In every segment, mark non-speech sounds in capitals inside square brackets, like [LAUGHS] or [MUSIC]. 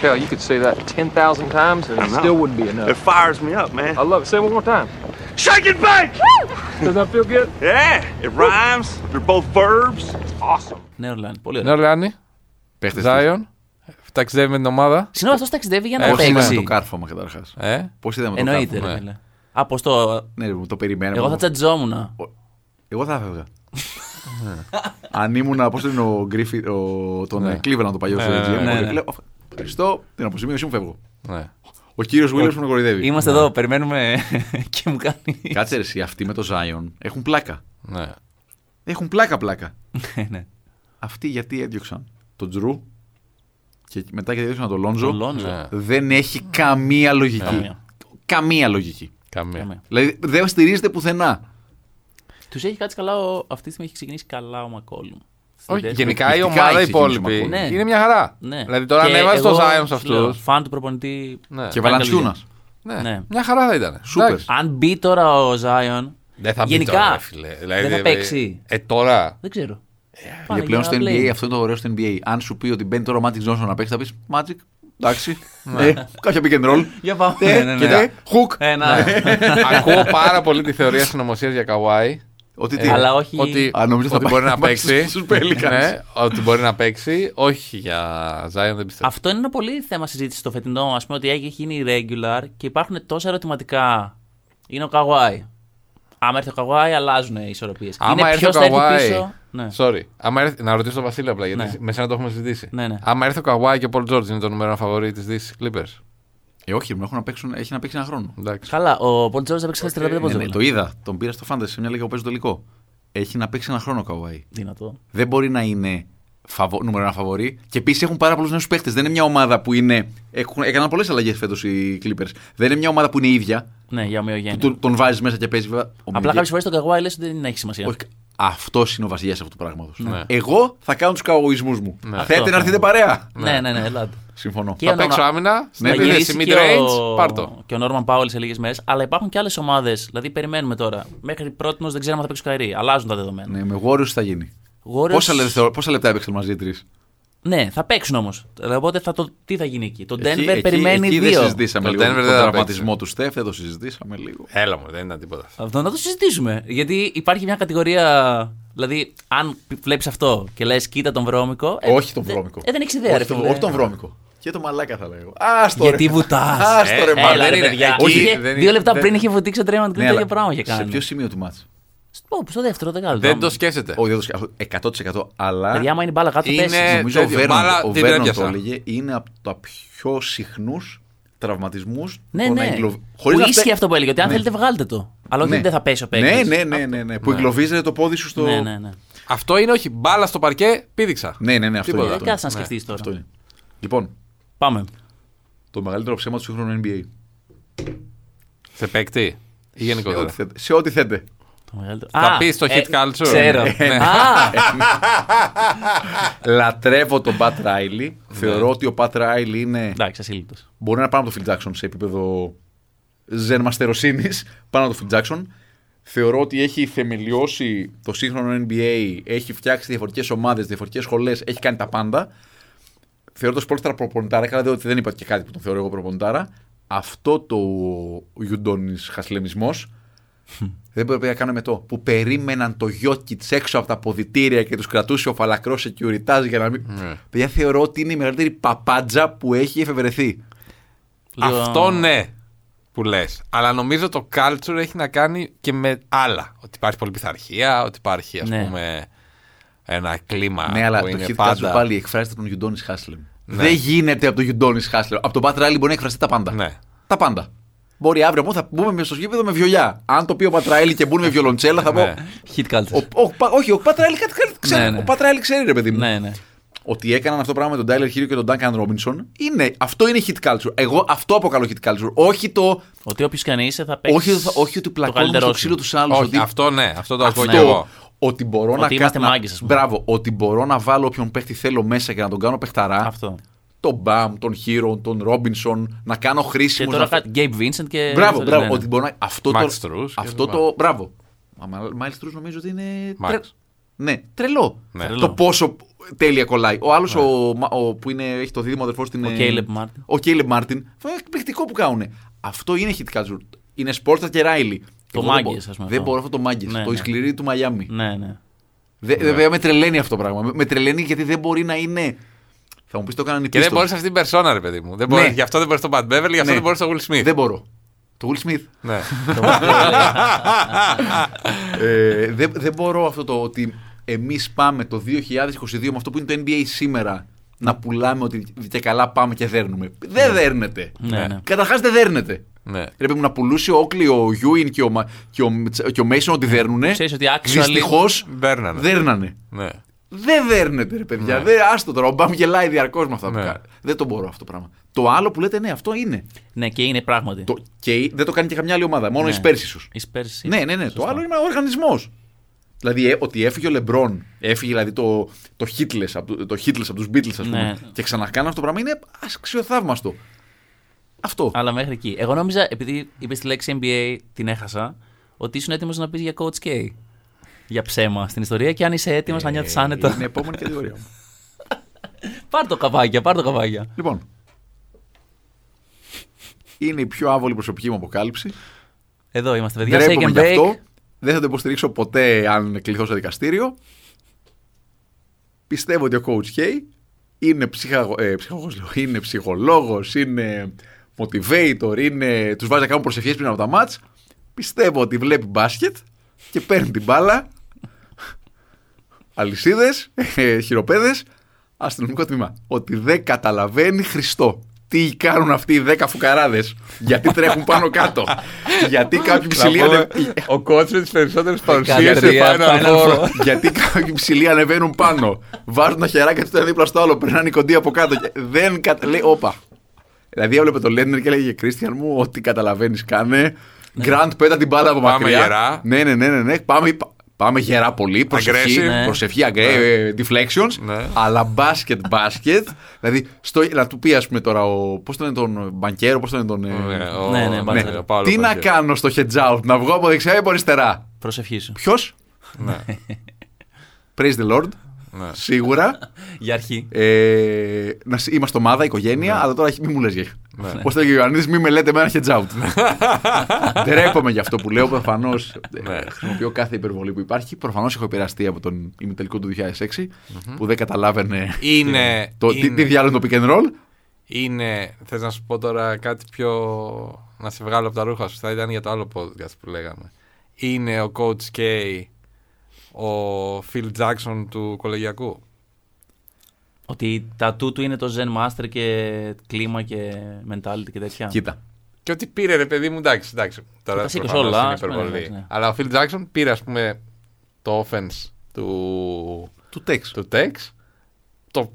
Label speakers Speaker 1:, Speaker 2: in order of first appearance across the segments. Speaker 1: tell. You could say that 10,000 times and
Speaker 2: I
Speaker 1: it
Speaker 2: know.
Speaker 1: still wouldn't be
Speaker 2: It
Speaker 1: enough.
Speaker 2: fires me up, man.
Speaker 1: I love it. Say it one more time.
Speaker 2: Shake and bake!
Speaker 1: Does that feel good?
Speaker 2: Yeah, it rhymes. They're both verbs. It's awesome.
Speaker 3: Νέορλάνδη. Πολύ
Speaker 4: Ναι,
Speaker 3: ωραία.
Speaker 4: Ορλάνη,
Speaker 5: Παίχτε.
Speaker 4: Ζάιον. Ταξιδεύει με την ομάδα.
Speaker 3: Συγγνώμη, αυτός ταξιδεύει για να
Speaker 4: Έχουμε
Speaker 5: Πώ είδαμε
Speaker 3: παίξει.
Speaker 5: το κάρφωμα καταρχάς.
Speaker 4: Ε,
Speaker 5: Πώς είδαμε το
Speaker 3: Εννοείται,
Speaker 5: κάρφωμα.
Speaker 3: ρε
Speaker 4: ναι.
Speaker 3: φίλε. Α, πώς το.
Speaker 5: Ναι, ρε, μου το περιμέναμε.
Speaker 3: Εγώ θα τσατζόμουν.
Speaker 5: Εγώ θα έφευγα. Αν ήμουν, πώ είναι ο Γκρίφι, ο, τον
Speaker 4: Ναι.
Speaker 5: ναι. Cleveland, το παλιό στο
Speaker 4: Ναι, ναι,
Speaker 5: GM,
Speaker 3: ναι,
Speaker 5: εγώ
Speaker 3: ναι.
Speaker 5: λέω, «Οφ, Ευχαριστώ την αποσημείωση μου, φεύγω.
Speaker 4: ναι.
Speaker 5: Ο κύριος Williams με κοροϊδεύει.
Speaker 3: Είμαστε εδώ,
Speaker 4: [LAUGHS]
Speaker 3: περιμένουμε και μου κάνει.
Speaker 5: Κάτσε ρε, εσύ, αυτοί με το Zion έχουν πλάκα.
Speaker 4: ναι.
Speaker 5: Έχουν πλάκα πλάκα.
Speaker 3: Ναι, ναι.
Speaker 5: Αυτοί γιατί έδιωξαν τον Τζρου και μετά γιατί έδιωξαν τον
Speaker 3: Ο
Speaker 5: Λόντζο.
Speaker 4: Ναι.
Speaker 3: Λόντζο.
Speaker 5: Δεν έχει καμία λογική.
Speaker 3: Καμία.
Speaker 5: Καμία, λογική.
Speaker 4: Καμία.
Speaker 3: Καμία.
Speaker 5: Δηλαδή δεν στηρίζεται πουθενά.
Speaker 3: Τους έχει κάτσει καλά. ο- Αυτή τη στιγμή έχει ξεκινήσει καλά ο Μακόλουμ. Στην
Speaker 4: Όχι,
Speaker 3: δεύτερη-
Speaker 4: γενικά η
Speaker 5: εκπληκτικά
Speaker 4: ομάδα
Speaker 5: έχει
Speaker 4: υπόλοιπη
Speaker 5: γίνει
Speaker 3: Ναι.
Speaker 4: είναι μια χαρά.
Speaker 3: Ναι.
Speaker 4: Δηλαδή τώρα
Speaker 3: Και
Speaker 4: ανέβαζε το
Speaker 3: εγώ
Speaker 4: Zion σε
Speaker 3: σου λέω,
Speaker 4: αυτού.
Speaker 3: Φαν του προπονητή.
Speaker 4: Ναι.
Speaker 5: Και Βαλαντσιούνας.
Speaker 4: Ναι.
Speaker 3: Ναι.
Speaker 4: Μια χαρά θα ήταν.
Speaker 5: Σούπερ.
Speaker 4: Εντάξει.
Speaker 3: Αν μπει τώρα ο Ζάιον.
Speaker 4: Δεν θα μπει
Speaker 3: Γενικά,
Speaker 4: τώρα, ρε φίλε. Δηλαδή,
Speaker 3: δεν θα
Speaker 4: ε,
Speaker 3: παίξει.
Speaker 4: Ε, τώρα.
Speaker 3: Δεν ξέρω. Πάνε
Speaker 5: Για πλέον
Speaker 3: να
Speaker 5: στο NBA,
Speaker 3: play.
Speaker 5: αυτό είναι το ωραίο στο NBA. Αν σου πει ότι μπαίνει τώρα ο Magic Johnson να παίξει, θα πεις Magic, εντάξει. ε, κάποια pick and roll.
Speaker 3: Για πάμε.
Speaker 5: Ε,
Speaker 3: Ναι, ναι,
Speaker 5: και
Speaker 3: ναι.
Speaker 5: τε, hook.
Speaker 3: Ένα.
Speaker 4: [LAUGHS] Ακούω πάρα πολύ τη θεωρία συνωμοσίας για Καουάι.
Speaker 5: Ότι τι.
Speaker 3: Ε, Αλλά όχι.
Speaker 4: Ότι,
Speaker 5: Α, νομίζω θα
Speaker 4: ότι
Speaker 5: πάει
Speaker 4: μπορεί να
Speaker 5: μαζί
Speaker 4: παίξει.
Speaker 5: στους Pelicans.
Speaker 4: ναι, ότι μπορεί να παίξει. Όχι για Zion, δεν πιστεύω.
Speaker 3: Αυτό είναι ένα πολύ θέμα συζήτηση στο φετινό. Ας πούμε ότι έχει γίνει regular και υπάρχουν τόσα ερωτηματικά. Είναι ο Καβάη. Άμα έρθει ο Καβάη, αλλάζουν οι ισορροπίες.
Speaker 4: Άμα έρθει ο Καουάι.
Speaker 3: Ναι.
Speaker 4: Sorry. Άμα έρθει- να ρωτήσω τον Βασίλη απλά, γιατί
Speaker 3: Ναι.
Speaker 4: με σένα το έχουμε συζητήσει.
Speaker 3: Ναι, ναι.
Speaker 4: Άμα έρθει ο Καουάι και ο Πολ Τζόρτζ είναι το νούμερο ένα φαβορή της Δύσης Clippers.
Speaker 5: Ε, όχι, ρε, μου έχουν να παίξουν, έχει να παίξει ένα χρόνο.
Speaker 4: Εντάξει.
Speaker 3: Καλά, ο Πολ Τζόρτζ έπαιξε χθε 35
Speaker 5: Ναι, ναι,
Speaker 3: πόντους.
Speaker 5: το είδα. Τον πήρα στο φάνταση σε μια λίγα που παίζει το τελικό. Έχει να παίξει ένα χρόνο ο Καουάι.
Speaker 3: Δυνατό.
Speaker 5: Δεν μπορεί να είναι φαβο, νούμερο ένα φαβορή. Και επίσης έχουν πάρα πολλούς νέους παίχτε. Δεν είναι μια ομάδα που είναι. Έχουν, έκαναν πολλές αλλαγές φέτος οι Clippers. Δεν είναι μια ομάδα που είναι η ίδια.
Speaker 3: Ναι, για ομοιογένεια.
Speaker 5: Που τον, τον βάζεις μέσα και παίζεις. βέβαια.
Speaker 3: Απλά
Speaker 5: Ομοιογένεια.
Speaker 3: κάποιες φορές τον Καβάη λες ότι δεν έχει σημασία.
Speaker 5: Όχι. Αυτός είναι ο βασιλιάς αυτού του πράγματος.
Speaker 4: Ναι.
Speaker 5: Εγώ θα κάνω τους καογοισμού μου. Θέλετε
Speaker 3: Ναι. Αυτό.
Speaker 5: να έρθετε παρέα.
Speaker 3: Ναι, ναι, ναι, ελάτε.
Speaker 5: Συμφωνώ.
Speaker 3: Και
Speaker 4: Θα
Speaker 3: ο Νορμα-
Speaker 4: παίξω άμυνα. Στην
Speaker 3: Θα
Speaker 4: επίθεση
Speaker 3: γυρίσει
Speaker 4: mid
Speaker 3: και
Speaker 4: range.
Speaker 3: ο-
Speaker 4: ναι, Πάρτο.
Speaker 3: Και ο Νόρμαν Πάουελ σε λίγες μέρες. Αλλά υπάρχουν και άλλες ομάδες. Δηλαδή, περιμένουμε τώρα. Μέχρι πρώτη δεν ξέρουμε αν θα παίξει ο Καϊρή. Αλλάζουν τα δεδομένα.
Speaker 5: Ναι, με Warriors θα γίνει.
Speaker 3: Warriors-
Speaker 5: Πόσα, λεπτά, πόσα λεπτά έπαιξαν μαζί τρεις.
Speaker 3: Ναι, θα παίξουν όμως. Οπότε θα το... τι θα γίνει εκεί. Το Denver
Speaker 5: εκεί,
Speaker 3: περιμένει
Speaker 5: εκεί
Speaker 3: δύο.
Speaker 5: Δεν συζητήσαμε
Speaker 4: Το
Speaker 5: λίγο.
Speaker 4: Denver
Speaker 5: Τον
Speaker 4: δεν θα
Speaker 5: τραυματισμό του Στεφ δεν το συζητήσαμε λίγο.
Speaker 4: Έλα μου, δεν ήταν τίποτα.
Speaker 3: Αυτό να το συζητήσουμε. Γιατί υπάρχει μια κατηγορία. Δηλαδή, αν βλέπεις αυτό και λες, κοίτα τον βρώμικο. ε,
Speaker 5: όχι τον
Speaker 3: δε-
Speaker 5: βρώμικο.
Speaker 3: Ε, δεν έχει ιδέα. ρε
Speaker 5: όχι, τον,
Speaker 3: φίλε.
Speaker 5: όχι τον βρώμικο. Και τον μαλάκα θα λέγω. Άστο ρε.
Speaker 3: Γιατί βουτάς.
Speaker 5: Άστο ρε,
Speaker 4: Ε,
Speaker 5: μαλάκα.
Speaker 4: δεν
Speaker 3: Έλα, ρε,
Speaker 4: είναι.
Speaker 3: παιδιά.
Speaker 4: Εκεί
Speaker 3: Είχε-
Speaker 4: δεν-
Speaker 3: Δύο λεπτά
Speaker 4: δεν-
Speaker 3: πριν είχε βουτήξει ο Τρέμαντ Γκριν. Το
Speaker 5: Ναι, αλλά
Speaker 3: ίδιο πράγμα είχε
Speaker 5: Σε
Speaker 3: κάνει.
Speaker 5: ποιο σημείο του μάτς.
Speaker 3: Στο- στο δεύτερο δεκάλεπτο.
Speaker 4: Δεν
Speaker 3: άμα.
Speaker 4: το σκέφτεται.
Speaker 5: Όχι, δεν το σκέφτομαι. 100% αλλά.
Speaker 3: Παιδιά, άμα είναι μπάλα κάτω,
Speaker 4: Είναι-
Speaker 3: πέσει.
Speaker 5: Νομίζω ο
Speaker 4: τέτοιο, μπάλα,
Speaker 5: Βέρνον, ο
Speaker 4: την
Speaker 5: Βέρνον
Speaker 4: έπιασα.
Speaker 5: το έλεγε, είναι από τα πιο συχνούς τραυματισμούς
Speaker 3: Ναι,
Speaker 5: των
Speaker 3: ναι.
Speaker 5: εγκλωβ-
Speaker 3: Χωρίς
Speaker 5: χωρίς
Speaker 3: που
Speaker 5: να
Speaker 3: ίσχυε
Speaker 5: φταί-
Speaker 3: αυτό που έλεγε, ότι αν
Speaker 5: Ναι.
Speaker 3: θέλετε βγάλτε το. Αλλά όχι ότι δεν θα πέσει ο παίκτης.
Speaker 5: Ναι, ναι, ναι, ναι, ναι. Που εγκλωβίζεται το πόδι σου στο.
Speaker 3: ναι, ναι, ναι.
Speaker 4: Αυτό είναι όχι. Μπάλα στο παρκέ, πήδηξα.
Speaker 5: Ναι, ναι, ναι, αυτό
Speaker 4: Τίποτα.
Speaker 5: είναι.
Speaker 3: Δεν κάτσε
Speaker 5: Αυτό είναι.
Speaker 3: Ε, να σκεφτείς τώρα.
Speaker 5: Αυτό είναι. Λοιπόν,
Speaker 3: Πάμε.
Speaker 5: το μεγαλύτερο ψέμα του σύγχρονου NBA.
Speaker 4: Σε παίκτη ή
Speaker 5: Σε ό,τι
Speaker 4: γενικότερα.
Speaker 5: θέτε. Σε ό,τι θέτε.
Speaker 3: Το μεγαλύτερο-
Speaker 4: Θα
Speaker 3: Α,
Speaker 4: πεις το
Speaker 3: ε,
Speaker 4: hit culture.
Speaker 3: Ξέρω.
Speaker 5: [LAUGHS]
Speaker 4: Ναι.
Speaker 3: Α,
Speaker 5: Λατρεύω τον Πατ Ράιλι. Ναι. Θεωρώ ότι ο Πατ Ράιλι είναι.
Speaker 3: εντάξει, ασύλληπτος.
Speaker 5: Μπορεί να είναι πάνω από τον Phil Jackson σε επίπεδο ζεν μαστεροσύνη. Πάνω από τον Phil Jackson. Θεωρώ ότι έχει θεμελιώσει το σύγχρονο NBA, έχει φτιάξει διαφορετικές ομάδες, διαφορετικές σχολές, έχει κάνει τα πάντα. Θεωρώ το Σπόλστρα προπονητάρα, καλά διότι δεν είπα και κάτι που τον θεωρώ εγώ προπονητάρα. Αυτό το Γιουντόνι χασλεμισμό δεν πρέπει να κάνουμε το. Που περίμεναν το Γιώκητ έξω από τα ποδητήρια και τους κρατούσε ο φαλακρός securitas για να μην. Παιδιά, θεωρώ ότι είναι η μεγαλύτερη παπάντζα που έχει εφευρεθεί.
Speaker 3: Λίγο-
Speaker 4: Αυτό ναι που λες. Αλλά νομίζω το culture έχει να κάνει και με άλλα. Ότι υπάρχει πολύ πειθαρχία, ότι υπάρχει ας
Speaker 3: Ναι.
Speaker 4: πούμε ένα κλίμα
Speaker 5: ναι, αλλά
Speaker 4: που
Speaker 5: το
Speaker 4: είναι
Speaker 5: Hit
Speaker 4: πάντα. Ναι.
Speaker 5: Culture πάλι εκφράζεται από τον Γιουντόνι Χάσλεμ. Δεν γίνεται από τον Γιουντόνι Χάσλεμ. Από τον Πατ Ράιλι μπορεί να εκφραστεί τα πάντα.
Speaker 4: Ναι.
Speaker 5: Τα πάντα. Μπορεί αύριο που θα μπούμε μέσα στο γήπεδο με βιολιά. Αν το πει ο Πατ Ράιλι και μπουν με βιολοντσέλα, θα πω.
Speaker 4: Ναι.
Speaker 3: Hit culture.
Speaker 5: Ο- ο- πα- όχι, ο Πατ Ράιλι κάτι κάτι ξέρει.
Speaker 3: Ναι, ναι.
Speaker 5: Ο Πατ Ράιλι ξέρει, ρε παιδί μου.
Speaker 3: Ναι, ναι.
Speaker 5: Ότι έκαναν αυτό το πράγμα με τον Tyler Hero και τον Duncan Robinson. Είναι, αυτό είναι hit culture. Εγώ αυτό αποκαλώ hit culture. Όχι το.
Speaker 3: Ότι όποιος και αν είσαι θα παίξεις.
Speaker 5: Όχι, όχι, ότι πλακώνουμε στο ξύλο τους άλλους.
Speaker 4: Όχι,
Speaker 5: ότι...
Speaker 4: αυτό ναι, αυτό το ακούω
Speaker 5: Αυτό.
Speaker 4: και εγώ.
Speaker 5: Ότι μπορώ να
Speaker 3: Ότι είμαστε
Speaker 5: κάνω-
Speaker 3: μάγκες, ας πούμε.
Speaker 5: Μπράβο, ότι μπορώ να βάλω όποιον παίχτη θέλω μέσα και να τον κάνω παιχταρά.
Speaker 3: Αυτό.
Speaker 5: Τον Μπαμ, τον Χίρο, τον Ρόμπινσον, να κάνω
Speaker 3: Και
Speaker 5: χρήσιμο.
Speaker 3: τώρα κάτι. Γκέιμ Vincent και.
Speaker 5: Μπράβο,
Speaker 3: Ναι,
Speaker 5: μπράβο.
Speaker 3: ναι.
Speaker 5: Ότι μπορώ να... Αυτό
Speaker 4: Max
Speaker 5: το.
Speaker 4: Strus και
Speaker 5: αυτό
Speaker 4: το-
Speaker 5: το. Μπράβο. Μάλιστρου νομίζω ότι είναι.
Speaker 4: Max.
Speaker 5: τρε- Ναι, τρελό.
Speaker 4: Ναι.
Speaker 5: Το πόσο τέλεια κολλάει. Ο άλλος ο, ο, που είναι, έχει το δίδυμο αδερφός στην.
Speaker 3: Ο
Speaker 5: ε,
Speaker 3: Caleb Martin.
Speaker 5: Ο Caleb Martin. Φα- Εκπληκτικό που κάνουν. Αυτό είναι hit culture. Είναι Sportster και Riley.
Speaker 3: Το
Speaker 5: Εγώ δεν
Speaker 3: μάγκες,
Speaker 5: μπο-
Speaker 3: ας πούμε,
Speaker 5: Δεν
Speaker 3: αυτό.
Speaker 5: μπορώ αυτό το μάγκες.
Speaker 3: Ναι,
Speaker 5: το
Speaker 3: ναι.
Speaker 5: η σκληρή του Μαϊάμι.
Speaker 3: Ναι, ναι.
Speaker 5: Δε- Βέβαια με τρελαίνει αυτό το πράγμα. Με, με τρελαίνει γιατί δεν μπορεί να είναι. Θα μου πεις το έκαναν οι
Speaker 4: Και δεν
Speaker 5: Pistons.
Speaker 4: μπορείς αυτήν την περσόνα, ρε παιδί μου. Δεν μπορείς-
Speaker 5: Ναι.
Speaker 4: Γι' αυτό δεν μπορείς τον Πατ Μπέβελ, γι' αυτό
Speaker 5: Ναι.
Speaker 4: δεν μπορείς τον Will Smith.
Speaker 5: Δεν μπορώ. Το Will Smith.
Speaker 4: Ναι.
Speaker 5: ε, δεν, δεν μπορώ αυτό το ότι εμείς πάμε το 2022 με αυτό που είναι το NBA σήμερα να πουλάμε ότι και καλά πάμε και δέρνουμε. Δεν δέρνετε.
Speaker 3: Ναι, ναι.
Speaker 5: Καταρχάς δεν δέρνετε.
Speaker 4: ναι.
Speaker 5: Ρε παιδί μου, να πουλούσε ο Όκλι, ο Γιούιν και ο, Μα- και ο, και ο Μέισον ότι δέρνουνε.
Speaker 3: Ξέρεις ότι actually
Speaker 5: Δυστυχώς
Speaker 4: δέρνανε.
Speaker 5: δέρνανε.
Speaker 4: ναι.
Speaker 5: Δεν δέρνετε, ρε παιδιά.
Speaker 3: Ναι.
Speaker 5: Δεν, άστο τώρα. Ο Μπαμ γελάει διαρκώς με αυτά που
Speaker 4: Ναι.
Speaker 5: κάνει. Δεν το μπορώ αυτό το πράγμα. Το άλλο που λέτε, ναι, αυτό είναι.
Speaker 3: Ναι, και είναι πράγματι.
Speaker 5: Το, και δεν το κάνει και καμιά άλλη ομάδα. Μόνο
Speaker 3: Ναι.
Speaker 5: εις πέρσι ίσως.
Speaker 3: Εις πέρσι.
Speaker 5: Ναι, ναι, ναι. Το άλλο είναι ο οργανισμός. Δηλαδή ε, ότι έφυγε ο Λεμπρόν, έφυγε δηλαδή το, το Hitler από το, το Hitler από τους Beatles, ας πούμε,
Speaker 3: Ναι.
Speaker 5: και ξανακάνουν αυτό το πράγμα είναι αξιοθαύμαστο. Αυτό.
Speaker 3: Αλλά μέχρι εκεί. Εγώ νόμιζα, επειδή είπες τη λέξη NBA, την έχασα, ότι ήσουν έτοιμος να πεις για Coach K. Για ψέμα στην ιστορία και αν είσαι έτοιμος να νιώθεις άνετα.
Speaker 5: Ε, Είναι επόμενη κατηγορία. μου.
Speaker 3: [LAUGHS] Πάρ το καβάκια, πάρ το καβάκια.
Speaker 5: λοιπόν. Είναι η πιο άβολη προσωπική μου αποκάλυψη.
Speaker 3: Εδώ είμαστε, παιδιά.
Speaker 5: Ντρέπομαι
Speaker 3: Shake
Speaker 5: γι'
Speaker 3: and bake.
Speaker 5: αυτό. Δεν θα το υποστηρίξω ποτέ αν κληθώ σε δικαστήριο. Πιστεύω ότι ο Coach K είναι, ψυχαγω... ε, ψυχαγωγός λέω, είναι ψυχολόγος, είναι motivator, είναι... τους βάζει να κάνουν προσευχές πριν από τα μάτς. Πιστεύω ότι βλέπει μπάσκετ και παίρνει την μπάλα, αλυσίδες, ε, χειροπέδες, αστυνομικό τμήμα. Ότι δεν καταλαβαίνει Χριστό. Τι κάνουν αυτοί οι 10 φουκαράδες, γιατί τρέχουν πάνω
Speaker 4: [LAUGHS]
Speaker 5: κάτω, γιατί κάποιοι ψηλοί
Speaker 4: Να
Speaker 5: ανε-
Speaker 4: πούμε, Ο κότσο της περισσότερης παρουσία σε
Speaker 3: Δεκατρία,
Speaker 4: Final
Speaker 3: Final Four.
Speaker 4: Four.
Speaker 5: γιατί κάποιοι ψηλοί ανεβαίνουν πάνω. Βάζουν τα χεράκια τους το ένα δίπλα στο άλλο. Περνάνε κοντή από κάτω. και Δεν κατα... Λέει, όπα. Δηλαδή έβλεπε το Λέντνερ και έλεγε Κρίστιαν μου, ό,τι καταλαβαίνεις κάνε. Γκραντ πέτα την μπάλα από
Speaker 4: Πάμε
Speaker 5: μακριά.
Speaker 4: γερά.
Speaker 5: Ναι, ναι, ναι, ναι. ναι. Πάμε, πα- πάμε γερά πολύ. Προσευχή,
Speaker 4: Aggressive.
Speaker 3: Ναι.
Speaker 5: προσευχή aggre- ε, deflections.
Speaker 4: Ναι.
Speaker 5: Αλλά μπάσκετ,
Speaker 4: [LAUGHS]
Speaker 5: μπάσκετ. δηλαδή, στο, να του πει, ας πούμε τώρα, ο, πώς τον είναι τον Μπανκέρο, πώς τον είναι τον. ε,
Speaker 4: Ναι, ο-
Speaker 3: Ναι, ναι, μπάσκετ.
Speaker 4: ο Παύλο
Speaker 5: Τι να
Speaker 4: Παγκέρ.
Speaker 5: κάνω στο hedge out, να βγω από δεξιά ή από αριστερά.
Speaker 3: Προσευχή σου.
Speaker 5: Ποιος. Praise the Lord.
Speaker 4: Ναι.
Speaker 5: Σίγουρα.
Speaker 3: Για αρχή.
Speaker 5: Ε, να σ- είμαστε ομάδα,
Speaker 4: Ναι.
Speaker 5: οικογένεια, αλλά τώρα μην μου λες για. Ναι. Πώ θέλει ο Ιωαννίδης, μην με λέτε με ένα hedge
Speaker 4: [LAUGHS]
Speaker 5: out. Ντρέπομαι για αυτό που λέω. Προφανώς
Speaker 4: Ναι.
Speaker 5: χρησιμοποιώ κάθε υπερβολή που υπάρχει. Προφανώς έχω επηρεαστεί από τον ημιτελικό του 2006 που δεν καταλάβαινε
Speaker 4: Είναι.
Speaker 5: το, τι,
Speaker 4: είναι-
Speaker 5: τι διάλογο είναι το pick and roll.
Speaker 4: Είναι. Θες να σου πω τώρα κάτι πιο. Να σε βγάλω από τα ρούχα σου. Θα ήταν για το άλλο podcast που λέγαμε. Είναι ο Coach K ο Phil Jackson του κολεγιακού.
Speaker 3: Ότι τα τούτου είναι το Zen Master και κλίμα και mentality και τέτοια.
Speaker 5: Κοίτα.
Speaker 4: Και ότι πήρε ρε παιδί μου, εντάξει, εντάξει. Τώρα
Speaker 3: Τα σήκωσε
Speaker 4: προφανώς
Speaker 3: όλα,
Speaker 4: είναι
Speaker 3: ας πούμε,
Speaker 4: υπερβολή.
Speaker 3: εντάξει, ναι.
Speaker 4: Αλλά ο Phil Jackson πήρε, ας πούμε, το offense του,
Speaker 5: Του τέξ.
Speaker 4: του Tex. Το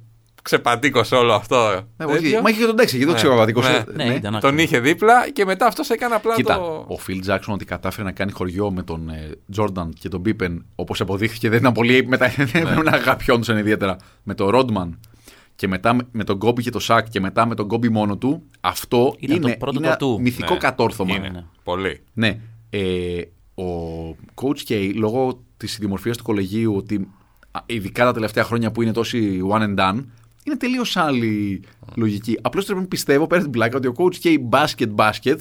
Speaker 4: ξεπατήκωσε όλο αυτό.
Speaker 5: Ναι,
Speaker 4: τέτοιο.
Speaker 5: όχι, Μα είχε και τον τέξ, εκεί το
Speaker 4: Ναι.
Speaker 5: ξέρω. παπαδικό.
Speaker 4: Ναι.
Speaker 3: Ναι,
Speaker 5: Ναι.
Speaker 3: ήταν
Speaker 4: Τον
Speaker 3: άκυρο.
Speaker 4: είχε δίπλα και μετά αυτός έκανε απλά
Speaker 5: Κοίτα,
Speaker 4: το.
Speaker 5: ο Φιλ Τζάξον ότι κατάφερε να κάνει χωριό με τον Τζόρνταν και τον Πίπεν, όπως αποδείχθηκε, [LAUGHS] δεν ήταν πολύ. Μετά πρέπει να αγαπιόντουσαν ιδιαίτερα. Με τον Ρόντμαν και μετά με- με τον Κόμπι και τον Σάκ και μετά με τον Κόμπι μόνο του. Αυτό
Speaker 3: Ήταν
Speaker 5: είναι,
Speaker 3: το πρώτο
Speaker 5: είναι ένα
Speaker 3: τατού.
Speaker 5: μυθικό
Speaker 4: Ναι,
Speaker 5: κατόρθωμα.
Speaker 4: είναι.
Speaker 3: Ναι.
Speaker 4: Πολύ.
Speaker 5: Ναι. Ε, ο Coach K, λόγω της δημορφία του κολεγίου, ότι α, ειδικά τα τελευταία χρόνια που είναι τόσοι one and done, είναι τελείως άλλη λογική. Απλώς πρέπει να πιστεύω πέρα την πλάκα ότι ο Coach K μπάσκετ μπάσκετ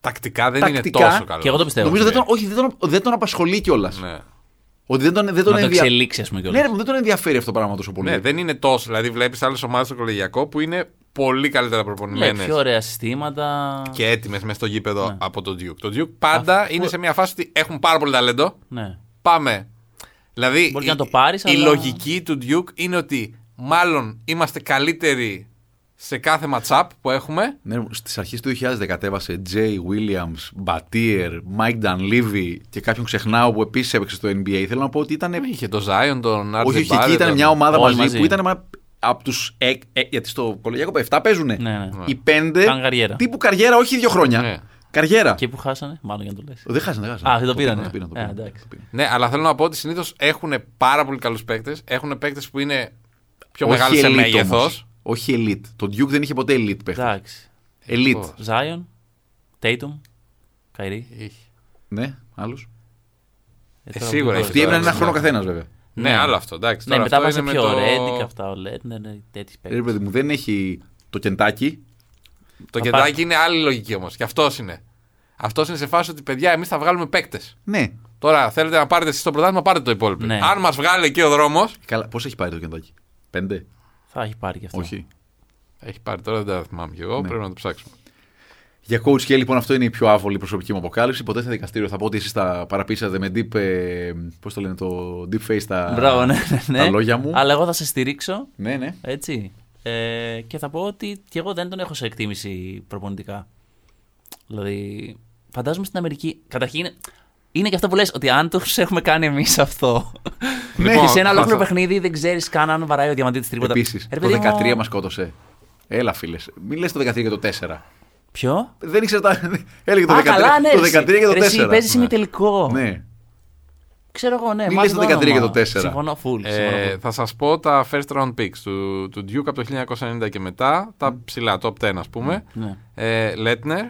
Speaker 4: Τακτικά δεν
Speaker 5: Τακτικά
Speaker 4: είναι τόσο καλό.
Speaker 3: Και εγώ το πιστεύω.
Speaker 5: Νομίζω δεν
Speaker 4: ναι.
Speaker 5: τον, όχι, δεν τον, δεν τον απασχολεί κιόλας.
Speaker 4: Ναι.
Speaker 5: Ότι δεν τον, δεν τον
Speaker 3: Να το
Speaker 5: ενδια-
Speaker 3: εξελίξει, ας πούμε
Speaker 5: Ναι, ρε,
Speaker 3: κιόλας.
Speaker 5: δεν τον ενδιαφέρει αυτό το πράγμα τόσο πολύ.
Speaker 4: ναι, δεν είναι τόσο. Δηλαδή, βλέπεις άλλες ομάδες στο κολεγιακό που είναι πολύ καλύτερα προπονημένε
Speaker 3: Ναι, πιο ωραία Ναι. συστήματα.
Speaker 4: ναι, και έτοιμες μέσα στο γήπεδο από τον Duke. Το Duke πάντα είναι σε μια φάση ότι έχουν πάρα πολύ ταλέντο.
Speaker 3: Ναι.
Speaker 4: Πάμε. Δηλαδή,
Speaker 3: Μπορεί
Speaker 4: η,
Speaker 3: και να το πάρεις,
Speaker 4: η
Speaker 3: αλλά-
Speaker 4: λογική του Duke είναι ότι μάλλον είμαστε καλύτεροι σε κάθε matchup που έχουμε.
Speaker 5: Ναι, Στις αρχές του 2000 κατέβασε Jay Williams, Μπατίερ, Mike Dunleavy και κάποιον ξεχνάω που επίσης έπαιξε στο NBA. Θέλω να πω ότι ήταν.
Speaker 4: Είχε τον Zion, τον Archie
Speaker 5: όχι, όχι,
Speaker 4: Barrett,
Speaker 5: εκεί ήταν
Speaker 4: τον-
Speaker 5: μια ομάδα
Speaker 3: Όλοι
Speaker 5: μαζί,
Speaker 3: μαζί.
Speaker 5: που ήταν από τους. Ε, ε, γιατί στο κολεγιακό 7 παίζουν.
Speaker 3: Ναι, ναι.
Speaker 5: Οι 5.
Speaker 3: Κάνουν καριέρα.
Speaker 5: Τύπου καριέρα, όχι δύο χρόνια.
Speaker 4: Ναι.
Speaker 5: Καριέρα.
Speaker 3: Και που χάσανε, μάλλον για να το λες.
Speaker 5: Δεν χάσανε, δεν χάσανε.
Speaker 3: Α, δεν το πήρανε.
Speaker 5: Το πήρανε, το
Speaker 3: Ε,
Speaker 5: πήρανε,
Speaker 3: εντάξει.
Speaker 5: το πήρανε.
Speaker 4: Ναι, αλλά θέλω να πω ότι συνήθως έχουν πάρα πολύ καλούς παίκτες. Έχουν παίκτες που είναι πιο
Speaker 5: Όχι
Speaker 4: μεγάλοι σε
Speaker 5: elite
Speaker 4: μέγεθος.
Speaker 5: όμως. Όχι elite. Το Duke δεν είχε ποτέ elite παίχτη.
Speaker 3: Εντάξει.
Speaker 5: Elite.
Speaker 3: Zion, Tatum, Καϊρή.
Speaker 5: Ναι, άλλους.
Speaker 4: Ε, σίγουρα έχει
Speaker 5: Αυτοί
Speaker 4: τώρα,
Speaker 3: Ε,
Speaker 5: έμειναν ένα
Speaker 4: ναι.
Speaker 5: χρόνο καθένας, βέβαια.
Speaker 4: Ναι,
Speaker 3: Ναι.
Speaker 4: άλλο αυτό. Εντάξει,
Speaker 3: Ναι,
Speaker 4: τώρα
Speaker 3: μετά
Speaker 4: αυτό
Speaker 3: πα σε
Speaker 4: είναι
Speaker 3: πιο
Speaker 4: με το...
Speaker 3: ρέντικ αυτά, ο Λέντ, ναι, ναι, τέτοιοι
Speaker 5: Ε, Ρε
Speaker 3: παίκτες.
Speaker 5: παιδί μου, δεν έχει το κεντάκι.
Speaker 4: Το
Speaker 3: Θα
Speaker 4: κεντάκι
Speaker 3: πάρει.
Speaker 4: είναι άλλη λογική όμως. Και αυτός είναι. Αυτός είναι σε φάση ότι παιδιά, εμείς θα βγάλουμε παίκτες.
Speaker 5: Ναι.
Speaker 4: Τώρα θέλετε να πάρετε εσείς το πρωτάθλημα, πάρετε το υπόλοιπο.
Speaker 3: Ναι.
Speaker 4: Αν μας βγάλει εκεί ο δρόμος.
Speaker 5: Καλά, πώς έχει πάρει το κεντάκι. Πέντε.
Speaker 3: Θα έχει πάρει και αυτό.
Speaker 5: Όχι.
Speaker 4: Έχει πάρει τώρα, δεν τα θυμάμαι κι
Speaker 3: Ναι.
Speaker 4: εγώ. Πρέπει να το ψάξουμε.
Speaker 5: Για coach και λοιπόν αυτό είναι η πιο άβολη προσωπική μου αποκάλυψη. Ποτέ σε δικαστήριο θα πω ότι εσείς τα παραπίσατε με deep. Ε, πώς το λένε το deep face τα,
Speaker 3: Μπράβο, ναι, ναι, ναι.
Speaker 5: τα λόγια μου.
Speaker 3: Αλλά εγώ θα σε στηρίξω,
Speaker 5: Ναι, ναι.
Speaker 3: έτσι. Ε, και θα πω ότι και εγώ δεν τον έχω σε εκτίμηση προπονητικά. Δηλαδή, φαντάζομαι στην Αμερική. Καταρχήν, είναι και αυτό που λες ότι αν τους έχουμε κάνει εμείς αυτό.
Speaker 4: Λοιπόν,
Speaker 5: Ναι.
Speaker 3: και σε ένα ολόκληρο
Speaker 4: θα-
Speaker 3: παιχνίδι δεν ξέρεις καν αν βαράει ο διαμαντής της τρίποτας.
Speaker 5: Επίσης,
Speaker 3: Ρε,
Speaker 5: το
Speaker 3: παιδί μου,
Speaker 5: 13 μα σκότωσε. Έλα, φίλες. Μην λες το 13 και το 4.
Speaker 3: Ποιο?
Speaker 5: Δεν ήξερα τα. Έλεγε το 13,
Speaker 3: Α, καλά, ναι.
Speaker 5: το
Speaker 3: ρε,
Speaker 5: 13 και το 4.
Speaker 3: ρε, Εσύ παίζει
Speaker 5: ναι.
Speaker 3: ημιτελικό.
Speaker 5: ναι.
Speaker 3: Ξέρω εγώ, ναι.
Speaker 5: Μη
Speaker 3: μάθε
Speaker 5: λες το 13 και το
Speaker 3: όνομα.
Speaker 5: 4.
Speaker 3: Συμφωνώ, full. συμφωνώ
Speaker 4: Ε,
Speaker 3: full.
Speaker 4: θα σας πω τα first round picks του, του Duke από το 1990 και μετά. Τα ψηλά, top 10 ας πούμε.
Speaker 3: Ναι.
Speaker 4: Ε, Letner,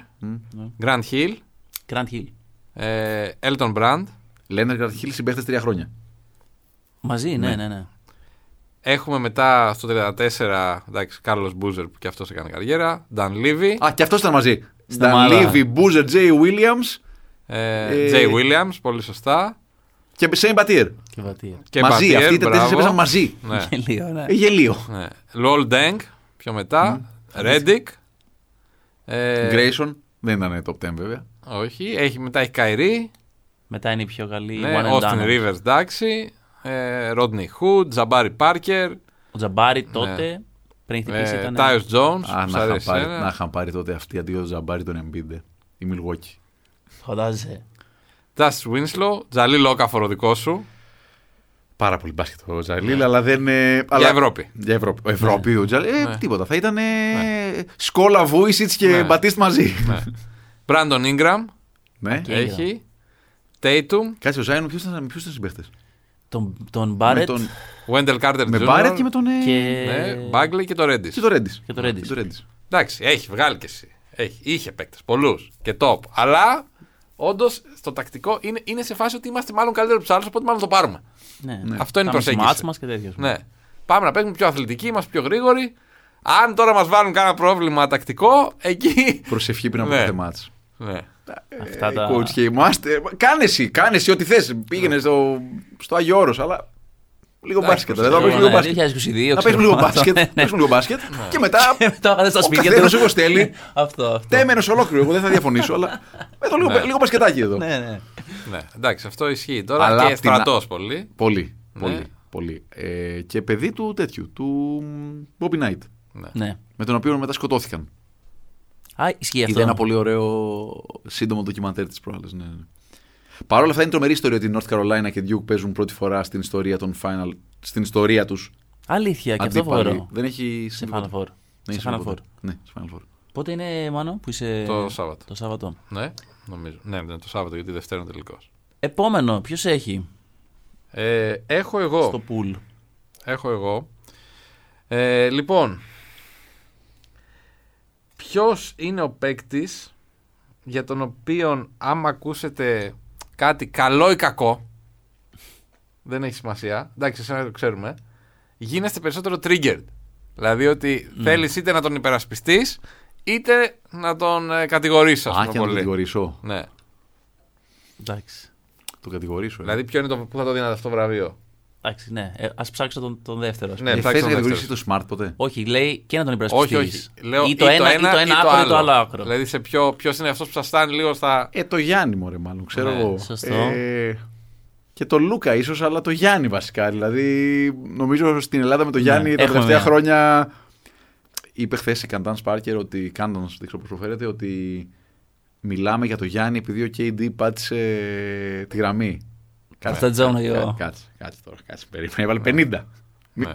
Speaker 4: Grand Hill,
Speaker 3: Grand Hill.
Speaker 4: ε, Elton Brand.
Speaker 5: Λένερ Γκαρτχίλ συμπαίχτε τρία χρόνια.
Speaker 3: Μαζί, ναι, ναι, ναι.
Speaker 4: Έχουμε μετά στο 34, εντάξει, Κάρλος Μπούζερ που και αυτός έκανε καριέρα. Dan Levy,
Speaker 5: Α, και αυτός ήταν μαζί.
Speaker 4: Ναι,
Speaker 3: Στην
Speaker 5: Στα
Speaker 3: ομάδα.
Speaker 5: Λίβι, Μπούζερ, Τζέι Βίλιαμ
Speaker 4: ε,
Speaker 5: ε,
Speaker 4: Jay Williams, πολύ σωστά.
Speaker 5: και Σέιν Πατήρ.
Speaker 3: Και βατία.
Speaker 4: Και
Speaker 5: μαζί.
Speaker 4: Μπατιέρ,
Speaker 5: Αυτοί οι τέσσερι
Speaker 4: μπράβο.
Speaker 5: έπαιζαν μαζί.
Speaker 4: Ναι,
Speaker 3: Γελίο, ναι.
Speaker 5: Ε, Γελίο.
Speaker 4: ναι. Λολ Ντέγκ, πιο μετά. Ρέντικ. Ε,
Speaker 5: Γκρέισον δεν ήταν top 10 βέβαια.
Speaker 4: όχι, έχει, μετά έχει Καϊρή.
Speaker 3: Μετά είναι η πιο καλή.
Speaker 4: Ναι,
Speaker 3: one and
Speaker 4: Austin
Speaker 3: done.
Speaker 4: Rivers, εντάξει. ε, Ρόντνι Χουτ, Τζαμπάρι Πάρκερ.
Speaker 3: Ο Τζαμπάρι
Speaker 5: Ναι.
Speaker 3: τότε, πριν
Speaker 4: ε,
Speaker 3: χτυπήσει, ήταν.
Speaker 4: Τάιο Τζόουν.
Speaker 5: Α, να είχαν,
Speaker 4: ε,
Speaker 5: πάρει,
Speaker 4: ναι.
Speaker 5: να είχαν πάρει τότε αυτή αντί ο Ζαμπάρι τον Εμπίντε. Η Μιλγόκη.
Speaker 3: Φαντάζεσαι.
Speaker 4: Τάσι Βίνσλο, Τζαλί Λόκαφορο δικό σου.
Speaker 5: Πάρα πολύ μπάσκετ ο Τζαλίλ, αλλά δεν. ε, αλλά...
Speaker 4: Ναι. Για Ευρώπη. Ναι.
Speaker 5: Για Ευρώπη. Ο Ευρώπη, ο Τζαλίλ. Ε, Τίποτα. Θα ήταν. ε, Σκόλα, Βούισιτ και
Speaker 4: Ναι.
Speaker 5: Μπατίστ μαζί.
Speaker 4: Μπράντον Ingram
Speaker 5: [LAUGHS] Ναι.
Speaker 3: Και- Ingram.
Speaker 4: έχει. Τέιτουμ,
Speaker 5: Κάτσε ο Ζάινον, ποιος ήταν, ποιος ήταν συμπαίχτες.
Speaker 3: Τον, τον
Speaker 5: Με,
Speaker 3: Μπάρετ
Speaker 5: τον...
Speaker 4: Βέντελ Κάρτερ
Speaker 5: με Μπάρετ και με τον. ε,
Speaker 3: και.
Speaker 4: Ναι, Bagley και το Ρέντι.
Speaker 5: Και το Ρέντι.
Speaker 3: Και το Ρέντις.
Speaker 4: Εντάξει, έχει βγάλει και εσύ. Έχει, είχε παίκτες, πολλούς και top. Αλλά όντως στο τακτικό είναι, είναι σε φάση ότι είμαστε μάλλον καλύτεροι από τους άλλους, οπότε μάλλον το πάρουμε.
Speaker 3: ναι.
Speaker 4: Αυτό είναι η
Speaker 3: Τα
Speaker 4: προσέγγιση.
Speaker 3: μάτς μας και τέτοια. ας πούμε.
Speaker 4: Ναι. Πάμε να παίξουμε πιο αθλητικοί, είμαστε πιο γρήγοροι. Αν τώρα μας βάλουν κάνα πρόβλημα τακτικό, εκεί.
Speaker 5: Προσευχή πριν από
Speaker 4: Ναι.
Speaker 5: κάθε μάτς.
Speaker 4: ναι.
Speaker 3: Αυτά τα.
Speaker 5: Ε, Coach και είμαστε. Κάνε εσύ, κάνε εσύ ό,τι θες. Πήγαινε στο, στο Άγιο Όρος, αλλά λίγο μπάσκετ.
Speaker 4: προσεκτικό,
Speaker 5: Εδώ παίζουμε λίγο
Speaker 3: ναι,
Speaker 5: μπάσκετ.
Speaker 3: 2022
Speaker 5: Να παίζουμε λίγο
Speaker 3: ξέρω,
Speaker 5: μπάσκετ.
Speaker 3: [LAUGHS] ναι, ναι.
Speaker 5: να Παίζουμε λίγο μπάσκετ. Και μετά.
Speaker 3: [LAUGHS] Και μετά ο καθένας στα
Speaker 5: ο
Speaker 3: σπίτια
Speaker 5: καθένας
Speaker 3: του.
Speaker 5: όπως θέλει.
Speaker 3: [LAUGHS] Αυτό. αυτό.
Speaker 5: Τέμενος ολόκληρο. Εγώ δεν θα διαφωνήσω, αλλά. Εδώ λίγο, λίγο μπασκετάκι εδώ.
Speaker 3: Ναι, ναι.
Speaker 4: ναι. Εντάξει, αυτό ισχύει τώρα.
Speaker 5: Αλλά
Speaker 4: και
Speaker 5: απ' την
Speaker 4: στρατός πολύ.
Speaker 5: Πολύ.
Speaker 4: Ναι.
Speaker 5: Πολύ. πολύ. Ε, και παιδί του τέτοιου, του μ, Bobby Knight.
Speaker 3: Ναι.
Speaker 5: Με τον οποίο μετά σκοτώθηκαν.
Speaker 3: Α, ισχύει αυτό.
Speaker 5: Είδα ένα πολύ ωραίο σύντομο ντοκιμαντέρ της προάλλη. Ναι, ναι. Παρ' όλα αυτά είναι τρομερή ιστορία ότι η North Carolina και Duke παίζουν πρώτη φορά στην ιστορία των final, στην ιστορία τους.
Speaker 3: Αλήθεια, Ε, και αυτό φοβερό.
Speaker 5: Δεν έχει
Speaker 3: Σε
Speaker 5: συμβεί.
Speaker 3: Final
Speaker 5: ποτέ.
Speaker 3: Four.
Speaker 5: Ναι,
Speaker 3: Σε
Speaker 5: έχει
Speaker 3: Final
Speaker 5: συμβεί
Speaker 3: Four.
Speaker 5: ποτέ. Ναι, σε Final Four.
Speaker 3: Πότε είναι, Μάνο, που είσαι.
Speaker 4: Το Σάββατο.
Speaker 3: Το Σάββατο.
Speaker 4: Ναι, νομίζω. Ναι, ναι, το Σάββατο γιατί Δευτέρα είναι τελικός.
Speaker 3: Επόμενο, ποιος έχει
Speaker 4: Ε, έχω εγώ.
Speaker 3: στο pool.
Speaker 4: Έχω εγώ. Ε, λοιπόν, ποιος είναι ο παίκτης για τον οποίο άμα ακούσετε κάτι καλό ή κακό, δεν έχει σημασία, εντάξει, εσένα το ξέρουμε, γίνεστε περισσότερο triggered. Δηλαδή ότι
Speaker 5: Ναι.
Speaker 4: θέλεις είτε να τον υπερασπιστείς, είτε να τον ε, κατηγορήσεις, ας
Speaker 5: Α,
Speaker 4: πούμε,
Speaker 5: και να τον
Speaker 4: πολύ.
Speaker 5: κατηγορήσω.
Speaker 4: Ναι.
Speaker 3: Εντάξει.
Speaker 5: Το κατηγορήσω. ε.
Speaker 4: Δηλαδή ποιο είναι το που θα το δίνατε αυτό το βραβείο.
Speaker 3: Εντάξει, ναι. Ας ψάξω τον, τον δεύτερο. ας πούμε.
Speaker 4: Ναι,
Speaker 5: ε,
Speaker 4: ψάξτε
Speaker 5: θες να
Speaker 4: τον
Speaker 5: κατηγορήσει
Speaker 4: δεύτερο.
Speaker 5: το Smart ποτέ.
Speaker 3: Όχι, λέει και να τον
Speaker 4: Όχι,
Speaker 3: υπερασπιστείς.
Speaker 4: όχι. Λέω
Speaker 3: ή το ένα, ή το ένα άκρο ή το άλλο άκρο.
Speaker 4: Δηλαδή σε ποιο, ποιος είναι αυτός που σας στάνει λίγο στα...
Speaker 5: Ε, το Γιάννη μωρέ μάλλον, ξέρω
Speaker 4: Ναι,
Speaker 5: εγώ.
Speaker 3: σωστό.
Speaker 5: Ε, και το Λούκα ίσως, αλλά το Γιάννη βασικά. Δηλαδή, νομίζω στην Ελλάδα με το Γιάννη τα
Speaker 3: έχουμε
Speaker 5: τελευταία
Speaker 3: μια.
Speaker 5: χρόνια. Είπε χθες η Καντάν Σπάρκερ ότι. Κάντα να σας δείξω πώς προφέρεται, ότι μιλάμε για το Γιάννη επειδή ο KD πάτησε τη γραμμή.
Speaker 3: Στα τζόνα,
Speaker 5: κάτσε,
Speaker 3: εγώ.
Speaker 5: κάτσε, Κάτσε, κάτσε τώρα, κάτσε. Περίμενε, έβαλε 50.
Speaker 4: Ναι.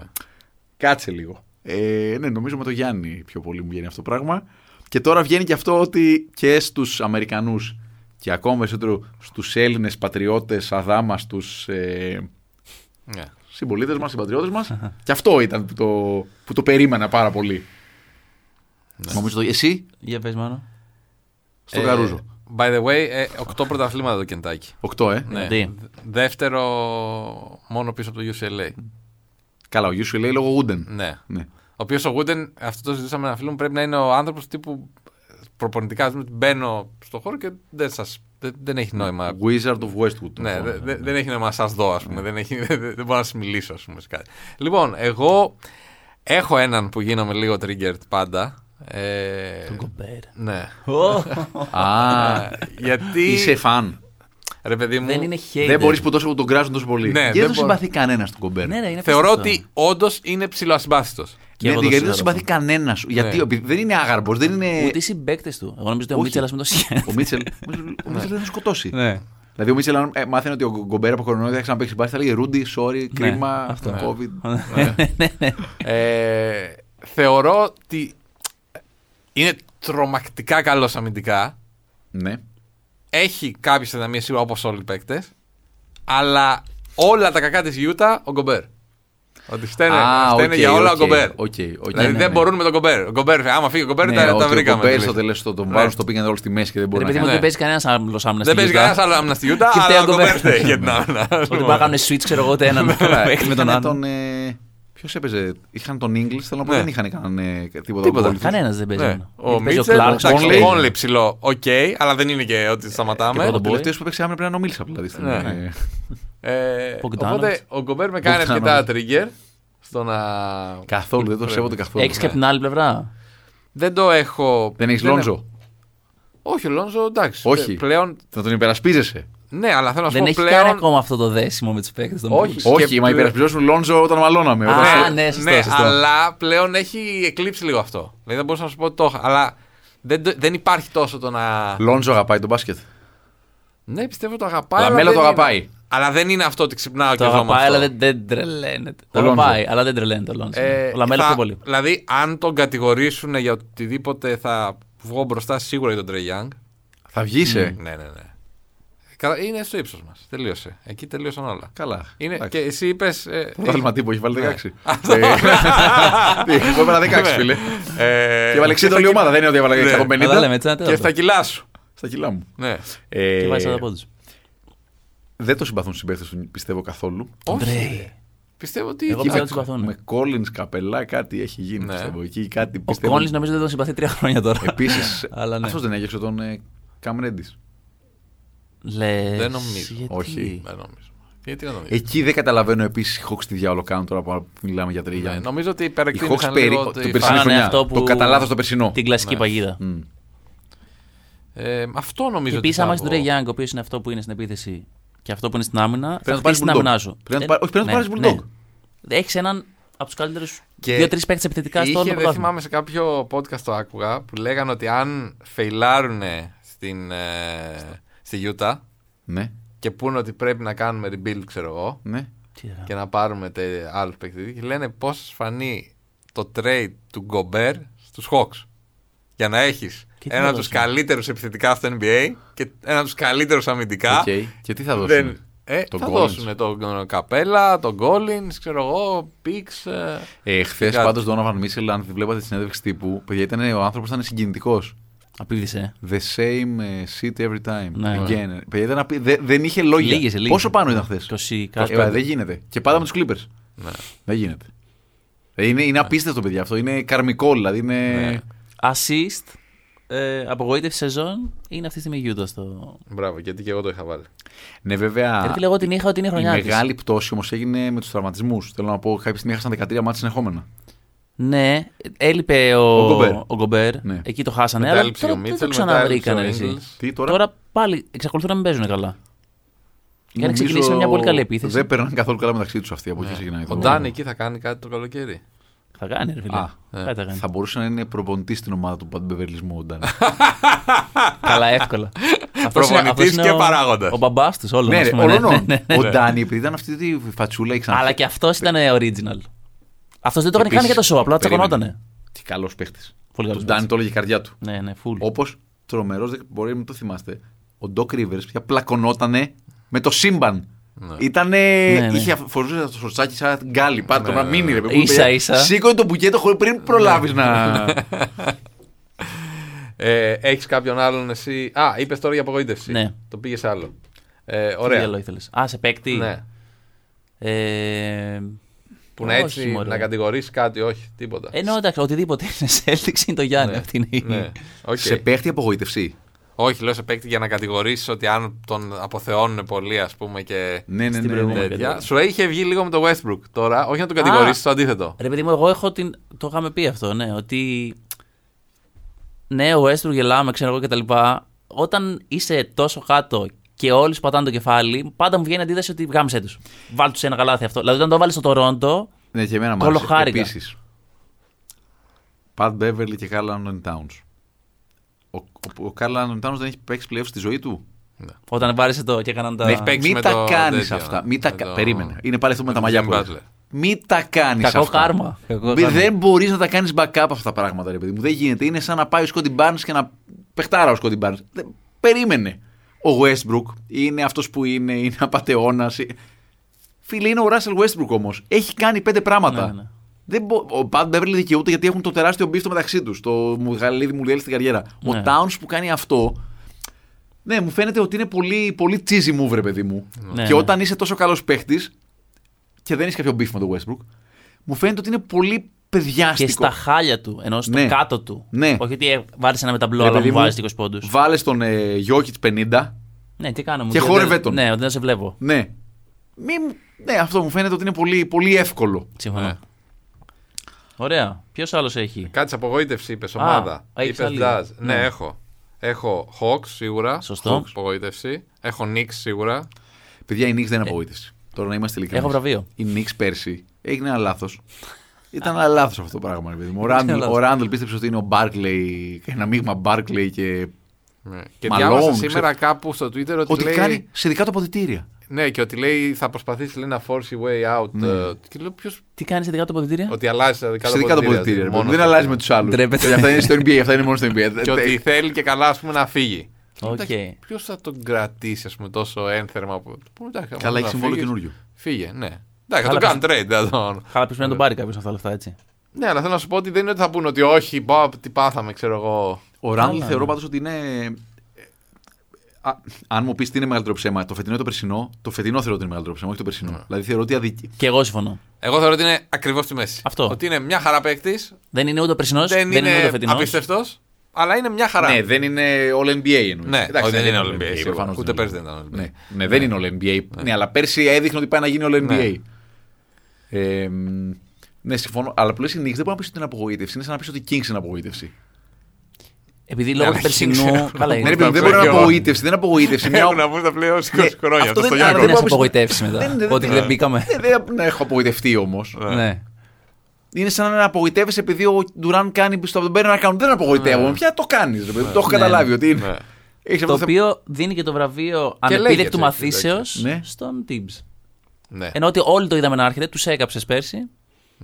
Speaker 5: Κάτσε λίγο. Ε, ναι, νομίζω με το Γιάννη πιο πολύ μου βγαίνει αυτό το πράγμα. Και τώρα βγαίνει και αυτό ότι και στους Αμερικανούς και ακόμα περισσότερο στους Έλληνες πατριώτες, αδάμα, στου ε,
Speaker 4: Ναι.
Speaker 5: συμπολίτες μας, συμπατριώτες
Speaker 4: [LAUGHS]
Speaker 5: μας. και αυτό ήταν που το, που το περίμενα πάρα πολύ. Νομίζω το, εσύ
Speaker 3: Για πες, Μάνο.
Speaker 4: Ε,
Speaker 5: στον Καρούζο.
Speaker 4: By the way, ε, οκτώ πρωταθλήματα το Κεντάκι.
Speaker 5: Οκτώ, ε.
Speaker 4: Ναι.
Speaker 3: Δηλαδή.
Speaker 4: Δε- Δεύτερο μόνο πίσω από το UCLA.
Speaker 5: Καλά, ο Γιούσου λέει λόγω Wooden.
Speaker 4: Ναι.
Speaker 5: Ναι.
Speaker 4: Ο οποίος ο Wooden, αυτό το συζητήσαμε με ένα φίλο μου, πρέπει να είναι ο άνθρωπος τύπου προπονητικά. ας πούμε, Μπαίνω στο χώρο και δεν, σας, δεν, δεν έχει νόημα.
Speaker 5: Wizard of Westwood.
Speaker 4: Ναι,
Speaker 5: Αυτό,
Speaker 4: δε- δε- δεν έχει νόημα να σας δω, ας πούμε. δεν, έχει, [LAUGHS] δεν, δεν μπορώ να σας μιλήσω, ας πούμε, σε κάτι. Λοιπόν, εγώ έχω έναν που γίνομαι λίγο triggered πάντα. Ε,
Speaker 3: Κομπέρα.
Speaker 4: ναι.
Speaker 5: Α,
Speaker 4: [LAUGHS] Γιατί.
Speaker 5: είσαι φαν.
Speaker 4: Ρε παιδί μου.
Speaker 3: Δεν είναι χέρι.
Speaker 5: Δεν μπορείς που τόσο που τον κράζουν τόσο πολύ.
Speaker 4: Ναι,
Speaker 5: Γιατί
Speaker 4: δεν
Speaker 5: δεν τον
Speaker 4: μπορώ.
Speaker 5: συμπαθεί κανένας τον Κομπέρ.
Speaker 3: Ναι, ρε, είναι
Speaker 4: Θεωρώ
Speaker 3: απίστευτο.
Speaker 4: ότι όντως είναι ψηλοασυμπάθητος.
Speaker 3: Και εγώ το
Speaker 5: γιατί δεν
Speaker 3: συζητάω
Speaker 5: τον συμπαθεί κανένας. Γιατί
Speaker 4: Ναι.
Speaker 5: επειδή δεν είναι άγαρμπος, δεν είναι.
Speaker 3: Ούτε οι συμπαίκτες του. Εγώ νομίζω ότι Ε, ο Μίτσελ
Speaker 5: Όχι.
Speaker 3: ας πούμε το
Speaker 5: Ο
Speaker 3: [LAUGHS] σχέδιο.
Speaker 5: Μίτσελ. ο Μίτσελ- Ο Μίτσελ δεν θα σκοτώσει.
Speaker 4: Ναι.
Speaker 5: Δηλαδή ο Μίτσελ, αν ε, μάθαινε ότι ο Γκομπέρα από κορονοϊό δεν θα ξαναπέξει μπάσκετ, θα λέγε Ρούντι, sorry, κρίμα,
Speaker 3: αυτό. Ναι.
Speaker 5: COVID.
Speaker 4: Ναι. Ε, θεωρώ ότι είναι τρομακτικά καλός αμυντικά.
Speaker 5: Ναι.
Speaker 4: Έχει κάποιες αδυναμίες σίγουρα όπως όλοι οι παίκτες. Αλλά όλα τα κακά της Ιούτα ο Γκομπέρ. Ότι φταίνε, φταίνε
Speaker 5: οκ,
Speaker 4: ναι, για όλα
Speaker 5: οκ,
Speaker 4: ο Γκομπέρ.
Speaker 5: οκ, οκ,
Speaker 4: δηλαδή
Speaker 5: ναι,
Speaker 4: δεν
Speaker 5: ναι.
Speaker 4: μπορούν με τον Γκομπέρ. Ο Γκομπέρ, άμα φύγει ο Γκομπέρ,
Speaker 5: Ναι,
Speaker 4: τα,
Speaker 5: ότι
Speaker 4: τα
Speaker 5: ο
Speaker 4: βρήκαμε.
Speaker 5: Γκομπέρ
Speaker 4: τη
Speaker 5: στο
Speaker 4: λίστα.
Speaker 5: τέλος το- τον
Speaker 4: Ναι.
Speaker 5: πάρουν στο πήγαινε όλο στη μέση και δεν
Speaker 3: Ρε
Speaker 5: μπορεί να
Speaker 3: παιδί μου,
Speaker 5: κάνει.
Speaker 3: δεν παίζει κανένας άλλος άμυνας.
Speaker 4: Δεν παίζει κανένας άλλος άμυνας στη Ιούτα,
Speaker 3: Και φταίει
Speaker 4: αλλά
Speaker 3: ο
Speaker 4: ο Γκομπέρ
Speaker 3: Γκομπέρ.
Speaker 4: για την άμυνα.
Speaker 3: Ότι μπορεί να κάνουν switch, ξέρω εγώ, ούτε έναν
Speaker 4: Ναι.
Speaker 3: παίκτη με τον
Speaker 5: Είχανε
Speaker 3: άλλον.
Speaker 5: Ναι. τον. Ποιος έπαιζε, είχαν τον Ingles, θέλω να πω
Speaker 4: Ναι.
Speaker 5: δεν είχαν κανέναν ε, τίποτα.
Speaker 4: Τίποτα.
Speaker 5: απόλυτο.
Speaker 3: Κανένας δεν
Speaker 4: Ναι.
Speaker 3: παίζει.
Speaker 4: Ο
Speaker 3: Δεν παίζει
Speaker 4: Μίτσελ,
Speaker 3: Clarkson.
Speaker 4: εντάξει, ο
Speaker 5: Conley.
Speaker 4: Conley ψηλό, οκ, αλλά δεν είναι και ότι
Speaker 5: Και
Speaker 4: σταματάμε.
Speaker 5: Ο
Speaker 3: Boy.
Speaker 5: τελευταίος που παίξε άμυνα πρέπει να είναι ο Μίλσα, δηλαδή. στην-
Speaker 4: Ναι.
Speaker 5: ε,
Speaker 4: Ε,
Speaker 3: Bogdanovic.
Speaker 4: οπότε ο Γκομπέρ με κάνει
Speaker 5: Bogdanovic.
Speaker 4: αρκετά trigger στο να.
Speaker 5: Καθόλου, δεν το σέβονται καθόλου. Ναι.
Speaker 3: Έχεις και από την άλλη πλευρά.
Speaker 4: Δεν το έχω.
Speaker 5: Δεν έχεις
Speaker 4: έχω-
Speaker 5: Λόντζο.
Speaker 4: Όχι, ο Λόντζο εντάξει.
Speaker 5: Όχι.
Speaker 4: Ε, Πλέον.
Speaker 5: Θα τον υπερασπίζεσαι.
Speaker 4: Ναι, αλλά θέλω να σου
Speaker 3: Δεν
Speaker 4: πω
Speaker 3: έχει
Speaker 4: πλέον.
Speaker 3: καν ακόμα αυτό το δέσιμο με τους παίκτες.
Speaker 4: Όχι.
Speaker 5: Όχι,
Speaker 4: Και
Speaker 5: μα
Speaker 4: πλέον-
Speaker 5: υπερασπιζόσουν Λόντζο όταν μαλώναμε.
Speaker 3: Α,
Speaker 5: Όταν σε-
Speaker 3: ναι, σωστό,
Speaker 4: ναι,
Speaker 3: σωστό.
Speaker 4: αλλά πλέον έχει εκλείψει λίγο αυτό. Δηλαδή δεν μπορούσα να σου πω ότι το είχα. Αλλά δεν, το- δεν υπάρχει τόσο το να.
Speaker 5: Λόντζο αγαπάει τον μπάσκετ.
Speaker 4: Ναι, πιστεύω το αγαπάει.
Speaker 5: Λαμέλο
Speaker 4: αλλά
Speaker 5: το
Speaker 4: δεν
Speaker 5: αγαπάει.
Speaker 4: είναι- Αλλά δεν είναι αυτό ότι ξυπνάω
Speaker 3: Το
Speaker 4: και ζω με
Speaker 3: αγαπάει,
Speaker 4: αυτό.
Speaker 3: αλλά δεν- δεν τρελαίνεται. Το
Speaker 5: Λόντζο.
Speaker 3: αγαπάει, αλλά δεν τρελαίνεται ο Λόντζο.
Speaker 4: Ε,
Speaker 3: Ο Λαμέλο
Speaker 4: θα-
Speaker 3: πιο πολύ.
Speaker 4: Δηλαδή, αν τον κατηγορήσουν για οτιδήποτε, θα βγω μπροστά σίγουρα για τον Τρέι Young.
Speaker 5: Θα βγεις. ε.
Speaker 4: Ναι, ναι, ναι. Καλά, Είναι στο ύψος μας. Τελείωσε. Εκεί τελείωσαν όλα.
Speaker 5: Καλά.
Speaker 4: Είναι,
Speaker 5: Εντάξει.
Speaker 4: και Ναι. εσύ ε, είπε.
Speaker 5: Πρωτάθλημα τύπου, έχει βάλει 16. Ε, [LAUGHS] Τι, εγώ έβαλα 16, φίλε. Και έβαλε 60 όλη η ομάδα, δεν είναι ότι
Speaker 4: Ε, Ναι.
Speaker 5: έβαλα
Speaker 3: Αλλά λέμε έτσι,
Speaker 5: 150.
Speaker 3: ένα
Speaker 4: Και
Speaker 3: τέταρτο.
Speaker 4: στα κιλά σου.
Speaker 5: Στα κιλά μου.
Speaker 4: Ναι.
Speaker 5: Ε,
Speaker 3: Και βάζεις τα πόδια.
Speaker 5: Δεν το συμπαθούν συμπαίχτε του, πιστεύω καθόλου.
Speaker 3: Ντρέι.
Speaker 4: Πιστεύω ότι.
Speaker 3: Εγώ
Speaker 4: εκεί
Speaker 3: πιστεύω
Speaker 4: με-
Speaker 3: ότι συμπαθούν. ναι.
Speaker 5: Με Collins καπελά κάτι έχει γίνει.
Speaker 4: Ναι.
Speaker 5: Πιστεύω εκεί κάτι
Speaker 3: Ο
Speaker 5: πιστεύω.
Speaker 3: Κόλλη νομίζω δεν τον συμπαθεί τρία χρόνια τώρα.
Speaker 5: Επίσης,
Speaker 3: [LAUGHS] Αλλά ναι.
Speaker 5: αυτός δεν έγιωξε τον ε, Cam Reddish.
Speaker 3: Λες,
Speaker 4: Δεν νομίζω.
Speaker 3: γιατί?
Speaker 5: Όχι.
Speaker 4: Δεν Ε, νομίζω. Γιατί να
Speaker 3: Ε.
Speaker 4: νομίζω.
Speaker 5: Εκεί δεν καταλαβαίνω επίσης οι Hawks τι διάολο κάνουν τώρα που μιλάμε για τρίγια.
Speaker 4: Ναι,
Speaker 5: Οι
Speaker 4: Νομίζω ότι
Speaker 5: Hawks
Speaker 4: υπερεκτίμησαν
Speaker 5: περί
Speaker 4: λίγο
Speaker 5: το
Speaker 4: ότι
Speaker 5: περσινή
Speaker 4: η φάση-
Speaker 3: φάγανε
Speaker 5: χρονιά.
Speaker 3: αυτό που-
Speaker 5: Το κατά λάθος το περσινό. Ναι.
Speaker 3: Την κλασική παγίδα.
Speaker 5: Μμ.
Speaker 4: Ε, Αυτό νομίζω. ότι
Speaker 3: Επίσης,
Speaker 4: θα
Speaker 3: άμα έχεις τον
Speaker 4: βγω.
Speaker 3: Τρέι Young, ο οποίος είναι αυτό που είναι στην επίθεση και αυτό που είναι στην άμυνα,
Speaker 5: το
Speaker 3: θα
Speaker 5: πάρεις
Speaker 3: χτίσει την
Speaker 5: Bulldog.
Speaker 3: άμυνά σου.
Speaker 5: Πρέπει να το πάρεις- όχι, πρέπει να το
Speaker 3: Ναι,
Speaker 5: πάρεις Bulldog.
Speaker 3: ναι. Έχεις έναν από τους καλύτερους
Speaker 4: Και
Speaker 3: δύο-τρει παίκτες επιθετικά στο όλο το
Speaker 4: Είχε, δεν
Speaker 3: πρωτάθλημα.
Speaker 4: θυμάμαι σε κάποιο podcast το άκουγα που λέγανε ότι αν φεϊλάρουν στην, ε, στη Γιούτα
Speaker 5: Ναι,
Speaker 4: και πούνε ότι πρέπει να κάνουμε rebuild, ξέρω εγώ,
Speaker 5: ναι.
Speaker 3: Τι ωραία.
Speaker 4: και να πάρουμε τε, άλλους παίκτες, και λένε πώς σας φανεί το trade του Γκομπέρ στους Hawks. Για να έχεις
Speaker 3: Και τι
Speaker 4: ένα
Speaker 3: θα
Speaker 4: από τους
Speaker 3: δώσουν.
Speaker 4: καλύτερους επιθετικά στο NBA και ένα από τους καλύτερους αμυντικά.
Speaker 5: Οκ. Και τι θα
Speaker 4: Δεν-
Speaker 5: δώσουν.
Speaker 4: ε,
Speaker 5: Τον
Speaker 4: θα
Speaker 5: Collins.
Speaker 4: δώσουν τον Καπέλα, τον Collins, ξέρω εγώ, Πίξ. ε,
Speaker 5: Ε, Χθες
Speaker 4: Κάτι.
Speaker 5: πάντως Donovan Mitchell, αν τη βλέπατε τη συνέντευξη τύπου, παιδιά, ήταν, ο άνθρωπος ήταν συγκινητικός.
Speaker 3: Απίδησε.
Speaker 5: The same eh, shit every time.
Speaker 3: Ναι.
Speaker 5: Again. Παιδιά, ήταν απί- δε- δεν είχε λόγια.
Speaker 3: Λίγες, λίγες.
Speaker 5: Πόσο πάνω ήταν χθες.
Speaker 3: 20 κάτι.
Speaker 5: Ε, δεν γίνεται. Και πάντα με τους Clippers.
Speaker 4: Ναι.
Speaker 5: Δεν γίνεται. Ε, Είναι,
Speaker 3: Ναι.
Speaker 5: είναι απίστευτο, παιδιά. Αυτό είναι καρμικό, δηλαδή. Είναι...
Speaker 4: Ναι.
Speaker 3: Assist. Ε, απογοήτευση σεζόν είναι αυτή τη στιγμή η Γιούτα στο.
Speaker 4: Μπράβο, γιατί και εγώ το είχα βάλει.
Speaker 5: Ναι, βέβαια.
Speaker 3: Γιατί λέγω την είχα ότι είναι η
Speaker 5: η
Speaker 3: χρονιά της.
Speaker 5: μεγάλη πτώση όμως έγινε με τους τραυματισμούς. Θέλω να πω, κάποια στιγμή έχασαν 13 μάτια συνεχόμενα.
Speaker 3: Ναι, έλειπε ο,
Speaker 5: Ο Γκομπέρ.
Speaker 3: ο Γκομπέρ.
Speaker 5: Ναι.
Speaker 3: Εκεί το χάσανε.
Speaker 4: Μετά
Speaker 3: αλλά
Speaker 4: έλειψε
Speaker 3: τώρα
Speaker 4: ο
Speaker 3: δεν το
Speaker 4: Μίτσελ, μετά έλειψε ο
Speaker 3: ξαναβρήκανε. ρε,
Speaker 4: Ίγκλς.
Speaker 3: εσύ.
Speaker 5: Τι τώρα.
Speaker 3: Τώρα... πάλι εξακολουθούν να μην παίζουν καλά. Για να
Speaker 5: νομίζω
Speaker 3: ξεκινήσει με μια πολύ καλή επίθεση.
Speaker 5: Δεν περνάνε καθόλου καλά μεταξύ τους αυτοί. Από εκεί ξεκινάει.
Speaker 4: Ναι. Ο
Speaker 5: το-
Speaker 4: Ντάνι εκεί θα κάνει κάτι το καλοκαίρι.
Speaker 3: Θα κάνει, ρε φίλε.
Speaker 5: Α,
Speaker 3: Κάτι θα κάνει.
Speaker 5: Θα μπορούσε να είναι προπονητής στην ομάδα του παντμπεβερλισμού ο
Speaker 4: [LAUGHS]
Speaker 5: Ντάνι.
Speaker 3: Καλά, εύκολα. Αυτός είναι-
Speaker 4: Προπονητής
Speaker 3: αυτός είναι
Speaker 4: και
Speaker 3: ο-
Speaker 4: παράγοντας.
Speaker 3: Ο μπαμπάς τους, όλων.
Speaker 5: ναι,
Speaker 3: ας
Speaker 5: ρε,
Speaker 3: πούμε, ναι,
Speaker 5: όλων.
Speaker 3: ναι, ναι, ναι.
Speaker 5: Ο Ντάνι, επειδή ήταν αυτή τη φατσούλα, η ξανά.
Speaker 3: Αλλά και αυτός ήταν ε, original. Αυτός δεν το έκανε καν για το show, απλά τσακωνότανε.
Speaker 5: Τι καλός παίχτης.
Speaker 3: Πολύ καλός
Speaker 5: Τον
Speaker 3: παίκτης.
Speaker 5: Ντάνι το έλεγε η καρδιά του.
Speaker 3: Ναι, ναι, full.
Speaker 5: Όπως τρομερός, μπορεί να μην το θυμάστε, ο Ντόκ Ρίβερ πια πλακωνότανε με το σύμπαν. Ήτανε,
Speaker 3: Ναι, ναι.
Speaker 5: είχε φορούσε το σορτσάκι σαν γκάλι, πάρ'
Speaker 4: Ναι,
Speaker 5: το να μείνει ρε παιδί μου.
Speaker 3: Ίσα, Ναι.
Speaker 5: Παιδιά,
Speaker 3: ίσα. [LAUGHS]
Speaker 5: Σήκωνε το μπουκέτο χωρίς πριν προλάβεις να...
Speaker 4: Ε, Έχεις κάποιον άλλον εσύ. Α, είπες τώρα για απογοήτευση.
Speaker 3: Ναι.
Speaker 4: Το πήγες σε άλλο. Ε,
Speaker 3: Τι
Speaker 4: ωραία.
Speaker 3: άλλο ήθελες. Α, σε παίκτη.
Speaker 4: Ναι.
Speaker 3: Ε,
Speaker 4: Που να
Speaker 3: όχι,
Speaker 4: έτσι
Speaker 3: μωρέ.
Speaker 4: να κατηγορήσει κάτι, όχι, τίποτα.
Speaker 3: Ενώ εντάξει, οτιδήποτε είναι Celtics είναι το Γιάννη. Αυτή είναι η- [LAUGHS]
Speaker 4: Ναι. οκ.
Speaker 5: Σε παίχτη απογοήτευση.
Speaker 4: Όχι, λέω σε παίκτη για να κατηγορήσει ότι αν τον αποθεώνουν πολύ, ας πούμε, και
Speaker 5: Ναι, ναι,
Speaker 3: Στην
Speaker 5: ναι. ναι.
Speaker 3: προηγούμενη.
Speaker 4: τέτοια. Σου είχε βγει λίγο με το Westbrook τώρα, όχι να τον κατηγορήσεις, το αντίθετο.
Speaker 3: Ρε παιδί μου, εγώ έχω την... το είχαμε πει αυτό, ναι, ότι ναι, ο Westbrook γελάμε, ξέρω εγώ και τα λοιπά. Όταν είσαι τόσο κάτω και όλοι σου πατάνε το κεφάλι, πάντα μου βγαίνει αντίδραση ότι γάμισε τους. Βάλ τους ένα καλάθι αυτό. Δηλαδή, όταν το βάλεις στο Τορόντο,
Speaker 5: Ναι, και εμένα μου άρεσε.
Speaker 3: Κολοχάρικα.
Speaker 5: Επίσης, Πατ Μπέβερλι και Καρλ Άντων Τάουνς. Ο, ο, ο Καρλ Άντων Τάουνς δεν έχει παίξει playoffs στη ζωή του.
Speaker 3: όταν βάλει το και έκαναν τα.
Speaker 4: Ναι, έχει παίξει.
Speaker 5: Μην
Speaker 4: με
Speaker 5: τα
Speaker 4: το
Speaker 5: κάνεις
Speaker 4: τέτοιο,
Speaker 5: αυτά.
Speaker 4: ναι.
Speaker 5: Μην τα...
Speaker 4: Με
Speaker 5: κα-
Speaker 4: το-
Speaker 5: Περίμενε. Είναι πάλι αυτό με τα
Speaker 4: με τον
Speaker 5: μαλλιά
Speaker 4: Jim
Speaker 5: που έχει.
Speaker 4: Butler.
Speaker 5: Μην τα κάνεις
Speaker 3: Κακό
Speaker 5: αυτά.
Speaker 3: κάρμα. Κακό
Speaker 5: Μη-
Speaker 3: κάρμα.
Speaker 5: Δεν μπορείς να τα κάνεις backup αυτά τα πράγματα, ρε παιδί μου. Δεν γίνεται. Είναι σαν να πάει ο Σκόντι Barnes και να παιχτάρα ο Σκόντι Barnes. Δεν- Περίμενε. Ο Westbrook είναι αυτός που είναι, είναι απαταιώνας. Φίλε, είναι ο Russell Westbrook όμως. Έχει κάνει πέντε πράγματα.
Speaker 3: Ναι, ναι.
Speaker 5: Δεν μπο- Ο Pat Beverly δικαιούται γιατί έχουν το τεράστιο μπίφτο μεταξύ τους. Το Μουγαλίδη Μουριέλ στην καριέρα.
Speaker 3: Ναι.
Speaker 5: Ο Towns που κάνει αυτό. Ναι, μου φαίνεται ότι είναι πολύ, πολύ cheesy move, ρε παιδί μου.
Speaker 3: Ναι,
Speaker 5: και
Speaker 3: ναι.
Speaker 5: όταν είσαι τόσο καλός παίχτης και δεν είσαι κάποιο μπίφ με τον Westbrook, μου φαίνεται ότι είναι πολύ
Speaker 3: Και
Speaker 5: παιδιάστικο.
Speaker 3: στα χάλια του, ενώ στο
Speaker 5: Ναι.
Speaker 3: κάτω του.
Speaker 5: Ναι.
Speaker 3: Όχι ότι βάλει ένα μεταμπλό,
Speaker 5: Ρε
Speaker 3: αλλά
Speaker 5: παιδί
Speaker 3: μου
Speaker 5: μου,
Speaker 3: βάζει 20 πόντους.
Speaker 5: Βάλες τον ε, Jokic 50.
Speaker 3: Ναι, τι κάνω. μου,
Speaker 5: Και
Speaker 3: δεν-
Speaker 5: χόρευε
Speaker 3: δεν-
Speaker 5: τον.
Speaker 3: Ναι, ότι δεν σε βλέπω.
Speaker 5: Ναι. Μη μου- ναι, αυτό μου φαίνεται ότι είναι πολύ, πολύ εύκολο.
Speaker 3: Συμφωνώ.
Speaker 4: Ναι.
Speaker 3: Ωραία. Ποιος άλλος έχει.
Speaker 4: Κάτι απογοήτευση είπες, ομάδα.
Speaker 3: έχεις
Speaker 4: Είπες
Speaker 3: άλλη.
Speaker 4: Jazz. Ναι,
Speaker 3: Ναι.
Speaker 4: έχω. Έχω Hawks σίγουρα.
Speaker 3: Σωστό.
Speaker 4: Hawks, απογοήτευση. Έχω Knicks σίγουρα.
Speaker 5: Παιδιά, η Νίξ δεν είναι απογοήτευση. Τώρα να είμαστε
Speaker 3: Ε,
Speaker 5: ειλικρινείς.
Speaker 3: Έχω βραβείο.
Speaker 5: Η Νίξ πέρσι έγινε ένα λάθος. Ήταν ένα λάθος αυτό το πράγμα, ρε παιδί μου.
Speaker 3: [LAUGHS]
Speaker 5: Ο
Speaker 3: Ήταν
Speaker 5: Ράντλ,
Speaker 3: λάθος.
Speaker 5: ο Ράντλ πίστεψε ότι είναι ο Μπάρκλεϊ, ένα μείγμα Μπάρκλεϊ και.
Speaker 4: Ναι. Και
Speaker 5: Malone,
Speaker 4: διάβασα
Speaker 5: ξέρω.
Speaker 4: σήμερα κάπου στο Twitter ότι,
Speaker 5: Ότι
Speaker 4: λέει.
Speaker 5: κάνει σε δικά του αποδητήρια.
Speaker 4: Ναι, και ότι λέει θα προσπαθήσει λέει, να force your way out. ε, και λέω ποιος-
Speaker 3: Τι κάνει σε δικά του αποδητήρια.
Speaker 4: Ότι αλλάζει τα δικά
Speaker 5: Ναι.
Speaker 4: δηλαδή,
Speaker 5: Σε δικά του αποδητήρια. ρε παιδί μου. Δεν αλλάζει με τους άλλους.
Speaker 3: Ντρέπεται.
Speaker 5: Αυτά είναι στο NBA, αυτά είναι μόνο στο NBA.
Speaker 4: Και ότι θέλει και καλά, ας πούμε, να φύγει.
Speaker 3: Οκ.
Speaker 4: Ποιος θα τον κρατήσει, ας πούμε, τόσο ένθερμα. Που... Πού, εντάξει, άμα
Speaker 5: Καλά,
Speaker 4: να
Speaker 5: έχει συμβόλαιο
Speaker 4: φύγεις,
Speaker 5: καινούριο.
Speaker 4: Φύγε, ναι. Εντάξει, θα
Speaker 3: Καλά,
Speaker 4: τον κάνει trade. θα τον-
Speaker 3: Χαλά πρέπει να τον πάρει κάποιος αυτά τα λεφτά, έτσι.
Speaker 4: Ναι, αλλά θέλω να σου πω ότι δεν είναι ότι θα πούνε ότι όχι, μπα, τι πάθαμε, ξέρω εγώ.
Speaker 5: Ο Ράντλ θεωρώ πάντως ότι είναι. ε, Α, αν μου πεις τι είναι μεγαλύτερο ψέμα, το φετινό ή το περσινό, το φετινό θεωρώ ότι είναι μεγαλύτερο ψέμα, όχι το περσινό. Δηλαδή θεωρώ ότι αδικεί.
Speaker 3: Και εγώ συμφωνώ.
Speaker 4: Εγώ θεωρώ ότι είναι ακριβώς στη μέση.
Speaker 3: Αυτό.
Speaker 4: Ότι είναι μια χαρά παίκτης,
Speaker 3: Δεν είναι ούτε ο περσινός,
Speaker 4: δεν,
Speaker 3: είναι ούτε ο
Speaker 4: είναι,
Speaker 3: φετινός.
Speaker 4: απίστευτος, αλλά είναι μια χαρά.
Speaker 5: Ναι, δεν είναι All NBA εννοείς.
Speaker 4: Ναι,
Speaker 5: Εντάξει,
Speaker 4: όχι, δεν είναι All NBA,
Speaker 5: προφανώς δεν
Speaker 4: σίγουρα. Ούτε
Speaker 5: είναι.
Speaker 4: πέρσι δεν ήταν All NBA.
Speaker 5: Ναι, ναι, δεν είναι All NBA. Ναι. αλλά πέρσι έδειχνε ότι πάει να γίνει All NBA. Ε, μ, ναι, συμφωνώ. Αλλά που λες οι Knicks δεν μπορεί να πεις ότι είναι απογοήτευση. Είναι σαν να πεις ότι οι Kings είναι απογοήτευση.
Speaker 3: Επειδή λόγω
Speaker 4: Ναι,
Speaker 3: του
Speaker 4: αλλά είναι-
Speaker 3: περσινού. Καλά
Speaker 5: Ναι, ρε
Speaker 3: είναι.
Speaker 5: παιδί μου, δεν μπορεί να είναι
Speaker 4: πλέον.
Speaker 5: απογοήτευση. Δεν είναι απογοήτευση. [LAUGHS] Μια-
Speaker 4: Έχουν να βγουν τα πλέον 20
Speaker 5: Ναι,
Speaker 4: χρόνια.
Speaker 5: αυτό
Speaker 4: Αυτό στο
Speaker 5: δεν- άρα
Speaker 4: Γιάννη.
Speaker 3: Δεν
Speaker 5: μπορώ
Speaker 3: έχει
Speaker 5: να πεις-
Speaker 3: απογοητεύσει
Speaker 5: Δεν- δεν- Ε,
Speaker 3: μετά. Ότι δεν μπήκαμε.
Speaker 5: Ναι, Δεν ναι, έχω απογοητευτεί όμως.
Speaker 3: Ναι.
Speaker 5: Είναι σαν να απογοητεύεσαι επειδή ο Ντουράν κάνει στο τον παίρνει να κάνουν. Δεν απογοητεύομαι. Πια το κάνεις. Το έχω
Speaker 3: Ναι.
Speaker 5: καταλάβει ότι είναι.
Speaker 4: Ναι.
Speaker 5: Έχεις
Speaker 3: Το
Speaker 5: αυτό το
Speaker 3: οποίο δίνει και το βραβείο
Speaker 4: λέγεται,
Speaker 3: ανεπίδεκτου
Speaker 4: εντάξει,
Speaker 3: μαθήσεως
Speaker 5: Ναι.
Speaker 3: στον Tibbs.
Speaker 4: Ναι.
Speaker 3: Ενώ ότι όλοι το είδαμε να έρχεται, τους έκαψες πέρσι.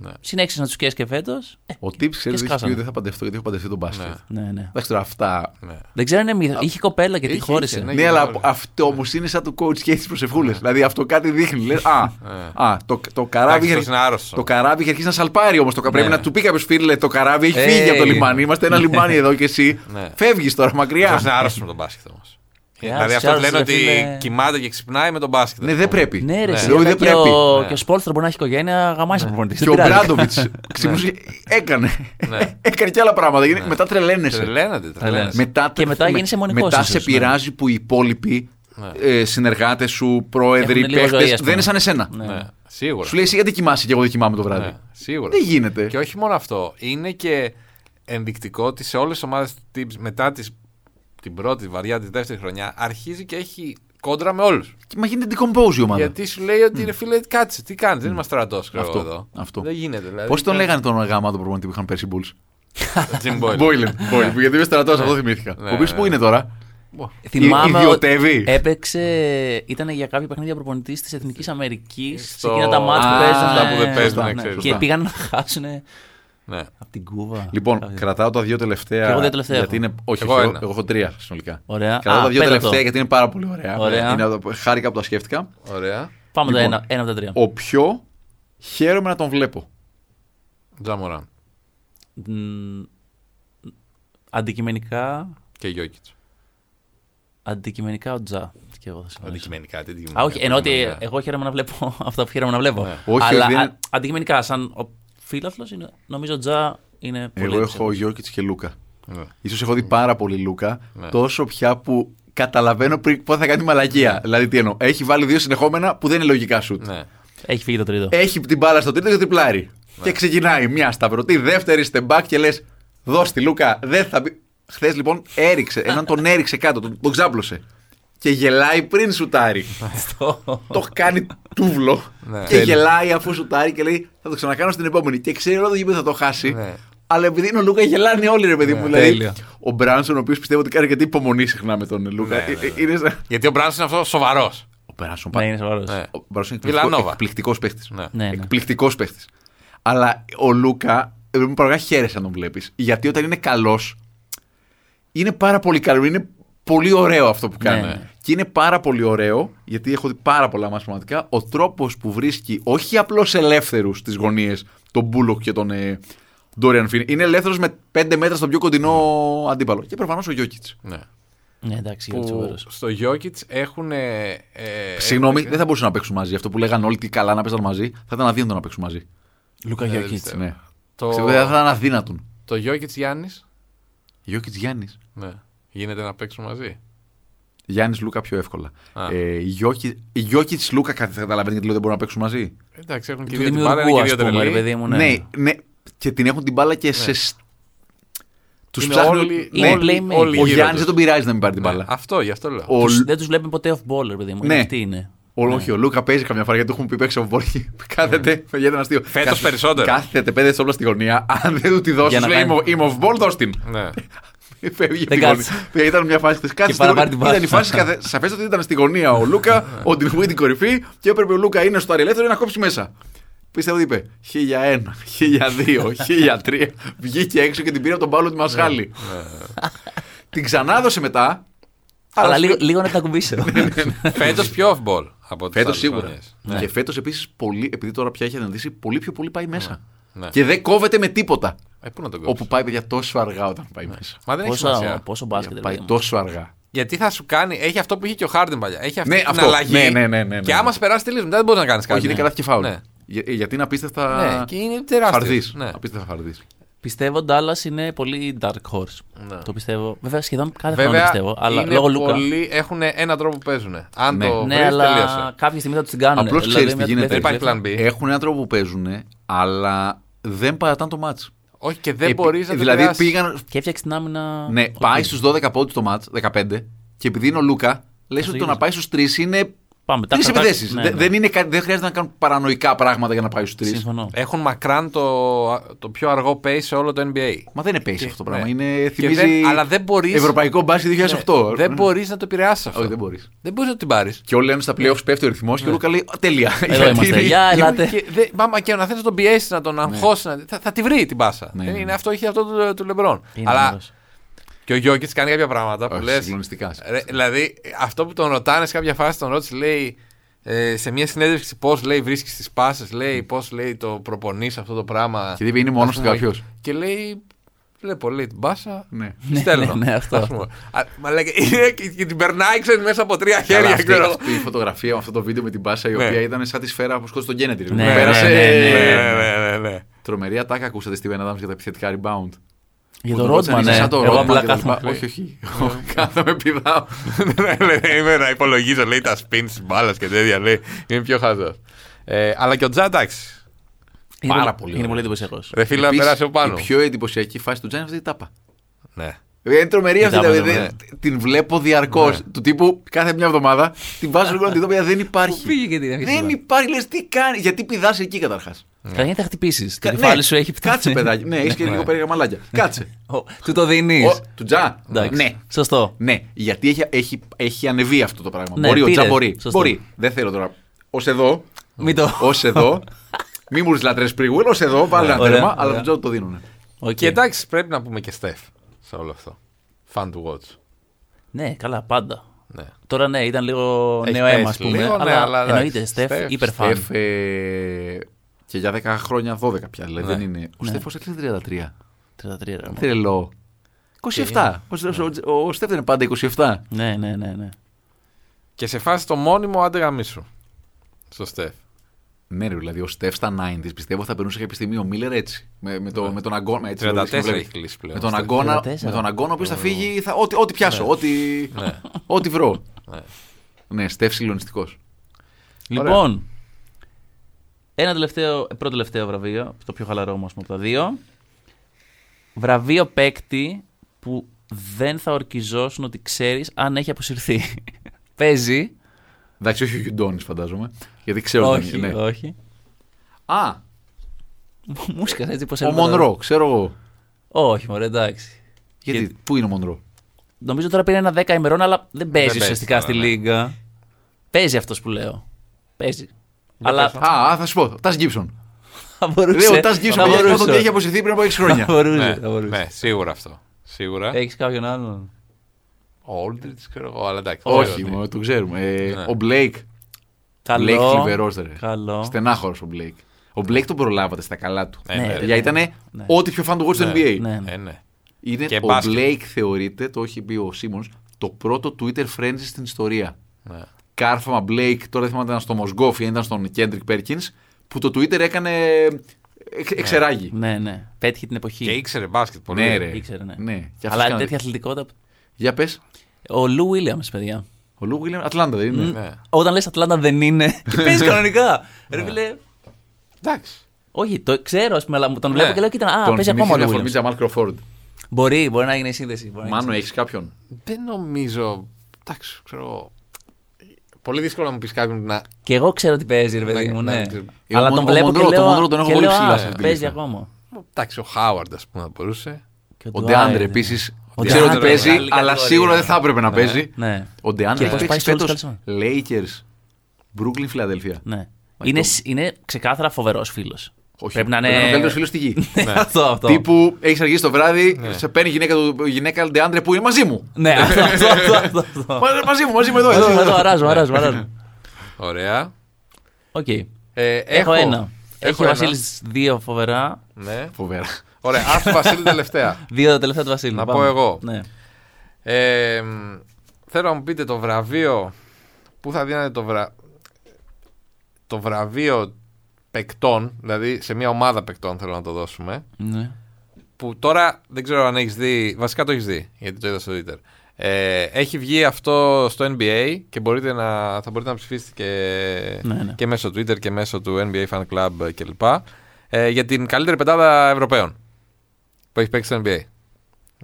Speaker 4: Ναι.
Speaker 3: Συνέχισες να τους καίει και φέτος.
Speaker 5: Ο Τιπ ξέρεις
Speaker 3: Και
Speaker 5: ότι
Speaker 3: σκάσανε.
Speaker 5: δεν θα παντρευτώ γιατί έχω παντρευτεί τον μπάσκετ.
Speaker 4: Ναι.
Speaker 3: Ναι, ναι.
Speaker 5: Εντάξει τώρα αυτά.
Speaker 3: Δεν ξέρω αν είναι μύθο. Είχε κοπέλα και τη
Speaker 4: Είχε, είχε, ναι.
Speaker 3: χώρισε.
Speaker 5: Ναι, αλλά
Speaker 4: γενικά.
Speaker 5: αυτό όμως είναι σαν του coach και τι προσευχούλε. Δηλαδή αυτό κάτι δείχνει. Λες, α, α, το, το καράβι
Speaker 4: Εντάξει,
Speaker 5: είχε
Speaker 4: αυτός είναι άρρωστος.
Speaker 5: το καράβι είχε αρχίσει να σαλπάρει όμως. Πρέπει
Speaker 4: Ναι.
Speaker 5: να του πει κάποιος φίλε, το καράβι έχει
Speaker 4: Ε,
Speaker 5: φύγει από το
Speaker 4: ε,
Speaker 5: λιμάνι. Είμαστε ένα λιμάνι εδώ και εσύ
Speaker 4: Ναι.
Speaker 5: φεύγεις τώρα
Speaker 4: Αυτός
Speaker 5: μακριά.
Speaker 4: είναι άρρωστος με τον μπάσκετ όμως. Δηλαδή
Speaker 3: άρρωστος,
Speaker 4: αυτό λένε
Speaker 3: ρε
Speaker 4: ότι
Speaker 3: φίλε. κοιμάται
Speaker 4: κοιμάται και ξυπνάει με τον μπάσκετ.
Speaker 5: Ναι, δεν πρέπει.
Speaker 3: Ναι, ρε,
Speaker 5: Λέω,
Speaker 3: εσύ, αλλά
Speaker 5: δεν
Speaker 3: και,
Speaker 5: πρέπει.
Speaker 3: ο,
Speaker 4: Ναι.
Speaker 3: και ο Σπόλστρο μπορεί να έχει οικογένεια, γαμάει ναι. προπονητής.
Speaker 5: Και ο Μπράντοβιτ ξυπνούσε. Έκανε.
Speaker 4: Ναι.
Speaker 5: Έκανε και άλλα πράγματα. Γίνει- Μετά τρελαίνεσαι.
Speaker 3: Ναι,
Speaker 4: Τρελαίνεται, τρελαίνεται.
Speaker 3: Με-
Speaker 5: Μετά,
Speaker 3: Και μετά
Speaker 5: με-
Speaker 3: γίνεσαι μονικός
Speaker 5: Μετά
Speaker 3: ίσως,
Speaker 5: σε
Speaker 3: ναι.
Speaker 5: πειράζει που οι υπόλοιποι
Speaker 4: Ναι.
Speaker 5: ε, συνεργάτες σου, πρόεδροι,
Speaker 3: Έχουν λίγο ζωή,
Speaker 5: παίχτε
Speaker 3: ας πούμε.
Speaker 5: δεν είναι σαν εσένα.
Speaker 4: Ναι, Σίγουρα.
Speaker 5: Σου λέει εσύ γιατί κοιμάσαι και εγώ δεν κοιμάμαι το βράδυ.
Speaker 4: Ναι, Σίγουρα.
Speaker 5: Δεν γίνεται.
Speaker 4: Και όχι μόνο αυτό. Είναι και ενδεικτικό ότι σε όλες τις ομάδες του Tips μετά τις, την πρώτη βαριά, τη δεύτερη χρονιά αρχίζει και έχει κόντρα με όλους.
Speaker 5: Και- Μα γίνεται decompose η ομάδα.
Speaker 4: Γιατί σου λέει ότι ρε φίλε, κάτσε, τι κάνεις, δεν είμαστε στρατό.
Speaker 5: Αυτό,
Speaker 4: Εδώ.
Speaker 5: αυτό.
Speaker 4: Δεν γίνεται. Δηλαδή,
Speaker 5: Πώς τον λέγανε τον γάμα τον προπονητή που είχαν πέρσι οι Bulls.
Speaker 4: Jim Boylan.
Speaker 5: Μπόιλεν. Μπόιλεν. Γιατί είμαι στρατός, αυτό θυμήθηκα. Ο
Speaker 4: Ναι,
Speaker 5: οποίος
Speaker 4: ναι.
Speaker 5: που είναι τώρα.
Speaker 3: [LAUGHS] Θυμάμαι.
Speaker 5: Ι-
Speaker 3: ότι
Speaker 5: ιδιωτεύει.
Speaker 3: Έπαιξε. ήταν για κάποιο παιχνίδι προπονητής της Εθνικής Αμερικής. Σε
Speaker 4: Στο-
Speaker 3: εκείνα τα μάτια που
Speaker 4: Α,
Speaker 3: παίζανε.
Speaker 4: αυτά που δεν παίζουν,
Speaker 3: Ναι.
Speaker 4: ξέρεις,
Speaker 3: Και
Speaker 4: σωστά.
Speaker 3: πήγαν να χάσουν
Speaker 4: Ναι.
Speaker 3: από την Κούβα.
Speaker 5: Λοιπόν,
Speaker 3: Κάτι.
Speaker 5: κρατάω τα δύο τελευταία.
Speaker 3: Και εγώ δύο τελευταία
Speaker 5: Γιατί
Speaker 3: έχω.
Speaker 5: είναι... Όχι,
Speaker 4: Εγώ
Speaker 5: εγώ,
Speaker 4: ένα.
Speaker 5: εγώ έχω τρία συνολικά.
Speaker 3: Ωραία.
Speaker 5: Κρατάω
Speaker 3: Α,
Speaker 5: τα δύο
Speaker 3: πέρα
Speaker 5: τελευταία
Speaker 3: το.
Speaker 5: γιατί είναι πάρα πολύ ωραία.
Speaker 3: Ωραία.
Speaker 5: Είναι από- Χάρηκα που τα σκέφτηκα.
Speaker 4: Ωραία.
Speaker 3: Πάμε το
Speaker 5: Λοιπόν.
Speaker 3: ένα, ένα από τα τρία.
Speaker 5: Ο πιο χαίρομαι να τον βλέπω.
Speaker 4: Τζαμοράν.
Speaker 3: Μμ, Αντικειμενικά,
Speaker 4: Και Γιώκητς.
Speaker 3: αντικειμενικά ο Τζα. Και εγώ θα συμφωνήσω.
Speaker 4: Αντικειμενικά, τι αντικειμενικά.
Speaker 3: Α, όχι, ενώ ότι
Speaker 4: αντικειμενικά.
Speaker 3: εγώ χαίρομαι να βλέπω [LAUGHS] αυτά που χαίρομαι να βλέπω.
Speaker 5: Ναι. Όχι,
Speaker 3: Αλλά
Speaker 5: δεν-
Speaker 3: α- αντικειμενικά, σαν ο φίλαθλος, είναι- νομίζω ο Τζα είναι πολύ
Speaker 5: Εγώ
Speaker 3: ψηλός.
Speaker 5: έχω Γιώκητ και Λούκα.
Speaker 4: Ναι.
Speaker 5: Ίσως έχω δει πάρα πολύ Λούκα,
Speaker 4: Ναι.
Speaker 5: τόσο πια που καταλαβαίνω πριν πότε θα κάνει μαλακία. Δηλαδή, τι εννοώ. Έχει βάλει δύο συνεχόμενα που δεν είναι λογικά σουτ.
Speaker 4: Ναι.
Speaker 3: Έχει φύγει το τρίτο.
Speaker 4: Ε,
Speaker 5: Έχει την μπάλα στο τρίτο και τριπλάρει. Και ξεκινάει μια σταυρωτή, δεύτερη στεμπάκ και λες: Δώσ' τη Λούκα, δεν θα μπει. Χθες λοιπόν έριξε, έναν τον έριξε κάτω, τον, τον ξάπλωσε. Και γελάει πριν σουτάρει.
Speaker 3: Αυτό.
Speaker 5: το κάνει τούβλο
Speaker 4: Ναι.
Speaker 5: και
Speaker 4: Τέλειο.
Speaker 5: γελάει αφού σουτάρει και λέει: Θα το ξανακάνω στην επόμενη. Και ξέρει όλο το γήπεδο θα το χάσει.
Speaker 4: Ναι.
Speaker 5: Αλλά επειδή είναι ο Λούκα, γελάνε όλοι ρε παιδί μου. Δηλαδή,
Speaker 4: τέλεια.
Speaker 5: ο Μπράνσον, ο οποίος πιστεύω ότι κάνει αρκετή υπομονή συχνά με τον Λούκα.
Speaker 4: Ναι, ναι,
Speaker 5: ε,
Speaker 4: ναι.
Speaker 5: ε, Είναι σαν-
Speaker 4: Γιατί ο Μπράνσον είναι αυτός σοβαρός.
Speaker 5: Ο Μπράνσον
Speaker 3: Ναι,
Speaker 5: πάει.
Speaker 3: είναι σοβαρός.
Speaker 4: Ναι.
Speaker 5: Ο Μπράνσον είναι
Speaker 4: Βιλανόβα.
Speaker 5: εκπληκτικός παίχτη.
Speaker 4: Ναι.
Speaker 3: Ναι, ναι.
Speaker 5: Εκπληκτικός παίχτη. Αλλά ο Λούκα, ε, μου πραγματικά χαίρεσαι να τον βλέπεις. Γιατί όταν είναι καλός, είναι πάρα πολύ καλό. Είναι πολύ ωραίο αυτό που κάνει.
Speaker 3: Ναι.
Speaker 5: Και είναι πάρα πολύ ωραίο, γιατί έχω δει πάρα πολλά μάτια πραγματικά, ο τρόπος που βρίσκει όχι απλώς ελεύθερους στι γωνίες, τον Μπούλοκ και τον ε, Ντόριαν Φιν. Είναι ελεύθερος με 5 μέτρα στον πιο κοντινό αντίπαλο. Και προφανώς ο Γιώκητ.
Speaker 4: Ναι.
Speaker 3: Ναι, εντάξει, είναι
Speaker 4: Που
Speaker 3: σοβαρός.
Speaker 4: στο Γιώκητ έχουν. Ε, ε,
Speaker 5: Συγγνώμη,
Speaker 4: έχουν-
Speaker 5: δεν θα μπορούσαν να παίξουν μαζί. Αυτό που λέγανε όλοι τι καλά να παίζαν μαζί, θα ήταν αδύνατο να παίξουν μαζί. Λούκα
Speaker 4: δεν Γιώκιτς. πιστεύω.
Speaker 5: Ναι.
Speaker 4: Το-
Speaker 5: Πιστεύω, θα ήταν αδύνατον.
Speaker 4: Το Γιώκητ Γιάννης.
Speaker 5: Γιώκητ Γιάννης.
Speaker 4: Ναι. Γίνεται να παίξουν μαζί.
Speaker 5: Γιάννης Λούκα πιο εύκολα.
Speaker 4: Α.
Speaker 5: Ε, Γιώκητ Λούκα κα- καταλαβαίνεις γιατί λέω δεν μπορούν να παίξουν μαζί.
Speaker 4: Εντάξει, έχουν και
Speaker 3: Του
Speaker 4: δύο την μπάλα, είναι
Speaker 3: δημιουργού,
Speaker 4: και
Speaker 3: ας
Speaker 4: δύο
Speaker 3: πούμε, ρε
Speaker 4: τρελή.
Speaker 3: παιδί μου, ναι.
Speaker 5: ναι. Και την έχουν την μπάλα και σε. Τους
Speaker 4: Είναι
Speaker 5: ψάχνουν.
Speaker 4: όλοι-
Speaker 5: ναι.
Speaker 3: όλοι- όλοι
Speaker 5: ο
Speaker 4: γύρω
Speaker 5: Γιάννης
Speaker 4: τους.
Speaker 5: δεν τον πειράζει να μην πάρει την
Speaker 4: Ναι,
Speaker 5: μπάλα.
Speaker 4: Αυτό, γι' αυτό λέω.
Speaker 5: Ο,
Speaker 3: Τους-
Speaker 5: Λ-
Speaker 3: Δεν τους βλέπουμε ποτέ off-baller, παιδί μου.
Speaker 5: Ναι.
Speaker 3: Είναι Αυτοί είναι.
Speaker 5: ο- Όχι, ο Λούκα παίζει καμιά φορά γιατί του έχουν πει παίξει από βόλιο. Κάθεται, φεγγέται ένα αστείο.
Speaker 4: Φέτος
Speaker 5: Κάθεται-
Speaker 4: περισσότερο.
Speaker 5: Κάθεται πέντε στόπλα στη γωνία. Αν δεν του τη
Speaker 3: Για
Speaker 5: δώσει,
Speaker 3: να
Speaker 5: λέει
Speaker 3: κάνει-
Speaker 5: είμαι- είμαι off ball, δώσ' την.
Speaker 4: Ναι.
Speaker 5: Φεύγει από
Speaker 3: Δεν
Speaker 5: την
Speaker 3: κάτσε.
Speaker 5: γωνία. Ήταν μια φάση χθες. Κάτσε.
Speaker 3: Και πάει να πάρει την μπάλα. Ναι.
Speaker 5: Ήταν η φάση καθε... σαφές ότι ήταν στη γωνία ο Λούκα, ο Ντινουί την κορυφή και έπρεπε ο Λούκα είναι στο αριελεύθερο να κόψει μέσα. Πιστεύω ότι είπε 1001,
Speaker 3: [LAUGHS]
Speaker 5: 1002, 1003. Βγήκε έξω και την πήρε από τον πάλο τη Μασχάλη.
Speaker 3: Ναι,
Speaker 5: την ξανάδωσε μετά.
Speaker 3: [LAUGHS] Αλλά λίγο, λίγο να τα
Speaker 4: Ναι,
Speaker 3: ακουμπήσω. [LAUGHS]
Speaker 4: Φέτος πιο off-ball από τις
Speaker 5: Φέτος σίγουρα.
Speaker 3: Ναι.
Speaker 5: Και φέτος επίσης πολύ, επειδή τώρα πια έχει αναδείξει, πολύ πιο πολύ πάει μέσα.
Speaker 4: Ναι.
Speaker 5: Και δεν κόβεται με τίποτα.
Speaker 4: Ε, πού να τον κόψει.
Speaker 5: Όπου πάει, παιδιά, τόσο αργά όταν πάει μέσα.
Speaker 4: Μα δεν έχει
Speaker 3: πόσο,
Speaker 4: σημασία.
Speaker 3: πόσο μπάσκετ, ρε
Speaker 5: Πάει
Speaker 3: παιδί Ναι. μου.
Speaker 5: τόσο αργά.
Speaker 4: Γιατί θα σου κάνει. Έχει αυτό που είχε και ο Χάρντεν παλιά. Έχει αυτή
Speaker 5: Ναι,
Speaker 4: την
Speaker 5: αυτό.
Speaker 4: αλλαγή.
Speaker 5: Ναι, ναι, ναι, ναι, ναι.
Speaker 4: Και άμα σε περάσει τη λύση, μετά δεν μπορείς να κάνεις κάτι.
Speaker 5: Όχι, είναι
Speaker 4: Ναι.
Speaker 5: κατάθηκε φάουλ.
Speaker 4: Ναι.
Speaker 5: Για- ε, γιατί είναι απίστευτα.
Speaker 4: Ναι, και είναι τεράστιος.
Speaker 5: Φαρδής.
Speaker 4: Ναι.
Speaker 5: Απίστευτα φαρδί.
Speaker 3: Πιστεύω Dallas είναι πολύ dark horse. Το πιστεύω. Βέβαια, σχεδόν κάθε χρόνο
Speaker 4: Ναι. Βέβαια,
Speaker 3: το πιστεύω. Αλλά
Speaker 4: είναι
Speaker 3: λόγω Λούκα.
Speaker 4: πολλοί έχουν έναν τρόπο που παίζουν. Αν
Speaker 5: Ναι.
Speaker 4: το
Speaker 3: Ναι,
Speaker 4: βρεις,
Speaker 3: αλλά
Speaker 4: τελείωσε.
Speaker 3: κάποια στιγμή θα τους την Δηλαδή, κάνουν.
Speaker 5: Απλώς ξέρεις τι γίνεται.
Speaker 4: δεν υπάρχει plan B.
Speaker 5: Έχουν έναν τρόπο που παίζουν, αλλά δεν παρατάνε το μάτς.
Speaker 4: Όχι, και δεν
Speaker 5: Επι-
Speaker 4: μπορείς να
Speaker 5: Δηλαδή
Speaker 4: το περάσεις.
Speaker 5: πήγαν.
Speaker 3: Και έφτιαξε την άμυνα.
Speaker 5: Ναι,
Speaker 3: Οκ.
Speaker 5: πάει στου 12 πόντους το μάτς, 15, και επειδή είναι ο Λούκα, λες ότι το
Speaker 3: γύρισε.
Speaker 5: να πάει στους 3 είναι.
Speaker 3: Πάμε.
Speaker 5: Τρει
Speaker 3: τάκ, τάκ,
Speaker 5: επιθέσεις.
Speaker 3: ναι, ναι.
Speaker 5: Δεν είναι κάτι- δεν χρειάζεται να κάνουν παρανοϊκά πράγματα για να πάει στους 3.
Speaker 3: Συμφωνώ.
Speaker 4: Έχουν μακράν το, το πιο αργό pace σε όλο το NBA.
Speaker 5: Μα δεν είναι pace αυτό το πράγμα.
Speaker 4: ναι.
Speaker 5: Είναι,
Speaker 4: Και
Speaker 5: θυμίζει
Speaker 4: δεν- αλλά δεν μπορείς- Ναι.
Speaker 5: Ευρωπαϊκό μπάσκετ 2008.
Speaker 4: Δεν μπορείς να το επηρεάσεις
Speaker 5: Ναι.
Speaker 4: αυτό.
Speaker 5: Όχι, δεν μπορείς.
Speaker 4: Δεν μπορείς να την πάρει.
Speaker 5: Και όλοι λένε στα playoffs πέφτει ο ρυθμός και ο Λούκα λέει «Α, τέλεια.
Speaker 3: Ναι. Εδώ
Speaker 5: Γιατί
Speaker 3: είμαστε.
Speaker 5: είναι-
Speaker 3: Γεια, ελάτε.
Speaker 4: Και, δε, μάμα, και ο Ναθέν τον πιέσεις, να τον αγχώσεις. να- Θα, θα τη βρει την πάσα.
Speaker 5: Ναι,
Speaker 4: Δεν
Speaker 5: ναι.
Speaker 4: είναι αυτό, έχει αυτό του, του Λεμπρόν.
Speaker 3: Είναι
Speaker 4: Αλλά
Speaker 3: ωραίος.
Speaker 4: και ο Γιώκητ κάνει κάποια πράγματα που
Speaker 5: Όχι,
Speaker 4: λες.
Speaker 5: συγκλονιστικά.
Speaker 4: Δηλαδή, αυτό που τον ρωτάνε σε κάποια φάση, τον ρώτησε, λέει ε, σε μια συνέντευξη πώς λέει βρίσκεις τις πάσες, λέει πώς λέει το προπονείς αυτό το πράγμα.
Speaker 5: Και είπε, είναι μόνος του
Speaker 4: Ας πούμε,
Speaker 5: κάποιος.
Speaker 4: Και λέει, βλέπω, λέει την πάσα.
Speaker 5: Ναι.
Speaker 3: Ναι,
Speaker 4: Στέλνω.
Speaker 3: ναι, ναι, αυτό.
Speaker 4: Ας πούμε. Α, Μα λέει, είναι και, και την περνάει, ξέρεις, μέσα από τρία χέρια.
Speaker 5: Καλά, αυτή,
Speaker 4: ξέρω.
Speaker 5: αυτή η φωτογραφία, αυτό το βίντεο με την μπάσα, η
Speaker 4: Ναι.
Speaker 5: οποία ήταν σαν τη σφαίρα που σκότωσε τον Κέννεντι. ρε.
Speaker 3: Ναι,
Speaker 5: Που πέρασε.
Speaker 3: ναι, ναι,
Speaker 4: Ναι, ναι, ναι, ναι.
Speaker 5: Τρομερή ατάκα ακούσατε στη Βένα για τα επιθετικά rebound.
Speaker 3: Για
Speaker 5: Που
Speaker 3: το
Speaker 5: κότσανε
Speaker 3: Ρότμαν,
Speaker 5: σαν
Speaker 3: ναι.
Speaker 5: το
Speaker 3: Εγώ
Speaker 5: Rodman
Speaker 3: απλά
Speaker 5: και τα λοιπά.
Speaker 3: κάθομαι.
Speaker 5: Όχι, όχι. [LAUGHS] Κάθομαι πηδάω.
Speaker 4: Ναι, λέει, Είμαι να υπολογίζω, λέει τα spins τη μπάλα και τέτοια. Λέει, είναι πιο χαζός. Ε, αλλά και ο Τζα, εντάξει.
Speaker 3: Είναι
Speaker 5: Πάρα πολύ
Speaker 3: Είναι
Speaker 5: ωραίο.
Speaker 3: πολύ εντυπωσιακός.
Speaker 4: Ρε φίλε, να
Speaker 5: Επίσης,
Speaker 4: περάσει από πάνω.
Speaker 5: Η πιο εντυπωσιακή φάση του Τζάνι αυτή η τάπα.
Speaker 4: Ναι.
Speaker 5: Είναι τρομερή αυτή.
Speaker 3: τάπα,
Speaker 5: Δηλαδή,
Speaker 3: ναι.
Speaker 5: δεν- την βλέπω διαρκώς. Του τύπου κάθε μια εβδομάδα την βάζω λίγο να τη δω, παιδιά, δεν υπάρχει.
Speaker 3: πήγε και την έφυγε
Speaker 5: Δεν
Speaker 3: στην
Speaker 5: υπάρχει, λες τι κάνει. Γιατί πηδάς εκεί καταρχάς.
Speaker 3: Καταρχήν θα χτυπήσεις. Το
Speaker 5: Κα- ναι,
Speaker 3: κεφάλι σου έχει πτώσει.
Speaker 5: Κάτσε,
Speaker 3: [LAUGHS]
Speaker 5: παιδάκι. Ναι, έχεις και λίγο περίεργα μαλάκια.
Speaker 3: Ναι.
Speaker 5: Κάτσε.
Speaker 3: Ο- Του το δίνεις.
Speaker 5: Ο, Του Τζα. Ναι.
Speaker 3: Σωστό.
Speaker 5: Ναι, γιατί έχει, έχει, έχει ανεβεί αυτό το πράγμα.
Speaker 3: Ναι,
Speaker 5: μπορεί ο
Speaker 3: πήρε.
Speaker 5: Τζα μπορεί.
Speaker 3: Σωστό.
Speaker 5: μπορεί. Δεν θέλω τώρα. Ως εδώ.
Speaker 3: Μην το.
Speaker 5: Ως
Speaker 3: [LAUGHS]
Speaker 5: εδώ. Μη μου λατρέ πριγούιλ, ως εδώ. Βάλε ένα
Speaker 3: Ωραία,
Speaker 5: τέρμα,
Speaker 3: ωραία.
Speaker 5: αλλά τον Τζα του το δίνουν.
Speaker 3: Οκ.
Speaker 4: Και εντάξει, πρέπει να πούμε και Στεφ σε όλο αυτό. Fan to watch.
Speaker 3: Ναι, καλά, πάντα.
Speaker 4: Ναι.
Speaker 3: Τώρα ναι, ήταν λίγο
Speaker 4: Έχει
Speaker 3: νέο αίμα, α
Speaker 4: πέσει
Speaker 3: πούμε.
Speaker 4: λίγο, ναι,
Speaker 3: αλλά
Speaker 4: αλλά εντάξει.
Speaker 3: εννοείται, Στεφ,
Speaker 4: Στεφ,
Speaker 3: υπερφαν.
Speaker 5: Στεφ. ε, και για Ναι. 10 χρόνια 12 πια. Δηλαδή δεν είναι. Ο Στεφ έκλεισε 33.
Speaker 3: 33. ρε,
Speaker 5: Τρελό. 27. Ο, Στεφ- ο, ο Στεφ δεν είναι πάντα 27.
Speaker 3: Ναι, ναι, ναι. ναι.
Speaker 4: Και σε φάση το μόνιμο άντε γαμίσου. Στο Στεφ.
Speaker 5: Ναι, ρε, δηλαδή ο Στεφ στα 90s πιστεύω θα περνούσε κάποια στιγμή ο Μίλλερ έτσι. Με, με, το, με τον αγώνα. με- έτσι,
Speaker 4: 34
Speaker 5: το βλέπεις.
Speaker 4: έχει κλείσει πλέον.
Speaker 5: Με τον
Speaker 4: Στεφ.
Speaker 5: αγώνα,
Speaker 3: 34.
Speaker 5: με τον αγώνα ο οποίος θα φύγει, θα, ό,τι, ό,τι πιάσω, ό,τι, ό,τι βρω. Ναι, Στεφ συλλονιστικό.
Speaker 3: Λοιπόν, ένα τελευταίο, πρώτο τελευταίο βραβείο, το πιο χαλαρό όμως από τα δύο. Βραβείο παίκτη που δεν θα ορκιζόσουν ότι ξέρεις αν έχει αποσυρθεί. [LAUGHS] Παίζει.
Speaker 5: Εντάξει, όχι ο Γιουντόνη, φαντάζομαι. Γιατί ξέρω ότι
Speaker 3: όχι,
Speaker 5: είναι.
Speaker 3: όχι.
Speaker 5: Α,
Speaker 3: Μου σκάσε έτσι πως
Speaker 5: ο
Speaker 3: έλεγα.
Speaker 5: Μονρό, ξέρω εγώ.
Speaker 3: Όχι, μωρέ, εντάξει.
Speaker 5: Γιατί,
Speaker 3: Γιατί-
Speaker 5: πού είναι ο Μονρό.
Speaker 3: Νομίζω τώρα πήρε ένα 10 ημερών, αλλά δεν παίζει
Speaker 4: παίζει
Speaker 3: ουσιαστικά
Speaker 4: τώρα,
Speaker 3: στη
Speaker 4: ναι.
Speaker 3: λίγα. Παίζει αυτός που λέω. Παίζει. αλλά θα
Speaker 5: Α, α, θα σου πω, Τας Γκίψον.
Speaker 3: μπορούσε.
Speaker 5: Λέω, ο Τας
Speaker 3: θα
Speaker 5: Γκίψον
Speaker 3: μπορούσε.
Speaker 5: λέγεται ότι έχεις αποσυρθεί πριν από 6
Speaker 3: Θα
Speaker 5: χρόνια.
Speaker 3: μπορούσε. θα Ε- μπορούσε.
Speaker 4: ναι, σίγουρα αυτό. Σίγουρα.
Speaker 3: Έχεις κάποιον άλλον.
Speaker 4: Ο Όλντριτ ξέρω εγώ, αλλά εντάξει.
Speaker 5: Όχι,
Speaker 4: ξέρω ότι-
Speaker 5: μα, το ξέρουμε. Ε,
Speaker 4: Ναι.
Speaker 5: Ο Μπλέικ. Μπλέικ
Speaker 3: Καλό.
Speaker 5: θλιβερός, ρε.
Speaker 3: Καλό.
Speaker 5: Στενάχωρος ο Μπλέικ. Ο Μπλέικ τον προλάβατε στα καλά του.
Speaker 4: Ε, ναι,
Speaker 3: Ναι,
Speaker 4: ρε.
Speaker 5: Γιατί ήταν ό,τι πιο fan του watch
Speaker 4: Ναι.
Speaker 5: του NBA.
Speaker 3: Ναι, ναι.
Speaker 4: Ε, ναι.
Speaker 5: Είναι
Speaker 4: Και
Speaker 5: ο
Speaker 4: μπάσκετ.
Speaker 5: Blake θεωρείται, το έχει πει ο Σίμον, το πρώτο Twitter frenzy στην ιστορία.
Speaker 4: Ναι.
Speaker 5: Κάρφαμα Blake, τώρα δεν θυμάμαι αν ήταν στο Μοσγκόφι ή αν ήταν στον Κέντρικ Πέρκιν, που το Twitter έκανε ε, εξ, εξεράγη.
Speaker 3: Ναι, ναι. Πέτυχε την εποχή.
Speaker 4: Και ήξερε μπάσκετ πολύ.
Speaker 5: Ναι, ρε.
Speaker 3: Ήξερε, ναι.
Speaker 5: ναι. Και αυτός
Speaker 3: Αλλά
Speaker 5: κάνει-
Speaker 3: τέτοια αθλητικότητα. που-
Speaker 5: Για πες,
Speaker 3: Ο Λου Βίλιαμ, παιδιά.
Speaker 5: ο Λου Βίλιαμ, Ατλάντα δεν είναι.
Speaker 4: Ναι.
Speaker 3: Όταν λες Ατλάντα δεν είναι.
Speaker 5: [LAUGHS]
Speaker 3: και παίζεις κανονικά. Ρε
Speaker 5: Ναι.
Speaker 3: φίλε.
Speaker 4: Εντάξει.
Speaker 3: Όχι, το ξέρω, ας πούμε, αλλά μου τον βλέπω
Speaker 4: Ναι.
Speaker 3: και λέω, κοίτα, α,
Speaker 5: Τον
Speaker 3: παίζει ακόμα ο
Speaker 5: θυμήθηκα
Speaker 3: Λου
Speaker 5: αφορμή
Speaker 3: Βίλιαμ.
Speaker 5: Τζαμάλ Κροφόρντ.
Speaker 3: Μπορεί, μπορεί να γίνει η σύνδεση. μπορεί να γίνει
Speaker 5: Μάνο,
Speaker 3: η
Speaker 5: έχεις κάποιον.
Speaker 4: Δεν νομίζω. Εντάξει, ξέρω εγώ. Πολύ δύσκολο να μου πεις κάποιον να.
Speaker 3: Και εγώ ξέρω ότι παίζει, ρε παιδί
Speaker 4: Ναι,
Speaker 3: μου,
Speaker 4: ναι,
Speaker 3: ναι.
Speaker 4: ξέρω.
Speaker 3: Αλλά
Speaker 5: Ο
Speaker 3: τον
Speaker 5: Μον- ο
Speaker 3: βλέπω και
Speaker 5: Μονρό,
Speaker 3: λέω.
Speaker 5: τον Μονρό τον έχω
Speaker 3: και
Speaker 5: πολύ
Speaker 3: λέω,
Speaker 5: ψηλά
Speaker 3: α,
Speaker 5: σε αυτή τη
Speaker 3: Παίζει
Speaker 5: λίστα.
Speaker 3: ακόμα.
Speaker 4: Εντάξει, ο Χάουαρντ, ας πούμε, θα μπορούσε.
Speaker 3: Και
Speaker 5: Ο
Speaker 3: Dwight.
Speaker 5: Ντεάντρε επίση.
Speaker 3: ναι. Ο
Speaker 5: Ξέρω ότι
Speaker 3: Ντεάντρε,
Speaker 5: παίζει,
Speaker 3: μεγάλη
Speaker 5: αλλά
Speaker 3: κατηγορία.
Speaker 5: σίγουρα δεν θα έπρεπε να παίζει.
Speaker 3: Ναι.
Speaker 5: Ο
Speaker 3: Και
Speaker 5: Ντεάντρε
Speaker 3: πώς
Speaker 5: έχει
Speaker 3: πάει
Speaker 5: παίξει
Speaker 3: στο
Speaker 5: φέτος
Speaker 3: Wisconsin.
Speaker 5: Lakers, Brooklyn, Φιλαδέλφια.
Speaker 3: ναι. Είναι, είναι ξεκάθαρα φοβερός φίλος.
Speaker 5: Όχι,
Speaker 3: Πρέπει να είναι.
Speaker 5: ο καλύτερο φίλο στη γη.
Speaker 3: [LAUGHS] Ναι, αυτό, αυτό.
Speaker 5: Τύπου έχεις αργήσει το βράδυ, σε παίρνει η γυναίκα του γυναίκα Ντεάντρε που είναι μαζί μου.
Speaker 3: Ναι, αυτό, αυτό, αυτό, αυτό, αυτό.
Speaker 5: Μα- Μαζί μου, μαζί μου εδώ. εδώ,
Speaker 3: Ναι. Εδώ, εδώ,
Speaker 5: εδώ.
Speaker 3: αράζω, αράζω, αράζω.
Speaker 4: Ωραία.
Speaker 3: Οκ.
Speaker 4: Ε,
Speaker 3: Έχω ένα. Έχει ο
Speaker 4: ένα.
Speaker 3: Βασίλης δύο φοβερά.
Speaker 4: Ναι.
Speaker 5: Φοβερά.
Speaker 4: Ωραία, ας του
Speaker 3: [LAUGHS]
Speaker 4: Βασίλη τελευταία.
Speaker 3: Δύο τα τελευταία του Βασίλη.
Speaker 4: Να
Speaker 3: Πάμε.
Speaker 4: πω εγώ.
Speaker 3: Ναι.
Speaker 4: Ε, μ, θέλω να μου πείτε το βραβείο. Πού θα δίνατε το, βρα... το βραβείο παικτών, δηλαδή σε μια ομάδα παικτών θέλω να το δώσουμε.
Speaker 3: Ναι.
Speaker 4: Που τώρα δεν ξέρω αν έχεις δει. Βασικά το έχεις δει, γιατί το είδα στο Twitter. Ε, έχει βγει αυτό στο NBA και μπορείτε να, θα μπορείτε να ψηφίσετε και,
Speaker 3: Ναι, ναι.
Speaker 4: και μέσω Twitter και μέσω του NBA Fan Club κλπ. Ε, για την καλύτερη πεντάδα Ευρωπαίων που έχει παίξει στο NBA.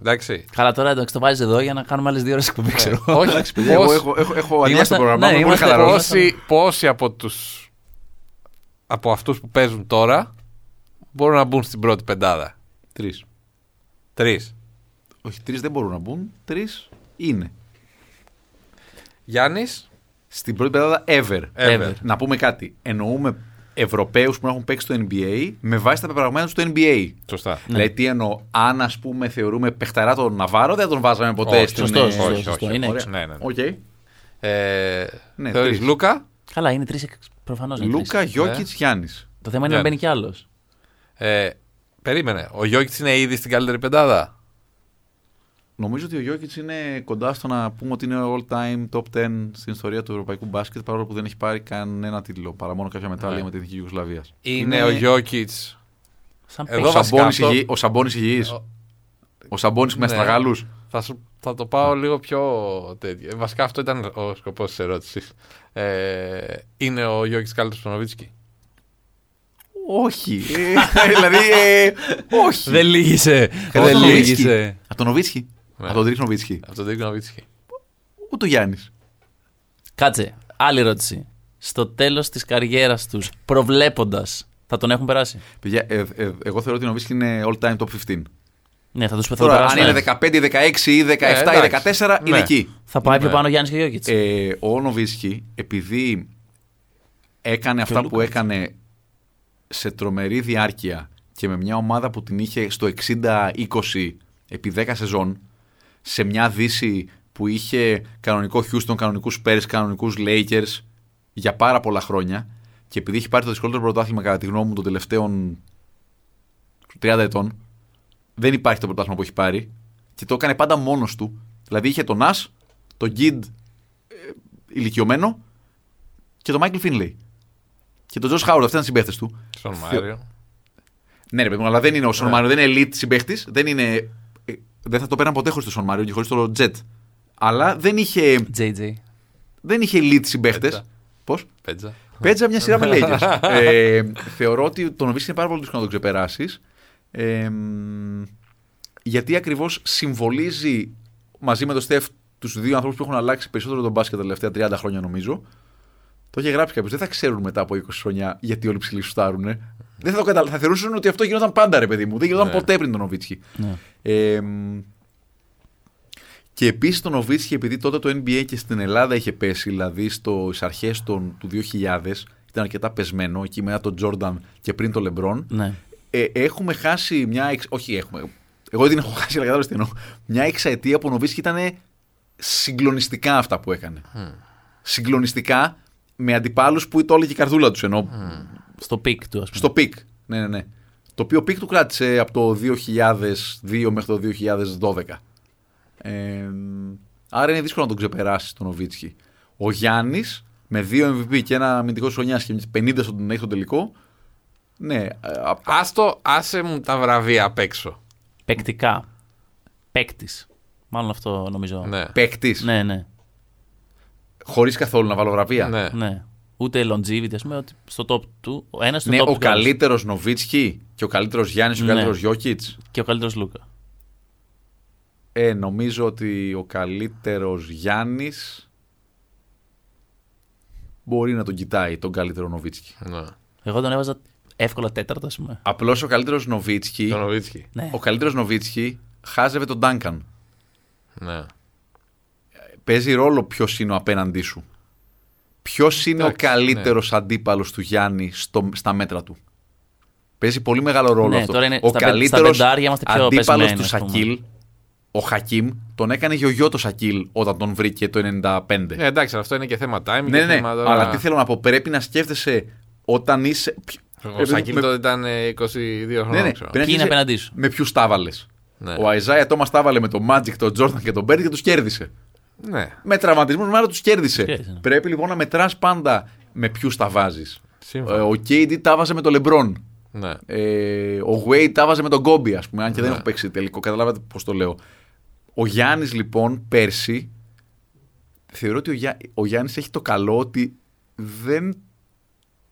Speaker 4: Εντάξει.
Speaker 3: Καλά, τώρα εντάξει, το βάζεις εδώ για να κάνουμε άλλες δύο ώρες εκπομπή, ξέρω εγώ.
Speaker 4: Όχι,
Speaker 5: Παιδιά, εγώ
Speaker 4: πόσοι-
Speaker 5: έχω- έχω- Έχω αδειάσει
Speaker 3: Είμαστε-
Speaker 5: το πρόγραμμα.
Speaker 3: ναι,
Speaker 5: είμαι πολύ
Speaker 3: είμαστε-
Speaker 5: χαλαρός.
Speaker 3: Καλά,
Speaker 4: πόσοι, πόσοι από τους από αυτούς που παίζουν τώρα μπορούν να μπουν στην πρώτη πεντάδα.
Speaker 5: Τρεις.
Speaker 4: Τρεις.
Speaker 5: Όχι, τρεις δεν μπορούν να μπουν. Τρεις είναι.
Speaker 4: Γιάννης,
Speaker 5: Στην πρώτη πεντάδα ever.
Speaker 4: Ever.
Speaker 5: Να πούμε κάτι. Εννοούμε Ευρωπαίους που έχουν παίξει στο NBA με βάση τα πεπραγμένα τους στο NBA.
Speaker 4: σωστά.
Speaker 5: Δηλαδή, τι εννοώ, αν ας πούμε θεωρούμε παιχταρά τον Ναβάρο, δεν τον βάζαμε ποτέ
Speaker 4: Όχι,
Speaker 5: στην.
Speaker 3: Σωστό,
Speaker 5: ε,
Speaker 3: σωστό,
Speaker 4: ναι. όχι,
Speaker 3: σωστό.
Speaker 4: όχι,
Speaker 3: Είναι
Speaker 5: ωραία.
Speaker 3: έξω.
Speaker 4: Ναι, ναι, ναι.
Speaker 5: Οκ.
Speaker 4: Ε,
Speaker 5: Ναι,
Speaker 4: θεωρείς
Speaker 5: τρεις.
Speaker 4: Λούκα,
Speaker 3: Καλά, είναι τρεις προφανώ.
Speaker 5: Λούκα, Γιώκητ, Γιάννης.
Speaker 3: Το θέμα είναι να
Speaker 4: Ναι.
Speaker 3: μπαίνει κι άλλος.
Speaker 4: ε, περίμενε, ο Γιώκητς είναι ήδη στην καλύτερη πεντάδα.
Speaker 5: Νομίζω ότι ο Γιώκητ είναι κοντά στο να πούμε ότι είναι all time top 10 στην ιστορία του ευρωπαϊκού μπάσκετ, παρόλο που δεν έχει πάρει κανένα τίτλο παρά μόνο κάποια μετάλλια με την εθνική Ιουγκοσλαβίας.
Speaker 4: Ναι. Είναι, Ναι, ο Γιώκητς.
Speaker 3: Σαν
Speaker 4: Εδώ
Speaker 5: Ο
Speaker 3: παίκτη.
Speaker 4: βασικά
Speaker 5: Σαμπόνης
Speaker 4: αυτό-
Speaker 5: υγιή- Ο Σαμπόνι υγιής.
Speaker 4: Ο-
Speaker 5: Ο Σαμπόνι με
Speaker 4: Ναι.
Speaker 5: αστραγάλου.
Speaker 4: Θα, σου- θα το πάω λίγο πιο τέτοιο. Ε, Βασικά αυτό ήταν ο σκοπός της ερώτησης. Ε, είναι ο Γιώκητς καλύτερος από τον Νοβίτσκι.
Speaker 5: Όχι. Ε, [LAUGHS] δηλαδή. ε, όχι.
Speaker 3: Δεν λύγησε.
Speaker 5: Από
Speaker 3: Δεν
Speaker 5: τον
Speaker 3: λύγησε.
Speaker 5: Από τον Νοβίτσκι.
Speaker 4: Ναι.
Speaker 5: Από τον Τρίχ Νοβίτσκι.
Speaker 4: Αυτό δεν είναι ο Νοβίτσκι.
Speaker 5: Ούτε ο Γιάννης.
Speaker 3: Κάτσε. Άλλη ερώτηση. Στο τέλος της καριέρας τους, προβλέποντας, θα τον έχουν περάσει.
Speaker 5: Παιδιά, ε, ε, εγώ θεωρώ ότι ο Νοβίτσκι είναι all time top 15.
Speaker 3: Ναι, θα τους πεθάνουν.
Speaker 5: Τώρα, αν είναι 15, 16 ή 17 ή
Speaker 4: Ε, εντάξει.
Speaker 5: 14, είναι
Speaker 4: Ναι.
Speaker 5: εκεί.
Speaker 3: Θα πάει πιο πάνω Γιάννης και Γιώκητ.
Speaker 5: Ε, ο Νοβίσκι, επειδή έκανε αυτά που έκανε σε τρομερή διάρκεια και με μια ομάδα που την είχε στο 60-20 επί 10 σεζόν, σε μια δύση που είχε κανονικό Houston, κανονικούς Spurs, κανονικούς Lakers για πάρα πολλά χρόνια και επειδή έχει πάρει το δυσκολότερο πρωτάθλημα κατά τη γνώμη μου των τελευταίων 30 ετών, δεν υπάρχει το πρωτάθλημα που έχει πάρει. και το έκανε πάντα μόνος του. Δηλαδή είχε τον Νασ, τον Γκίντ ε, ηλικιωμένο και τον Μάικλ Φίνλεϊ. Και τον Τζος Χάουρ, αυτοί ήταν συμπαίχτες του.
Speaker 4: Στον Μάριο.
Speaker 5: Ναι, ρε παιδί μου, αλλά δεν είναι ο Σον Μάριο, δεν είναι elite συμπαίχτης. Δεν, είναι... ε, δεν θα το πέραν ποτέ χωρίς τον Σον Μάριο και χωρίς τον Τζετ. Αλλά δεν είχε,
Speaker 3: JJ.
Speaker 5: δεν είχε elite συμπαίχτες.
Speaker 4: Πέτσα.
Speaker 5: Πώς?
Speaker 4: Πέτζα.
Speaker 5: Πέτζα μια σειρά με Lakers. ε, θεωρώ ότι τον Βίση είναι πάρα πολύ δύσκολο να τον ξεπεράσεις. Ε, μ, γιατί ακριβώς συμβολίζει μαζί με τον Στεφ τους δύο ανθρώπους που έχουν αλλάξει περισσότερο τον μπάσκετ τα τελευταία 30 χρόνια, νομίζω. Το είχε γράψει κάποιος. Δεν θα ξέρουν μετά από 20 χρόνια γιατί όλοι ψηλοί σουτάρουνε. Δεν θα το καταλάβουν. Θα θεωρούσαν ότι αυτό γινόταν πάντα, ρε παιδί μου. Δεν γινόταν
Speaker 4: Ναι.
Speaker 5: ποτέ πριν τον Νοβίτσκι.
Speaker 3: Ναι.
Speaker 5: Ε, μ, και επίσης τον Νοβίτσκι, επειδή τότε το NBA και στην Ελλάδα είχε πέσει, δηλαδή στις αρχές του 2000, ήταν αρκετά πεσμένο, εκεί μετά τον Τζόρνταν και πριν τον Λεμπρόν.
Speaker 3: ναι.
Speaker 5: Ε, έχουμε χάσει μια. Εξ... Όχι, έχουμε. Εγώ την έχω χάσει, αλλά κατάλαβε τι εννοώ. Μια εξαετία που ο Νοβίτσκι ήταν συγκλονιστικά αυτά που έκανε. Συγκλονιστικά με αντιπάλους που το έλεγε η καρδούλα τους ενώ
Speaker 3: Στο πικ του, ας πούμε.
Speaker 5: στο πικ. Ναι, ναι, ναι. Το οποίο πικ του κράτησε από το 2002 μέχρι το 2012. Ε, άρα είναι δύσκολο να τον ξεπεράσεις τον Οβίτσκι. Ο Γιάννης με δύο MVP και ένα αμυντικός χρονιάς και 50 στον έχει τον τελικό. Ναι, ε, α-
Speaker 4: Άστο, άσε μου τα βραβεία απ' έξω.
Speaker 3: Παικτικά. Παίκτης. Μάλλον αυτό νομίζω.
Speaker 4: Ναι.
Speaker 5: παίκτης.
Speaker 3: ναι, ναι.
Speaker 5: Χωρίς καθόλου να βάλω βραβεία.
Speaker 4: Ναι.
Speaker 3: ναι. Ούτε longevity, ας πούμε, ότι στο top του. Ο ένας στο
Speaker 5: Ναι,
Speaker 3: top
Speaker 5: ο
Speaker 3: του άλλος.
Speaker 5: καλύτερος Νοβίτσκι και ο καλύτερος Γιάννης, ο
Speaker 3: Ναι.
Speaker 5: καλύτερος Γιώκητ.
Speaker 3: Και ο καλύτερος Λούκα.
Speaker 5: Ε, νομίζω ότι ο καλύτερος Γιάννης μπορεί να τον κοιτάει τον καλύτερο Νοβίτσκι.
Speaker 4: ναι.
Speaker 3: Εγώ τον έβαζα εύκολα τέταρτο, ας πούμε.
Speaker 5: Απλώς ο καλύτερος Νοβίτσκι,
Speaker 4: Τον Νοβίτσκι.
Speaker 3: Ναι.
Speaker 5: ο καλύτερος Νοβίτσκι χάζευε τον Ντάνκαν.
Speaker 4: Ναι.
Speaker 5: Παίζει ρόλο ποιος είναι ο απέναντί σου. Ποιος είναι ο
Speaker 4: Εντάξει, ναι.
Speaker 5: καλύτερος αντίπαλος του Γιάννη στο, στα μέτρα του. Παίζει πολύ μεγάλο ρόλο
Speaker 3: Ναι,
Speaker 5: αυτό.
Speaker 3: τώρα είναι
Speaker 5: ο
Speaker 3: στα πεν-
Speaker 5: καλύτερο
Speaker 3: στα πεντάρια είμαστε πιο
Speaker 5: αντίπαλος
Speaker 3: πεσμένοι,
Speaker 5: του
Speaker 3: ας πούμε.
Speaker 5: Σακίλ, ο Χακίμ, τον έκανε γιογιό το Σακίλ όταν τον βρήκε το 95.
Speaker 4: Ναι, εντάξει, αυτό είναι και θέμα time. και
Speaker 5: ναι, ναι.
Speaker 4: θέμα τώρα-
Speaker 5: Αλλά τι θέλω να πω, πρέπει να σκέφτεσαι όταν είσαι. ποιο-
Speaker 4: Ο
Speaker 5: Επειδή
Speaker 4: Σακίλ
Speaker 5: Ε, με-
Speaker 4: τότε ήταν ε, 22
Speaker 5: Ναι,
Speaker 4: χρόνια.
Speaker 5: ναι.
Speaker 4: ξέρω.
Speaker 5: Πρέπει να
Speaker 3: Ποιοι είναι
Speaker 5: σκέφτεσαι
Speaker 3: απέναντί σου.
Speaker 5: Με ποιους τα βάλε.
Speaker 4: Ναι.
Speaker 5: Ο Αϊζάια Τόμα τα βάλε με τον Μάτζικ, τον Τζόρνταν και τον Μπέρντ και τους κέρδισε.
Speaker 4: ναι.
Speaker 5: Με τραυματισμούς, άρα τους κέρδισε.
Speaker 3: κέρδισε, ναι.
Speaker 5: Πρέπει λοιπόν να μετράς πάντα με ποιους τα βάζεις.
Speaker 4: Σύμφωνα.
Speaker 5: Ο KD τα βάζε με τον Λεμπρόν.
Speaker 4: ναι.
Speaker 5: Ε, ο Wade τα βάζε με τον Κόμπι, ας πούμε, αν και δεν
Speaker 4: Ναι.
Speaker 5: έχω παίξει τελικό. Καταλάβατε πώς το λέω. Ο Γιάννης, λοιπόν, πέρσι. Θεωρώ ότι ο, Γιά... ο Γιάννης έχει το καλό ότι δεν,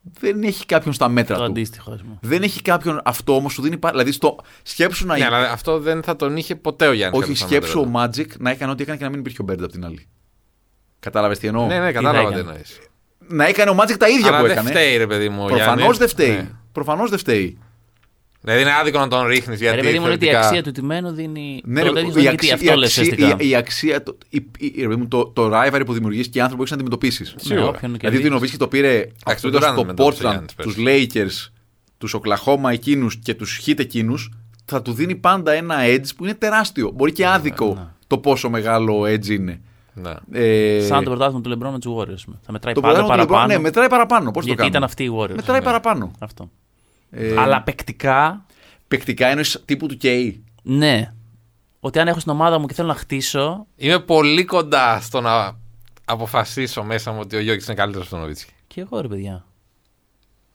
Speaker 5: δεν έχει κάποιον στα μέτρα
Speaker 3: Το
Speaker 5: του.
Speaker 3: αντίστοιχο, ας πούμε.
Speaker 5: Δεν έχει κάποιον. Αυτό όμως σου δίνει. πα- Δηλαδή, στο... σκέψου να.
Speaker 4: Ναι, αλλά αυτό δεν θα τον είχε ποτέ ο Γιάννης.
Speaker 5: Όχι, σκέψου ο Magic να έκανε ό,τι έκανε και να μην υπήρχε ο Bird απ' την άλλη. Κατάλαβες τι εννοώ.
Speaker 4: Ναι, ναι,
Speaker 3: Τι
Speaker 4: κατάλαβα
Speaker 3: θα
Speaker 4: τι
Speaker 3: έκανε.
Speaker 4: εννοείς.
Speaker 5: Να έκανε ο Magic τα ίδια
Speaker 4: Αλλά
Speaker 5: που
Speaker 4: δεν
Speaker 5: έκανε.
Speaker 4: φταίει, ρε παιδί μου. ο
Speaker 5: Προφανώς
Speaker 4: Γιάννης.
Speaker 5: δεν φταίει.
Speaker 4: Ναι.
Speaker 5: Προφανώς δεν φταίει.
Speaker 4: Δηλαδή είναι άδικο να τον ρίχνεις.
Speaker 3: Ρε
Speaker 4: Γιατί
Speaker 3: παιδί μου, είναι ότι η
Speaker 4: θεωρητικά-
Speaker 3: αξία του τιμένου δίνει.
Speaker 5: Ναι,
Speaker 3: το
Speaker 5: ρε,
Speaker 3: τέτοιο δεν
Speaker 5: αξία-
Speaker 3: κοιτεί, αυτό λες
Speaker 5: αξία-
Speaker 3: ουσιαστικά.
Speaker 5: η- η αξία, το, η, η, ρε παιδί μου, το, το rivalry που δημιουργείς και οι άνθρωποι που έχεις να
Speaker 4: Ναι,
Speaker 5: αντιμετωπίσει.
Speaker 3: Σίγουρα. όποιον
Speaker 5: Δηλαδή,
Speaker 3: κερδίσεις.
Speaker 5: ο Νοβίσκι το πήρε αυτό
Speaker 4: τον Durant
Speaker 5: το
Speaker 4: μετά, τον
Speaker 5: Portland,
Speaker 4: Γιάννη
Speaker 5: του
Speaker 4: πέρσι.
Speaker 5: Lakers, τους Oklahoma εκείνους και τους Heat εκείνους. Θα του δίνει πάντα ένα edge που είναι τεράστιο. Μπορεί και άδικο το πόσο μεγάλο edge είναι.
Speaker 4: Ναι.
Speaker 5: Ε,
Speaker 3: Σαν το πρωτάθλημα του Λεμπρόν με τους Warriors. ας πούμε. Θα μετράει
Speaker 5: το
Speaker 3: πάντα
Speaker 5: πρωτάθλημα του LeBron,
Speaker 3: παραπάνω.
Speaker 5: Ναι, μετράει παραπάνω. Πώς το
Speaker 3: γιατί
Speaker 5: κάνουμε.
Speaker 3: ήταν αυτοί οι Warriors.
Speaker 5: Μετράει
Speaker 3: Ναι.
Speaker 5: παραπάνω.
Speaker 3: Αυτό.
Speaker 5: Ε,
Speaker 3: Αλλά παικτικά,
Speaker 5: Παικτικά εννοείς τύπου του KE.
Speaker 3: ναι. Ότι αν έχω στην ομάδα μου και θέλω να χτίσω.
Speaker 4: Είμαι πολύ κοντά στο να αποφασίσω μέσα μου ότι ο Γιώργης είναι καλύτερος από τον Νοβίτσκι.
Speaker 3: Και εγώ ρε παιδιά.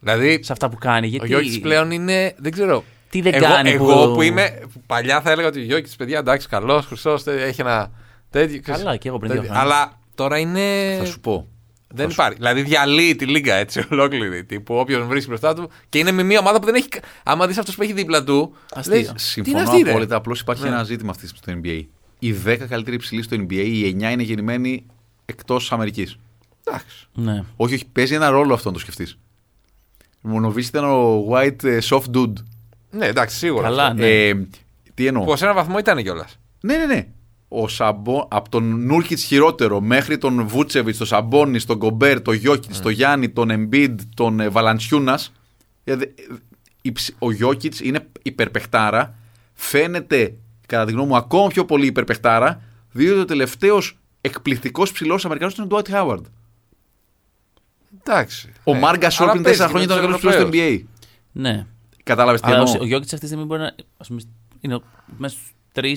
Speaker 4: Δηλαδή,
Speaker 3: Σε αυτά που κάνει.
Speaker 4: ο
Speaker 3: Γιατί.
Speaker 4: Γιώργης πλέον είναι. Δεν ξέρω.
Speaker 3: Τι δεν
Speaker 4: εγώ,
Speaker 3: κάνει που-
Speaker 4: εγώ που είμαι. που Παλιά θα έλεγα ότι ο Γιώργης, παιδιά, εντάξει, καλός, χρυσός, έχει ένα τέτοιο. ξέρεις,
Speaker 3: Καλά, και εγώ πριν δύο
Speaker 4: τέτοιο.
Speaker 3: χρόνια.
Speaker 4: Αλλά τώρα είναι.
Speaker 3: Ε,
Speaker 5: Θα σου πω.
Speaker 4: Δεν υπάρχει. Δηλαδή διαλύει τη λίγα έτσι [LAUGHS] ολόκληρη. Τύπου όποιον βρίσκει μπροστά του και είναι με μια ομάδα που δεν έχει. κα- Άμα δεις αυτό που έχει δίπλα του.
Speaker 3: Αστείο.
Speaker 4: λες,
Speaker 5: Συμφωνώ
Speaker 4: τι είναι αυτή, ρε? Ναι.
Speaker 5: απόλυτα. Απλώς υπάρχει ένα ζήτημα αυτή στο NBA. Οι 10 καλύτεροι υψηλοί στο NBA, οι 9 είναι γεννημένοι εκτός Αμερικής.
Speaker 4: Εντάξει.
Speaker 3: Ναι.
Speaker 5: Όχι, όχι, παίζει ένα ρόλο αυτό να το σκεφτείς. Μονοβή ήταν ο white ε, soft dude.
Speaker 4: Ναι, εντάξει, σίγουρα.
Speaker 3: Καλά, ναι.
Speaker 5: Ε, τι εννοώ.
Speaker 4: Που σε έναν βαθμό ήταν κιόλας.
Speaker 5: Ναι, ναι, ναι. Ο Σαμπο... Από τον Νούρκιτ χειρότερο μέχρι τον Βούτσεβιτ, τον Σαμπόνι, τον Κομπέρ, τον Γιώκητ,
Speaker 4: Ναι.
Speaker 5: τον Γιάννη, τον Εμπίντ, τον ε, Βαλαντσιούνας. ε, Ο Γιώκητ είναι υπερπεχτάρα. Φαίνεται, κατά τη γνώμη μου, ακόμα πιο πολύ υπερπεχτάρα, διότι ο τελευταίος εκπληκτικός ψηλός Αμερικανός ήταν ο Ντουάιτ Χάουαρντ.
Speaker 4: Εντάξει.
Speaker 5: Ο
Speaker 4: Ναι.
Speaker 5: Μάρκα
Speaker 4: Αλλά
Speaker 5: Σόρπιν 4
Speaker 4: παίζει
Speaker 5: χρόνια
Speaker 4: με
Speaker 5: ήταν ο
Speaker 4: τους
Speaker 5: καλύτερος ψηλός τους
Speaker 4: Ευρωπαίους.
Speaker 5: NBA.
Speaker 3: ναι.
Speaker 5: Κατάλαβες τι
Speaker 3: Αλλά ο,
Speaker 5: εννοώ.
Speaker 3: ο Γιώργη αυτής τη στιγμή μπορεί να. Ας πούμε, είναι μέσα στους τρεις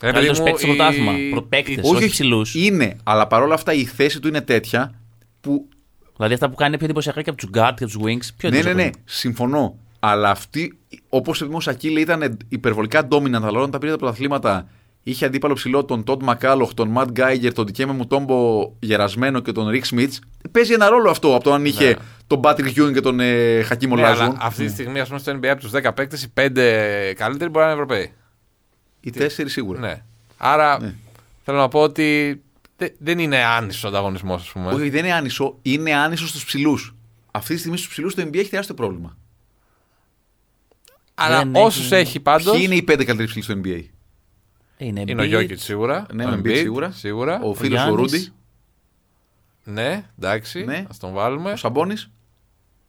Speaker 4: παιδί
Speaker 3: Καλύτερος
Speaker 4: μου,
Speaker 3: παίκτης στο
Speaker 4: η-
Speaker 3: πρωτάθλημα. Προπαίκτε, όχι ψηλούς.
Speaker 5: Είναι, αλλά παρόλα αυτά η θέση του είναι τέτοια που.
Speaker 3: Δηλαδή αυτά που κάνει είναι πιο εντυπωσιακά και από τους guard και από τους wings. Πιο
Speaker 5: ναι, ναι, ναι,
Speaker 3: εντυπωσιακό.
Speaker 5: συμφωνώ. Αλλά αυτή, όπως επειδή ο Σακίλη ήταν υπερβολικά dominant, αλλά όταν τα πήρε τα πρωταθλήματα, είχε αντίπαλο ψηλό τον Τόντ Μακάλοχ, τον Ματ Γκάιγκερ, τον Τικέμε Μουτόμπο γερασμένο και τον Ρικ Σμιτ. Παίζει ένα ρόλο αυτό από το αν είχε τον Πάτρικ Γιούν και τον ε, Χακίμ
Speaker 4: Ναι,
Speaker 5: Ολάζουν.
Speaker 4: αλλά αυτή τη στιγμή, ας πούμε, στο NBA από τους 10 παίκτες, οι 5 καλύτεροι μπορεί να είναι Ευρωπαίοι.
Speaker 5: Οι τέσσερις σίγουρα.
Speaker 4: Ναι. Άρα θέλω να πω ότι δε- δεν είναι άνισος ο ανταγωνισμός, ας πούμε.
Speaker 5: Όχι, δεν είναι άνισο, είναι άνισο στους ψηλούς. Αυτή τη στιγμή στους ψηλούς το NBA έχει τεράστιο πρόβλημα.
Speaker 4: Αλλά
Speaker 3: δεν
Speaker 4: όσους
Speaker 3: έχει-
Speaker 4: έχει πάντως.
Speaker 5: Ποιοι είναι οι πέντε καλύτεροι ψηλοί στο NBA.
Speaker 3: Ε, Είναι,
Speaker 4: Είναι ο
Speaker 3: Embiid,
Speaker 4: Γιώκητ σίγουρα.
Speaker 5: Ναι,
Speaker 4: ο
Speaker 5: με Embiid σίγουρα.
Speaker 4: σίγουρα.
Speaker 5: Ο φίλος ο
Speaker 3: Γιάννης.
Speaker 5: Ρούντι,
Speaker 4: Ναι, εντάξει,
Speaker 5: Ναι.
Speaker 4: ας τον βάλουμε.
Speaker 5: ο Σαμπόνι,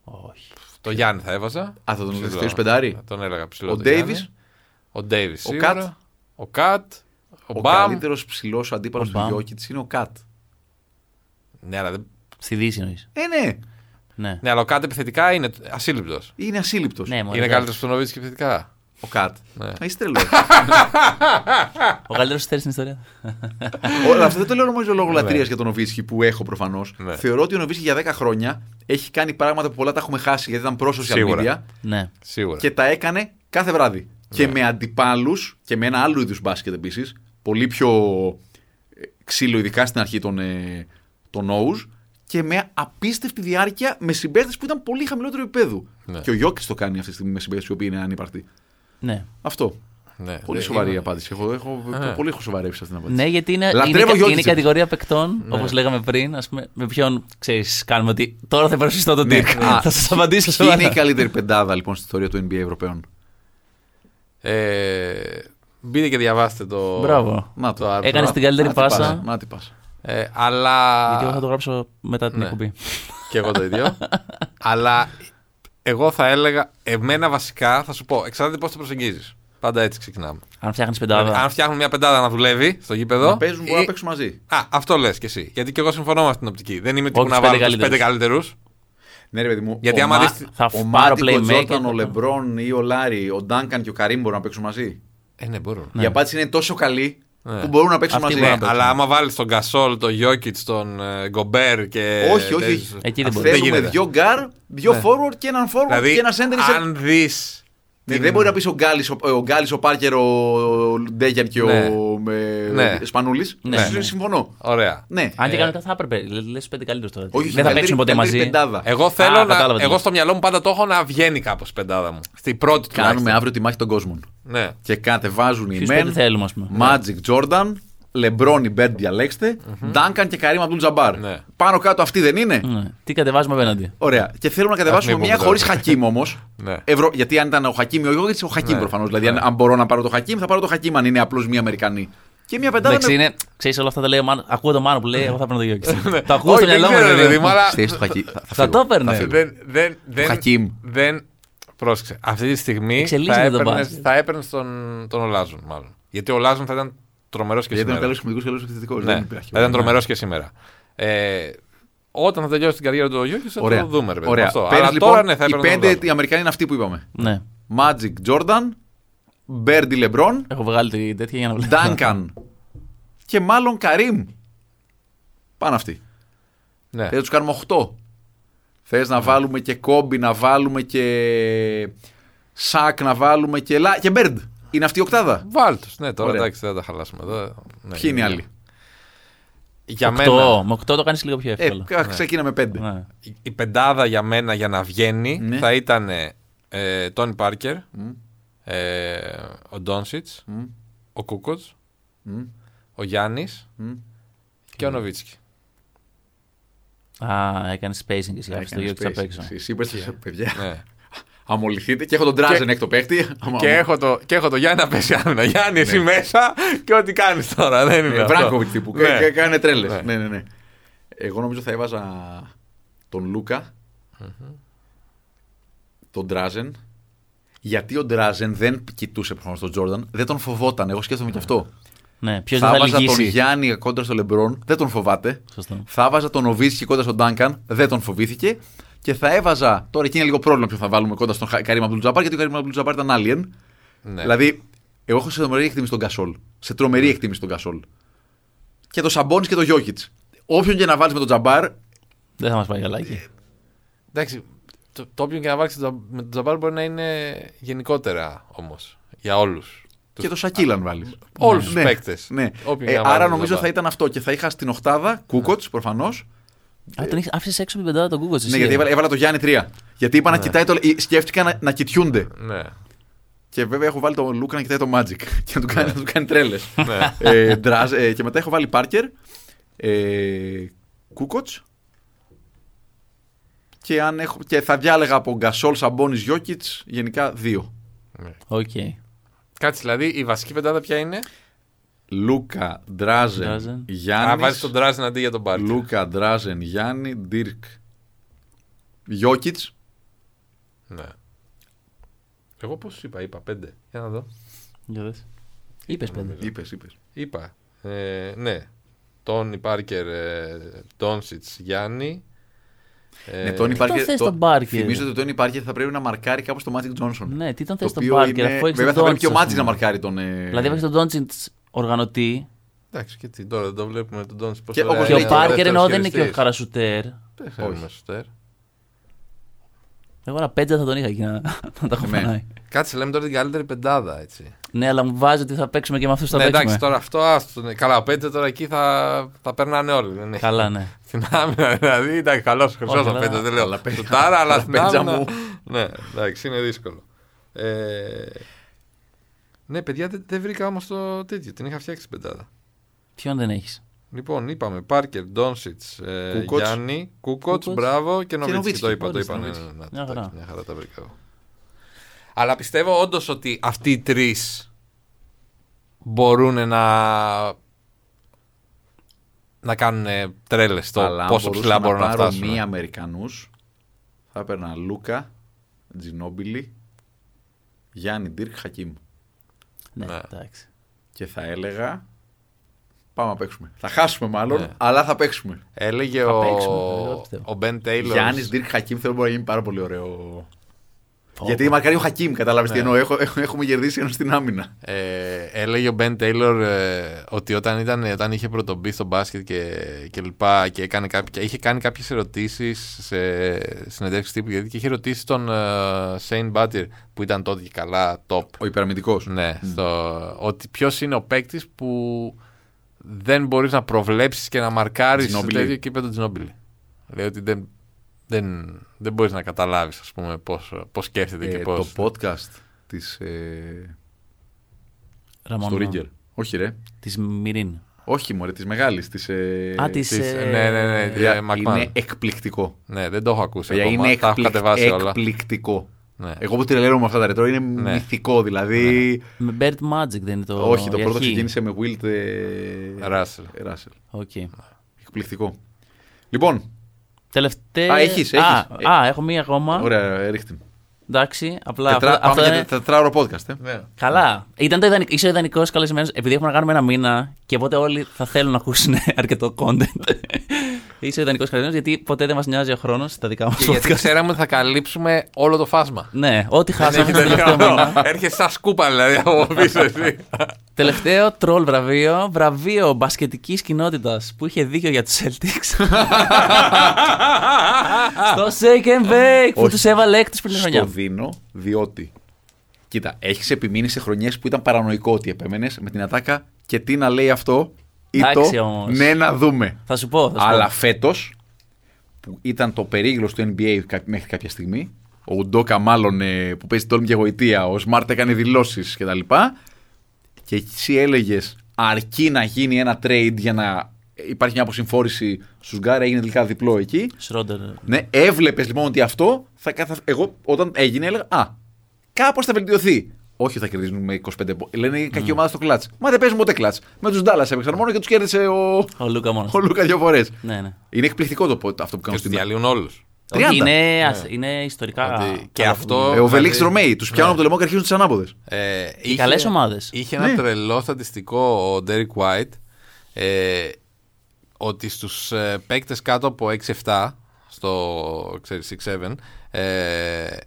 Speaker 3: Όχι.
Speaker 4: Το Γιάννη θα έβαζα.
Speaker 5: θα τον
Speaker 4: Ψηλό.
Speaker 5: θεωρείς πεντάρι?
Speaker 4: Θα τον έλεγα ψηλό.
Speaker 5: Ο
Speaker 4: το
Speaker 5: Davis.
Speaker 4: Γιάννη. Ο Ντέιβις.
Speaker 5: Ο Κατ.
Speaker 4: Ο Κατ. Ο
Speaker 5: ο
Speaker 4: Μπαμ.
Speaker 5: καλύτερος ψηλός αντίπαλος
Speaker 3: Ο
Speaker 5: του
Speaker 3: Μπαμ.
Speaker 5: Γιώκητ είναι ο Κατ.
Speaker 4: Ναι, αλλά, δεν-
Speaker 3: Στη Δύση εννοείς.
Speaker 5: Ε, ναι,
Speaker 3: Ναι.
Speaker 4: ναι, αλλά ο Κατ επιθετικά είναι ασύλληπτος.
Speaker 5: είναι ασύλληπτος.
Speaker 3: Ναι, μωρέ,
Speaker 4: Είναι
Speaker 3: εντάξει.
Speaker 4: καλύτερος που τον Νοβίτσκι επιθετικά.
Speaker 5: Ο Κατ.
Speaker 4: Ναι.
Speaker 5: Να είσαι τρελό. [LAUGHS]
Speaker 3: Ο καλύτερος στέρι στην ιστορία.
Speaker 5: Όλα αυτά δεν το λέω όμως λόγω λατρείας για τον Νοβίσκι που έχω προφανώς.
Speaker 4: Ναι.
Speaker 5: Θεωρώ ότι ο Νοβίσκι για 10 χρόνια έχει κάνει πράγματα που πολλά τα έχουμε χάσει γιατί ήταν προ social media
Speaker 4: Σίγουρα.
Speaker 3: Ναι.
Speaker 4: Σίγουρα.
Speaker 5: και τα έκανε κάθε βράδυ. Και
Speaker 4: Ναι.
Speaker 5: με αντιπάλους και με ένα άλλο είδους μπάσκετ επίσης. Πολύ πιο ε, ξύλο, ειδικά στην αρχή των, ε, των O's, Και με απίστευτη διάρκεια με συμπαίκτε που ήταν πολύ χαμηλότερο επίπεδου.
Speaker 4: Ναι.
Speaker 5: Και ο Γιώκης το κάνει αυτή τη στιγμή με συμπαίκτε οι οποίοι είναι ανύπαρτοι.
Speaker 3: ναι.
Speaker 5: Αυτό.
Speaker 4: Ναι,
Speaker 5: Πολύ
Speaker 4: ναι,
Speaker 5: σοβαρή
Speaker 4: είναι.
Speaker 5: απάντηση. Έχω, έχω,
Speaker 4: Α.
Speaker 5: πολύ έχω σοβαρέψει αυτή την απάντηση.
Speaker 3: Ναι, γιατί είναι,
Speaker 5: Λατρεύω
Speaker 3: είναι, κα-
Speaker 5: Γιώκητς,
Speaker 3: είναι η
Speaker 5: όμως.
Speaker 3: κατηγορία παικτών, όπως όπως λέγαμε πριν. Ας πούμε, με ποιον ξέρεις, κάνουμε ότι τώρα θα παρουσιαστώ τον Dirk.
Speaker 5: Α,
Speaker 3: θα σας απαντήσω
Speaker 5: Ποιοι
Speaker 3: σοβαρά.
Speaker 5: είναι η καλύτερη πεντάδα λοιπόν στην ιστορία του NBA Ευρωπαίων.
Speaker 4: Ε, μπείτε και διαβάστε το.
Speaker 3: Μπράβο.
Speaker 5: Να το.
Speaker 4: Το άρθρο.
Speaker 3: Έκανες την καλύτερη
Speaker 5: Να την
Speaker 3: πάσα.
Speaker 5: Να την πάσα.
Speaker 4: Ε, αλλά.
Speaker 3: Γιατί εγώ θα το γράψω μετά την
Speaker 4: Ναι.
Speaker 3: εκπομπή.
Speaker 4: Και εγώ το
Speaker 3: [LAUGHS]
Speaker 4: ίδιο. Αλλά εγώ θα έλεγα, εμένα βασικά θα σου πω, εξαρτάται πώς το προσεγγίζεις. Πάντα έτσι ξεκινάμε.
Speaker 3: Αν φτιάχνεις
Speaker 4: Δηλαδή, αν
Speaker 3: πεντάδα.
Speaker 4: φτιάχνουμε μια πεντάδα να δουλεύει στο γήπεδο.
Speaker 5: Να παίζουν, μπορούν
Speaker 4: ή-
Speaker 5: να παίξουν μαζί.
Speaker 4: Α, αυτό λες κι εσύ. Γιατί και εγώ συμφωνώ με αυτήν την οπτική. Δεν είμαι τύπου
Speaker 3: Όχι
Speaker 4: να
Speaker 3: τους πέντε
Speaker 4: βάλω τους πέντε καλύτερους.
Speaker 5: Ναι, ρε παιδί μου.
Speaker 4: Γιατί
Speaker 5: ο
Speaker 4: άμα
Speaker 5: Μα-
Speaker 4: δεις-
Speaker 3: Θα
Speaker 5: ο
Speaker 3: πάρω
Speaker 5: Μάτικ, ο
Speaker 3: playmaker.
Speaker 5: Τζόρταν, ο Λεμπρόν ή ο Λάρι, ο Ντάνκαν και ο Καρύμ μπορούν να παίξουν μαζί.
Speaker 4: Ε, ναι, μπορούν.
Speaker 5: Η απάντηση είναι τόσο καλή
Speaker 4: Ναι.
Speaker 5: που μπορούν να παίξουν
Speaker 3: Αυτοί
Speaker 5: μαζί.
Speaker 3: μπορούν να
Speaker 5: Ναι,
Speaker 4: Αλλά άμα βάλεις τον Γκασόλ, τον Γιώκητ, τον ε, Γκομπέρ και.
Speaker 5: Ε, Όχι, όχι.
Speaker 4: τέτοιους-
Speaker 5: όχι.
Speaker 3: Εκεί δεν μπορεί.
Speaker 4: Δεν
Speaker 5: Θέλουμε
Speaker 4: γίνεται. Ναι.
Speaker 5: δύο γκάρ, δύο forward και έναν forward
Speaker 4: Δηλαδή,
Speaker 5: και ένα center. σε-
Speaker 4: αν δεις.
Speaker 5: Ναι, Δεν μπορεί να πεις ο Γκάλης, ο- ο Γκάλης, ο Πάρκερ, ο Ντέγιαν και
Speaker 4: Ναι.
Speaker 5: ο
Speaker 4: Ναι.
Speaker 5: Σπανούλης.
Speaker 3: Ναι, ναι.
Speaker 5: Συμφωνώ.
Speaker 4: Ωραία.
Speaker 5: Ναι.
Speaker 3: Αν και κάνω θα έπρεπε. Λες πέντε καλύτερους τώρα.
Speaker 5: Όχι,
Speaker 3: δεν θα
Speaker 5: καλύτερη-
Speaker 3: παίξουν ποτέ
Speaker 5: καλύτερη
Speaker 3: μαζί.
Speaker 5: πεντάδα.
Speaker 4: Εγώ θέλω
Speaker 3: Α,
Speaker 4: να.
Speaker 3: κατάλαβα τι
Speaker 4: εγώ
Speaker 3: λες.
Speaker 4: στο μυαλό μου πάντα το έχω να βγαίνει κάπως η πεντάδα μου. Στην πρώτη του.
Speaker 5: Κάνουμε αύριο τη μάχη των κόσμων.
Speaker 4: Ναι.
Speaker 5: Και κατεβάζουν οι
Speaker 3: Ποιου
Speaker 5: μεν.
Speaker 3: πέντε θέλουμε, ας πούμε.
Speaker 5: Magic Jordan, LeBron ή Bird διαλέξτε, Duncan και Karim Abdul Jabbar.
Speaker 4: Ναι.
Speaker 5: Πάνω κάτω αυτοί δεν είναι.
Speaker 3: Ναι. Τι κατεβάζουμε απέναντι.
Speaker 5: Ωραία. Και θέλουμε να κατεβάσουμε
Speaker 4: Αθηνικό
Speaker 5: μια
Speaker 4: μετά.
Speaker 5: χωρίς Χακίμ όμως.
Speaker 4: [LAUGHS] Ναι.
Speaker 5: Γιατί αν ήταν ο Χακίμ ή ο Γιώργης, ο Χακίμ
Speaker 4: Ναι.
Speaker 5: προφανώς. Δηλαδή, αν, αν μπορώ να πάρω το Χακίμ, θα πάρω το Χακίμ αν είναι απλώς μια Αμερικανή. Και μια πεντάδα.
Speaker 3: Εντάξει, είναι, ξέρεις όλα αυτά τα λέει ο Μάνο. Ακούω τον Μάνο που λέει: Εγώ θα παίρνω το Γιώκη. Το ακούω στο
Speaker 4: Όχι, δεν
Speaker 3: μυαλό μου. δηλαδή.
Speaker 4: ξέρω,
Speaker 3: ρε
Speaker 4: ρε
Speaker 3: παιδί
Speaker 4: παιδί
Speaker 3: μου.
Speaker 4: μου, αλλά-
Speaker 5: Ξέρεις, το Χακίμ. Ναι, θα-
Speaker 3: Θα
Speaker 5: θα φύγω.
Speaker 3: το έπαιρνε.
Speaker 5: φύγω.
Speaker 4: Δεν. δεν, δεν
Speaker 5: Χακίμ.
Speaker 4: Δεν. Πρόσεξε. Αυτή τη στιγμή
Speaker 3: Εξελίσσεται
Speaker 4: θα
Speaker 3: το
Speaker 4: έπαιρνε,
Speaker 3: μπάσκετ.
Speaker 4: θα έπαιρνες τον, τον Ολάζον, μάλλον. Γιατί ο Ολάζον θα ήταν τρομερός και
Speaker 5: Γιατί ήταν
Speaker 4: σήμερα.
Speaker 5: καλό κομικό και καλό επιθετικό.
Speaker 4: Ναι,
Speaker 5: Δεν υπάρχει.
Speaker 4: θα ήταν τρομερός και σήμερα. Ε, όταν θα τελειώσει την καριέρα του ο Γιώκη, θα
Speaker 5: Ωραία.
Speaker 4: το δούμε. Ρε, παιδί μου,
Speaker 5: Ωραία.
Speaker 4: αυτό.
Speaker 5: Παίρνεις,
Speaker 4: Αλλά
Speaker 5: λοιπόν,
Speaker 4: τώρα ναι, θα
Speaker 5: οι
Speaker 4: έπαιρνε.
Speaker 5: πέντε οι Αμερικανοί είναι αυτοί που είπαμε.
Speaker 3: Ναι.
Speaker 5: Magic Jordan, Bird ή LeBron,
Speaker 3: Έχω βγάλει τη τέτοια για να βλέπω.
Speaker 5: Duncan και μάλλον Καρύμ. Πάνω αυτοί.
Speaker 4: Ναι.
Speaker 5: Θε να τους κάνουμε 8. Θες να βάλουμε και Κόμπι, να βάλουμε και Σακ, να βάλουμε και, Λα... και Μπέρντ. Είναι αυτή η οκτάδα.
Speaker 4: Βάλτου. Ναι, τώρα
Speaker 5: Ωραία.
Speaker 4: εντάξει, δεν τα χαλάσουμε εδώ. Ναι,
Speaker 5: Ποιοι είναι οι άλλοι.
Speaker 4: Για
Speaker 3: Οκτώ.
Speaker 4: μένα,
Speaker 3: Με 8 το κάνεις λίγο πιο
Speaker 5: Ε,
Speaker 3: εύκολα.
Speaker 5: κα- ξεκίναμε 5.
Speaker 3: Ναι.
Speaker 4: η- η πεντάδα για μένα για να βγαίνει
Speaker 5: Ναι.
Speaker 4: θα ήταν Τόνι Πάρκερ, ε, ο Ντόνσιτ, ο Κούκοτ, ο Γιάννης και ο Νοβίτσκι.
Speaker 3: Α, έκανε spacing εσύ. Άφησε το Γιώκη απ' έξω.
Speaker 5: Εσύ είπες παιδιά.
Speaker 4: Ναι.
Speaker 5: Αμολυθείτε και έχω τον Τράζεν
Speaker 4: Και-
Speaker 5: εκ το παίχτη. Άμα-
Speaker 4: Και έχω, το, και έχω το Γιάννη να πέσει άμυνα. Γιάννη, εσύ μέσα και ό,τι κάνεις τώρα. Δεν είναι.
Speaker 5: Ναι,
Speaker 4: αυτό.
Speaker 5: Βράγκοβιτ τύπου.
Speaker 4: Ναι. Ναι.
Speaker 5: Κα- κα- Κάνε τρέλες. Ναι.
Speaker 4: Ναι.
Speaker 5: ναι, ναι, Εγώ νομίζω θα έβαζα τον Λούκα, τον Τράζεν. Γιατί ο Ντράζεν δεν κοιτούσε προφανώς τον Τζόρνταν, δεν τον φοβόταν. Εγώ σκέφτομαι και αυτό.
Speaker 3: Ναι, ποιος
Speaker 5: θα
Speaker 3: δεν θα
Speaker 5: έβαζα τον
Speaker 3: λυγίσει.
Speaker 5: Γιάννη κόντρα στο Λεμπρόν, δεν τον φοβάται.
Speaker 3: Σωστό.
Speaker 5: Θα έβαζα τον Οβίσκι κόντρα στον Ντάνκαν, δεν τον φοβήθηκε. Και θα έβαζα. Τώρα εκεί είναι λίγο πρόβλημα ποιο θα βάλουμε κόντρα στον Χα- Καρύμ Αμπτουλτζαμπάρ, γιατί ο Καρύμ Αμπτουλτζαμπάρ ήταν alien.
Speaker 4: Ναι.
Speaker 5: Δηλαδή Εγώ έχω σε τρομερή εκτίμηση τον Κασόλ. Σε τρομερή εκτίμηση τον Κασόλ. Και το Σαμπόνι και το Γιώκητ. Όποιον και να βάλεις με τον Τζαμπάρ,
Speaker 3: Δεν θα μας πάει
Speaker 5: Ε,
Speaker 3: γαλάκι.
Speaker 4: Εντάξει, το, το όποιον και να βάλεις με τον Τζαμπάρ μπορεί να είναι γενικότερα όμως. Για όλους.
Speaker 5: και το Σακίλ αν βάλεις.
Speaker 4: ναι. όλους τους παίκτες.
Speaker 5: Ναι.
Speaker 4: Όποιον
Speaker 5: Ε,
Speaker 4: και να
Speaker 5: άρα
Speaker 4: βάλεις,
Speaker 5: νομίζω
Speaker 4: Τζαμπάρ. Ναι.
Speaker 5: θα ήταν αυτό. Και θα είχα στην οκτάδα Κούκοτ προφανώς.
Speaker 3: Α, τον έχεις- άφησες έξω από την πεντάδα τον Google.
Speaker 5: ε, Ναι, γιατί έβαλα, έβαλα το Γιάννη 3. Γιατί είπα να κοιτάει το. ή Σκέφτηκα να, να κοιτιούνται.
Speaker 4: Ναι.
Speaker 5: Και βέβαια έχω βάλει τον Λούκα να κοιτάει το Magic. [LAUGHS] Και να του κάνει, να του κάνει τρέλες.
Speaker 4: ναι.
Speaker 5: ε, Ντράζ- ε, και μετά έχω βάλει Πάρκερ, ε, Κούκοτ. Και, αν έχω, και θα διάλεγα από Γκασόλ, Σαμπόνι, Γιώκητ, γενικά δύο.
Speaker 3: Οκ.
Speaker 4: Κάτσε, δηλαδή η βασική πεντάδα ποια είναι.
Speaker 5: Λούκα, Ντράζεν,
Speaker 3: Ντράζεν.
Speaker 4: Α,
Speaker 5: Γιάννη.
Speaker 4: βάζεις τον Τράζιν αντί για τον Πάρκερ.
Speaker 5: Λούκα, Ντράζεν, Γιάννη, Ντίρκ. Γιώκητ.
Speaker 4: Ναι. Εγώ πώς είπα, είπα πέντε. Για να δω.
Speaker 3: Για δες. Είπες πέντε.
Speaker 5: Είπες, είπες.
Speaker 4: Είπα. Ε, ναι. Τόνι Πάρκερ, ε, Τόνσιτ, Γιάννη. Ε,
Speaker 5: Ναι, Tony Parker-
Speaker 3: θες
Speaker 5: το-
Speaker 3: τον Parker?
Speaker 5: Θυμίζω ότι τον Parker θα πρέπει να μαρκάρει κάπως τον Magic Johnson.
Speaker 3: Ναι, τι τον
Speaker 5: Το
Speaker 3: θες τον
Speaker 5: οποίο
Speaker 3: Πάρκερ,
Speaker 5: είναι-
Speaker 3: αφού έχεις
Speaker 5: Βέβαια
Speaker 3: τον
Speaker 5: θα πρέπει και ο
Speaker 3: Doncic, ας
Speaker 5: Magic
Speaker 3: πούμε.
Speaker 5: να μαρκάρει τον. ε,
Speaker 3: Δηλαδή έχεις τον Doncic οργανωτή
Speaker 4: Εντάξει, και τι, τώρα δεν το βλέπουμε τον Τόνσιτ.
Speaker 5: Και όπως
Speaker 3: και
Speaker 5: Είναι
Speaker 3: ο
Speaker 5: και ο
Speaker 3: Πάρκερ ενώ δεν είναι και ο χαρασουτέρ.
Speaker 5: Όχι.
Speaker 4: χαρακτήρα.
Speaker 3: Εγώ ένα πέντε θα τον είχα εκεί να, να τα έχω
Speaker 5: Ναι.
Speaker 3: φανάει.
Speaker 4: Κάτσε, λέμε τώρα την καλύτερη πεντάδα, έτσι.
Speaker 3: Ναι, αλλά μου βάζει ότι θα παίξουμε και με αυτούς θα
Speaker 4: ναι,
Speaker 3: παίξουμε.
Speaker 4: εντάξει, τώρα αυτό άστο. Ναι. Καλά, ο πέντε τώρα εκεί θα, θα περνάνε όλοι. Δεν έχει.
Speaker 3: Καλά, ναι.
Speaker 4: Στην άμυνα δηλαδή, εντάξει, καλός χρυσός
Speaker 3: Όχι,
Speaker 4: ο
Speaker 3: αλλά-
Speaker 4: πέντε, δεν λέω.
Speaker 5: αλλά πέντε-
Speaker 4: Του τάρα, αλλά
Speaker 5: αλλά
Speaker 4: στην
Speaker 5: πέντσα
Speaker 4: άμυνα-
Speaker 5: μου.
Speaker 4: Ναι, εντάξει, είναι δύσκολο. Ε, ναι, παιδιά, δεν, δεν βρήκα όμως το τέτοιο. Την είχα φτιάξει την πεντάδα.
Speaker 3: Ποιον δεν έχεις.
Speaker 4: Λοιπόν, είπαμε Πάρκερ, Ντόνσιτ,
Speaker 5: Κούκοτς.
Speaker 4: Γιάννη, Κούκοτ,
Speaker 3: Κούκοτς.
Speaker 4: μπράβο και Νοβίτσκι.
Speaker 5: Νοβίτσκι,
Speaker 4: Το είπα, το
Speaker 5: ορίστε,
Speaker 4: είπα. Ναι, ναι,
Speaker 5: Νοβίτσκι.
Speaker 4: ναι,
Speaker 3: Μια
Speaker 4: εντάξει,
Speaker 3: χαρά.
Speaker 4: μια χαρά τα βρήκα εγώ. Αλλά πιστεύω όντως ότι αυτοί οι τρεις μπορούν να να κάνουν τρέλε το
Speaker 5: Αλλά αν
Speaker 4: πόσο
Speaker 5: μπορούσα
Speaker 4: ψηλά μπορούν να,
Speaker 5: πάρω
Speaker 4: φτάσουν.
Speaker 5: Μία Αμερικανούς θα έπαιρνα Λούκα, Τζινόμπιλι, Γιάννη Ντίρκ, Χακίμ.
Speaker 3: Ναι,
Speaker 4: Ναι.
Speaker 3: εντάξει.
Speaker 5: Και θα έλεγα. Πάμε να παίξουμε. Θα χάσουμε μάλλον,
Speaker 4: Ναι.
Speaker 5: αλλά θα παίξουμε.
Speaker 4: Έλεγε
Speaker 3: Θα
Speaker 4: ο,
Speaker 3: παίξουμε, εγώ πιστεύω.
Speaker 4: ο Μπεν Τέιλορ.
Speaker 5: Γιάννη Ντίρκ, Χακίμ θέλω μπορεί να γίνει πάρα πολύ ωραίο.
Speaker 3: Πω,
Speaker 5: Γιατί
Speaker 3: πω.
Speaker 5: μακάρι ο Χακίμ, κατάλαβες τι εννοώ. Έχω- έχω- έχουμε κερδίσει ενώ στην άμυνα.
Speaker 4: Ε, έλεγε ο Μπεν Τέιλορ ε, ότι όταν, ήταν, όταν είχε πρωτομπεί στο μπάσκετ και, και λοιπά και, έκανε κάποια, είχε κάνει κάποιες ερωτήσεις σε συνεντεύξεις τύπου γιατί και είχε ρωτήσει τον Σέιν Μπάτιρ που ήταν τότε και καλά top
Speaker 5: Ο υπεραμυντικός.
Speaker 4: ναι, στο, ότι ποιος είναι ο παίκτης που δεν μπορείς να προβλέψεις και να μαρκάρεις σε
Speaker 5: Ginobili.
Speaker 4: τέτοιο και είπε τον Τζινόμπιλι. Λέει ότι δεν, δεν, δεν μπορείς να καταλάβεις ας πούμε πώς, πώς σκέφτεται και
Speaker 5: Ε,
Speaker 4: πώς.
Speaker 5: το podcast της, ε,
Speaker 3: Ραμόν,
Speaker 5: στο
Speaker 3: ναι.
Speaker 5: Ρίγκερ. Όχι ρε.
Speaker 3: Της Μυρίν.
Speaker 5: Όχι μωρέ, της μεγάλης. Της, ε,
Speaker 3: Α, της,
Speaker 4: Της-
Speaker 3: ε,
Speaker 4: ναι, ναι, ναι,
Speaker 5: παιδιά,
Speaker 4: ε, Μακμάν.
Speaker 5: είναι εκπληκτικό.
Speaker 4: Ναι, δεν το έχω ακούσει
Speaker 5: Παιδιά,
Speaker 4: ακόμα.
Speaker 5: είναι
Speaker 4: τα έχω
Speaker 5: εκπληκ-
Speaker 4: κατεβάσει όλα.
Speaker 5: εκπληκτικό.
Speaker 4: Ναι.
Speaker 5: Εγώ που τρελαίνω με αυτά τα ρετρό είναι μυθικό. Δηλαδή,
Speaker 3: Με Bert Magic δεν είναι το.
Speaker 5: όχι, το
Speaker 3: η
Speaker 5: πρώτο
Speaker 3: αρχή.
Speaker 5: ξεκίνησε με Wilt ε,
Speaker 4: Russell.
Speaker 5: Russell.
Speaker 3: Οκ.
Speaker 5: Εκπληκτικό. Λοιπόν,
Speaker 3: Τελευταία.
Speaker 5: Α, έχεις,
Speaker 3: Α,
Speaker 5: έχεις.
Speaker 3: α, έχω μία ακόμα.
Speaker 5: ωραία, ρίχτη.
Speaker 3: Εντάξει, απλά.
Speaker 5: Τετρά,
Speaker 3: αυτά-
Speaker 5: πάμε
Speaker 3: αυτά
Speaker 5: για
Speaker 3: είναι-
Speaker 5: τε- τετράωρο podcast. Ε.
Speaker 4: Ναι.
Speaker 3: Καλά. Ήταν το ιδανικό, είσαι ο ιδανικός καλεσμένος επειδή έχουμε να κάνουμε ένα μήνα και οπότε όλοι θα θέλουν να ακούσουν [LAUGHS] αρκετό content. είσαι ο ιδανικός καλεσμένο γιατί ποτέ δεν μας νοιάζει ο χρόνος στα δικά μας
Speaker 4: Και
Speaker 5: [LAUGHS]
Speaker 4: γιατί
Speaker 3: podcast.
Speaker 4: ξέραμε ότι θα καλύψουμε όλο το φάσμα.
Speaker 3: Ναι, ό,τι χάσαμε
Speaker 4: Έχετε
Speaker 3: στο τελευταίο
Speaker 4: δίκιο.
Speaker 3: μήνα.
Speaker 4: Έρχεσαι σαν σκούπα δηλαδή από
Speaker 5: [LAUGHS]
Speaker 4: πίσω εσύ.
Speaker 3: τελευταίο τρόλ βραβείο, βραβείο μπασκετικής κοινότητας που είχε δίκιο για τους
Speaker 5: [LAUGHS]
Speaker 3: Celtics. στο Shake and Bake που
Speaker 5: Όχι.
Speaker 3: τους έβαλε έκτη πριν
Speaker 5: Στο
Speaker 3: χρονιά.
Speaker 5: δίνω, διότι. Κοίτα, έχεις επιμείνει σε χρονιές που ήταν παρανοϊκό ότι επέμενες με την ατάκα και τι να λέει αυτό ή
Speaker 3: Εντάξει,
Speaker 5: το.
Speaker 3: όμως.
Speaker 5: Ναι, να δούμε.
Speaker 3: Θα σου πω. Θα σου
Speaker 5: Αλλά
Speaker 3: πω.
Speaker 5: φέτος, που ήταν το περίγλο του NBA κα- μέχρι κάποια στιγμή, ο Ουντόκα μάλλον ε, που παίζει τόλμη και γοητεία, ο Σμαρτ έκανε δηλώσεις κτλ. Και εσύ έλεγες αρκεί να γίνει ένα trade για να υπάρχει μια αποσυμφόρηση στους Γκάρα, έγινε τελικά διπλό εκεί.
Speaker 3: Σρόντερ.
Speaker 5: Ναι, έβλεπες λοιπόν ότι αυτό θα καθα... Εγώ όταν έγινε έλεγα Α, κάπως θα βελτιωθεί. Όχι, θα κερδίζουν με 25 πόντου. Λένε η κακή ομάδα στο κλατ. Μα δεν παίζουν ποτέ κλατ. Με τους Ντάλλας έπαιξαν μόνο και τους κέρδισε ο,
Speaker 3: Ο Λούκα μόνος.
Speaker 5: ο Λούκα δύο φορές.
Speaker 3: Ναι, ναι.
Speaker 5: Είναι εκπληκτικό το, πο- αυτό που
Speaker 4: Και
Speaker 5: κάνουν
Speaker 4: του
Speaker 5: στην Ελλάδα.
Speaker 4: διαλύουν όλου.
Speaker 5: 30.
Speaker 3: Είναι, ασ- είναι ιστορικά.
Speaker 4: Ότι- και
Speaker 3: καλό
Speaker 4: αυτό-
Speaker 5: Ε, ο Βελίξ
Speaker 4: Δηλαδή-
Speaker 5: Ρωμαίοι τους πιάνουν από το λαιμό και αρχίζουν τις ανάποδες.
Speaker 4: Ε,
Speaker 3: καλές ομάδες.
Speaker 4: Είχε
Speaker 5: Ναι.
Speaker 4: ένα τρελό στατιστικό ο Derek White ε, ότι στους ε, παίκτες κάτω από 6-7 στο ξέρεις, 6-7 ε,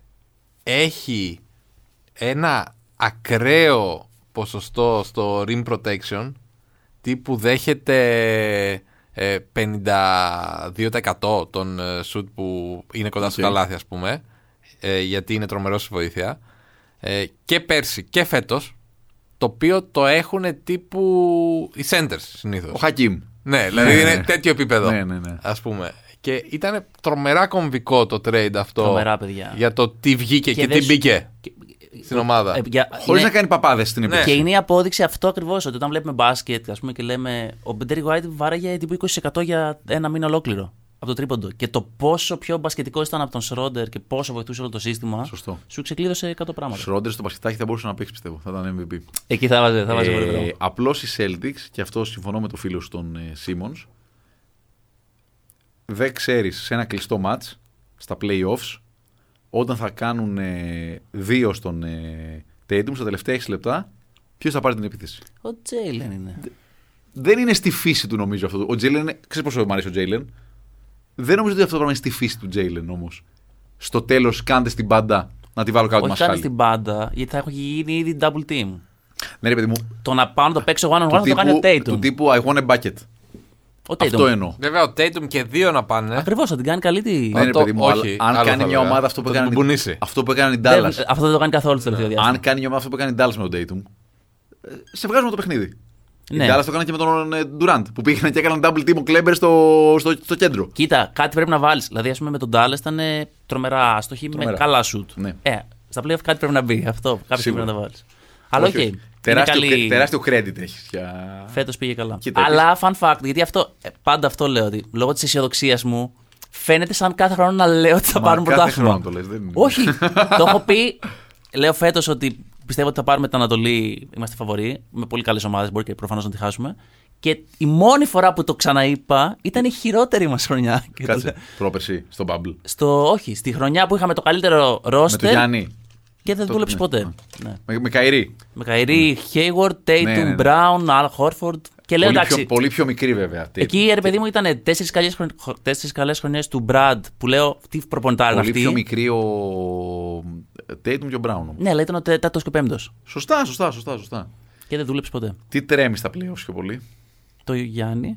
Speaker 4: έχει ένα ακραίο ποσοστό στο rim protection τύπου δέχεται ε, 52% των ε, σουτ που είναι κοντά στο
Speaker 5: Οκ.
Speaker 4: καλάθι ας πούμε ε, γιατί είναι τρομερό στη βοήθεια ε, και πέρσι και φέτος το οποίο το έχουν τύπου οι centers συνήθως
Speaker 5: Ο Χακίμ.
Speaker 4: ναι, δηλαδή
Speaker 5: Ναι,
Speaker 4: είναι
Speaker 5: ναι.
Speaker 4: τέτοιο επίπεδο.
Speaker 5: Ναι, ναι, ναι.
Speaker 4: Ας πούμε. Και ήταν τρομερά κομβικό το trade αυτό.
Speaker 3: Τρομερά, παιδιά.
Speaker 4: Για το τι βγήκε και,
Speaker 3: Και δεν
Speaker 4: τι
Speaker 3: σου-
Speaker 4: μπήκε στην ομάδα.
Speaker 3: Ε, για-
Speaker 5: Χωρίς
Speaker 3: είναι- Ναι.
Speaker 5: να κάνει Ναι. παπάδε
Speaker 4: Ναι.
Speaker 5: στην επίθεση.
Speaker 3: Και είναι η απόδειξη αυτό ακριβώς. Ότι όταν βλέπουμε μπάσκετ ας πούμε, και λέμε. Ο Ντέρι Γουάιτ βάραγε τύπου 20% για ένα μήνα ολόκληρο από το τρίποντο. Και το πόσο πιο μπασκετικό ήταν από τον Σρόντερ και πόσο βοηθούσε όλο το σύστημα.
Speaker 5: Σωστό.
Speaker 3: Σου ξεκλείδωσε 100 πράγματα.
Speaker 5: Σρόντερ στο πασχετάκι θα μπορούσε να παίξει, πιστεύω. Θα ήταν MVP.
Speaker 3: Εκεί θα βάζει.
Speaker 5: Ε,
Speaker 3: Θα βάζει πολύ πράγμα.
Speaker 5: Απλώς οι Celtics, και αυτό συμφωνώ με το φίλο σου τον ε, Simmons, δεν ξέρεις σε ένα κλειστό match στα playoffs όταν θα κάνουν ε, δύο στον ε, Tatum στα τελευταία 6 λεπτά, ποιος θα πάρει την επίθεση.
Speaker 3: Ο Τζέιλεν είναι.
Speaker 5: Δεν είναι στη φύση του νομίζω αυτό. Ο Τζέιλεν, είναι- ξέρεις πόσο μου αρέσει ο Τζέιλεν. Δεν νομίζω ότι αυτό το πράγμα είναι στη φύση του Τζέιλεν όμως. Στο τέλος, κάντε στην πάντα να τη βάλω κάτω
Speaker 3: Όχι καν
Speaker 5: μασχάλη.
Speaker 3: στην πάντα, γιατί θα έχω γίνει ήδη double team.
Speaker 5: Ναι, ρε παιδί μου.
Speaker 3: Το να πάω να το παίξω one on one
Speaker 5: Του
Speaker 3: θα το κάνει ο Tatum.
Speaker 5: τύπου, του τύπου I want a bucket.
Speaker 3: Ο
Speaker 5: Αυτό
Speaker 3: Tatum.
Speaker 5: εννοώ.
Speaker 4: Βέβαια ο Tatum και δύο να πάνε.
Speaker 3: Ακριβώς, θα την κάνει καλή τη.
Speaker 5: Ναι,
Speaker 4: Α,
Speaker 5: ρε
Speaker 4: το-
Speaker 5: παιδί μου,
Speaker 4: όχι,
Speaker 5: αλλά
Speaker 4: άλλο
Speaker 5: αν
Speaker 4: θα
Speaker 5: κάνει μια
Speaker 4: έλεγα.
Speaker 5: ομάδα αυτό που
Speaker 4: Θα τον
Speaker 5: έκανε.
Speaker 4: μπουνίσει.
Speaker 5: Αυτό που έκανε η
Speaker 3: Δεν-
Speaker 5: Dallas.
Speaker 3: Αυτό δεν το κάνει καθόλου στο τελευταίο διάστημα.
Speaker 5: Αν κάνει μια ομάδα αυτό που έκανε η Dallas με τον Dayton, σε βγάζουμε το παιχνίδι.
Speaker 3: Ναι.
Speaker 5: Η Dallas το έκανε και με τον ε, Durant που πήγαιναν και έκαναν double team ο Kleber στο, στο, στο κέντρο.
Speaker 3: Κοίτα, κάτι πρέπει να βάλεις. Δηλαδή, ας πούμε, με τον Τάλλα ήταν ε, τρομερά άστοχη με
Speaker 5: Τρομερά.
Speaker 3: καλά σουτ.
Speaker 5: Ναι.
Speaker 3: Ε, στα playoff κάτι πρέπει να μπει. Αυτό κάποιο πρέπει
Speaker 5: Σίγουρα.
Speaker 3: να το βάλεις. Αλλά οκ.
Speaker 5: Όχι, όχι.
Speaker 3: είναι
Speaker 5: Τεράστιο,
Speaker 3: καλή.
Speaker 5: τεράστιο credit έχεις. Για...
Speaker 3: Φέτος πήγε καλά.
Speaker 5: Κοίτα,
Speaker 3: Αλλά fun fact, γιατί αυτό, ε, πάντα αυτό λέω ότι λόγω της αισιοδοξίας μου φαίνεται σαν κάθε χρόνο να λέω ότι θα
Speaker 5: Μα
Speaker 3: πάρουν
Speaker 5: κάθε
Speaker 3: πρωτάθλημα.
Speaker 5: χρόνο το λες, δεν είναι. [LAUGHS]
Speaker 3: Όχι. το έχω πει. Λέω φέτος ότι πιστεύω ότι θα πάρουμε την Ανατολή. Είμαστε φαβοροί. Με πολύ καλές ομάδες. Μπορεί και προφανώς να τη χάσουμε. Και η μόνη φορά που το ξαναείπα ήταν η χειρότερη μας
Speaker 5: [LAUGHS]
Speaker 3: χρονιά. Και το
Speaker 5: Κάτσε.
Speaker 3: λέω-
Speaker 5: Πρόπερση στο Bubble.
Speaker 3: στο, όχι, στη χρονιά που είχαμε το καλύτερο
Speaker 5: Με τον
Speaker 3: ρόστερ
Speaker 5: Γιάννη.
Speaker 3: και δεν
Speaker 5: Το-
Speaker 3: δούλεψε
Speaker 5: ναι.
Speaker 3: ποτέ.
Speaker 5: Α.
Speaker 3: Ναι.
Speaker 5: Με, με Καϊρή.
Speaker 3: Με Καϊρή, Hayward,
Speaker 5: Ναι, ναι, ναι.
Speaker 3: Tatum, Brown, Al Horford. Και Ε, λέω
Speaker 5: Πολύ,
Speaker 3: εντάξει.
Speaker 5: πιο, πολύ πιο μικρή βέβαια. Τι-
Speaker 3: Εκεί, ρε παιδί μου, ήταν τέσσερις καλές τέσσερις καλές χρονιές του Μπραντ που λέω τι προπονητάρι
Speaker 5: πολύ πιο
Speaker 3: αυτή.
Speaker 5: μικρή ο ε, Tatum και ο Brown.
Speaker 3: Ναι, αλλά ήταν ο τέταρτο και πέμπτος.
Speaker 5: Σωστά, σωστά, σωστά, σωστά.
Speaker 3: Και δεν δούλεψε ποτέ.
Speaker 5: Τι τρέμει στα playoffs πιο πολύ.
Speaker 3: Το Γιάννη.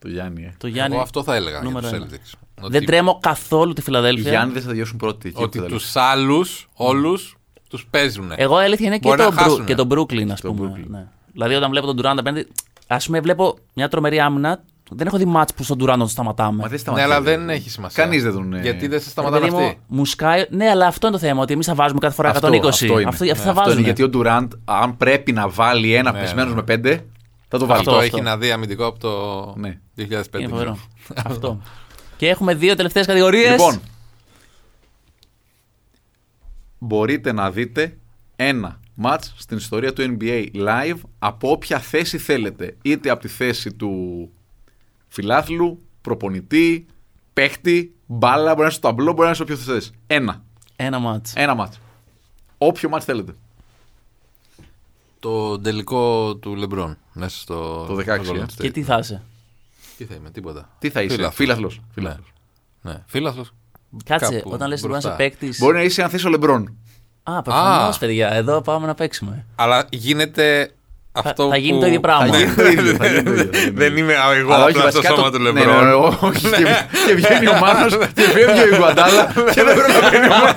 Speaker 5: Το Γιάννη. ε.
Speaker 3: Το Γιάννη
Speaker 4: Εγώ αυτό θα έλεγα για
Speaker 3: νούμερο
Speaker 4: τους
Speaker 3: ένα.
Speaker 4: Celtics. Ότι,
Speaker 3: Δεν τρέμω καθόλου τη
Speaker 5: Οι
Speaker 3: Φιλαδέλφια.
Speaker 5: Γιάννη δεν θα τελειώσουν πρώτοι. εκεί
Speaker 4: ότι
Speaker 5: που θα
Speaker 4: τους άλλους, όλους, τους παίζουν.
Speaker 3: Εγώ η αλήθεια είναι και
Speaker 4: Μπορεί
Speaker 3: το,
Speaker 4: να
Speaker 3: Μπρου,
Speaker 4: χάσουνε.
Speaker 3: και το Brooklyn, α πούμε. Ναι. Δηλαδή, όταν βλέπω τον Durant απέναντι. Ας πούμε, βλέπω μια τρομερή άμυνα. Δεν έχω δει μάτς που στον Durant τον σταματάμε.
Speaker 5: Μα δεν
Speaker 4: Ναι,
Speaker 5: σταματάει.
Speaker 4: αλλά δεν έχει σημασία.
Speaker 5: Κανείς δεν τον, ε,
Speaker 4: Γιατί δεν σε
Speaker 3: Ρε
Speaker 4: σταματάνε
Speaker 3: παιδί μου,
Speaker 4: αυτοί.
Speaker 3: Μου σκάει. Ναι, αλλά αυτό είναι το θέμα. Ότι εμείς θα βάζουμε κάθε φορά 120.
Speaker 5: Αυτό, αυτό είναι.
Speaker 3: αυτό θα
Speaker 5: Αυτό
Speaker 3: βάζουν. ε.
Speaker 5: είναι γιατί ο Ντουραντ, αν πρέπει να βάλει ένα
Speaker 4: Ναι,
Speaker 5: πεσμένο
Speaker 4: ναι.
Speaker 5: με πέντε, θα το βάλει.
Speaker 4: Αυτό,
Speaker 3: Αυτό,
Speaker 4: έχει
Speaker 3: αυτό.
Speaker 4: να δει αμυντικό από το
Speaker 5: Ναι.
Speaker 4: 2005.
Speaker 3: Είναι φοβερό. αυτό. Και έχουμε δύο τελευταίες κατηγορίες.
Speaker 5: Λοιπόν, μπορείτε να δείτε ένα μάτς στην ιστορία του NBA live από όποια θέση θέλετε. Είτε από τη θέση του φιλάθλου, προπονητή, παίχτη, μπάλα, μπορεί να είναι στο ταμπλό, μπορεί να είναι σε όποιο θες. Ένα.
Speaker 3: Ένα μάτς.
Speaker 5: Ένα μάτς. Όποιο μάτς θέλετε.
Speaker 4: Το τελικό του LeBron. Μέσα στο.
Speaker 5: Το 16,
Speaker 4: στο Golden
Speaker 5: ε.
Speaker 4: State.
Speaker 3: Και τι θα είσαι.
Speaker 4: Τι θα είμαι, τίποτα.
Speaker 5: Τι θα είσαι,
Speaker 4: Φίλαθλος.
Speaker 5: φίλαθλος.
Speaker 4: Ναι. Ναι. Φίλαθλος.
Speaker 3: Κάτσε,
Speaker 4: Κάπου
Speaker 3: όταν λες ότι μπορεί να
Speaker 4: μπροστά.
Speaker 3: είσαι παίκτης.
Speaker 5: Μπορεί να είσαι αν θες ο Λεμπρόν.
Speaker 3: Α, προφανώς,
Speaker 4: Α.
Speaker 3: παιδιά. Εδώ πάμε να
Speaker 5: [LAUGHS]
Speaker 3: παίξουμε.
Speaker 4: Αλλά γίνεται αυτό.
Speaker 3: θα
Speaker 4: που... Ναι,
Speaker 3: γίνει το ίδιο πράγμα.
Speaker 5: Θα γίνει
Speaker 4: [LAUGHS]
Speaker 5: το ίδιο, θα γίνει το ίδιο, θα γίνει το ίδιο.
Speaker 4: Δεν είμαι εγώ
Speaker 5: Αλλά όχι
Speaker 4: απλά στο
Speaker 5: βασικά
Speaker 4: σώμα
Speaker 5: το-
Speaker 4: του
Speaker 5: Ναι, ναι, ναι,
Speaker 4: Λεμπρόν.
Speaker 5: όχι. Και- Και βγαίνει ο Μάνος και φεύγει ο Ιγκουαντάλα
Speaker 4: [LAUGHS]
Speaker 5: και δεν πρέπει να βγαίνει ο Μάνος.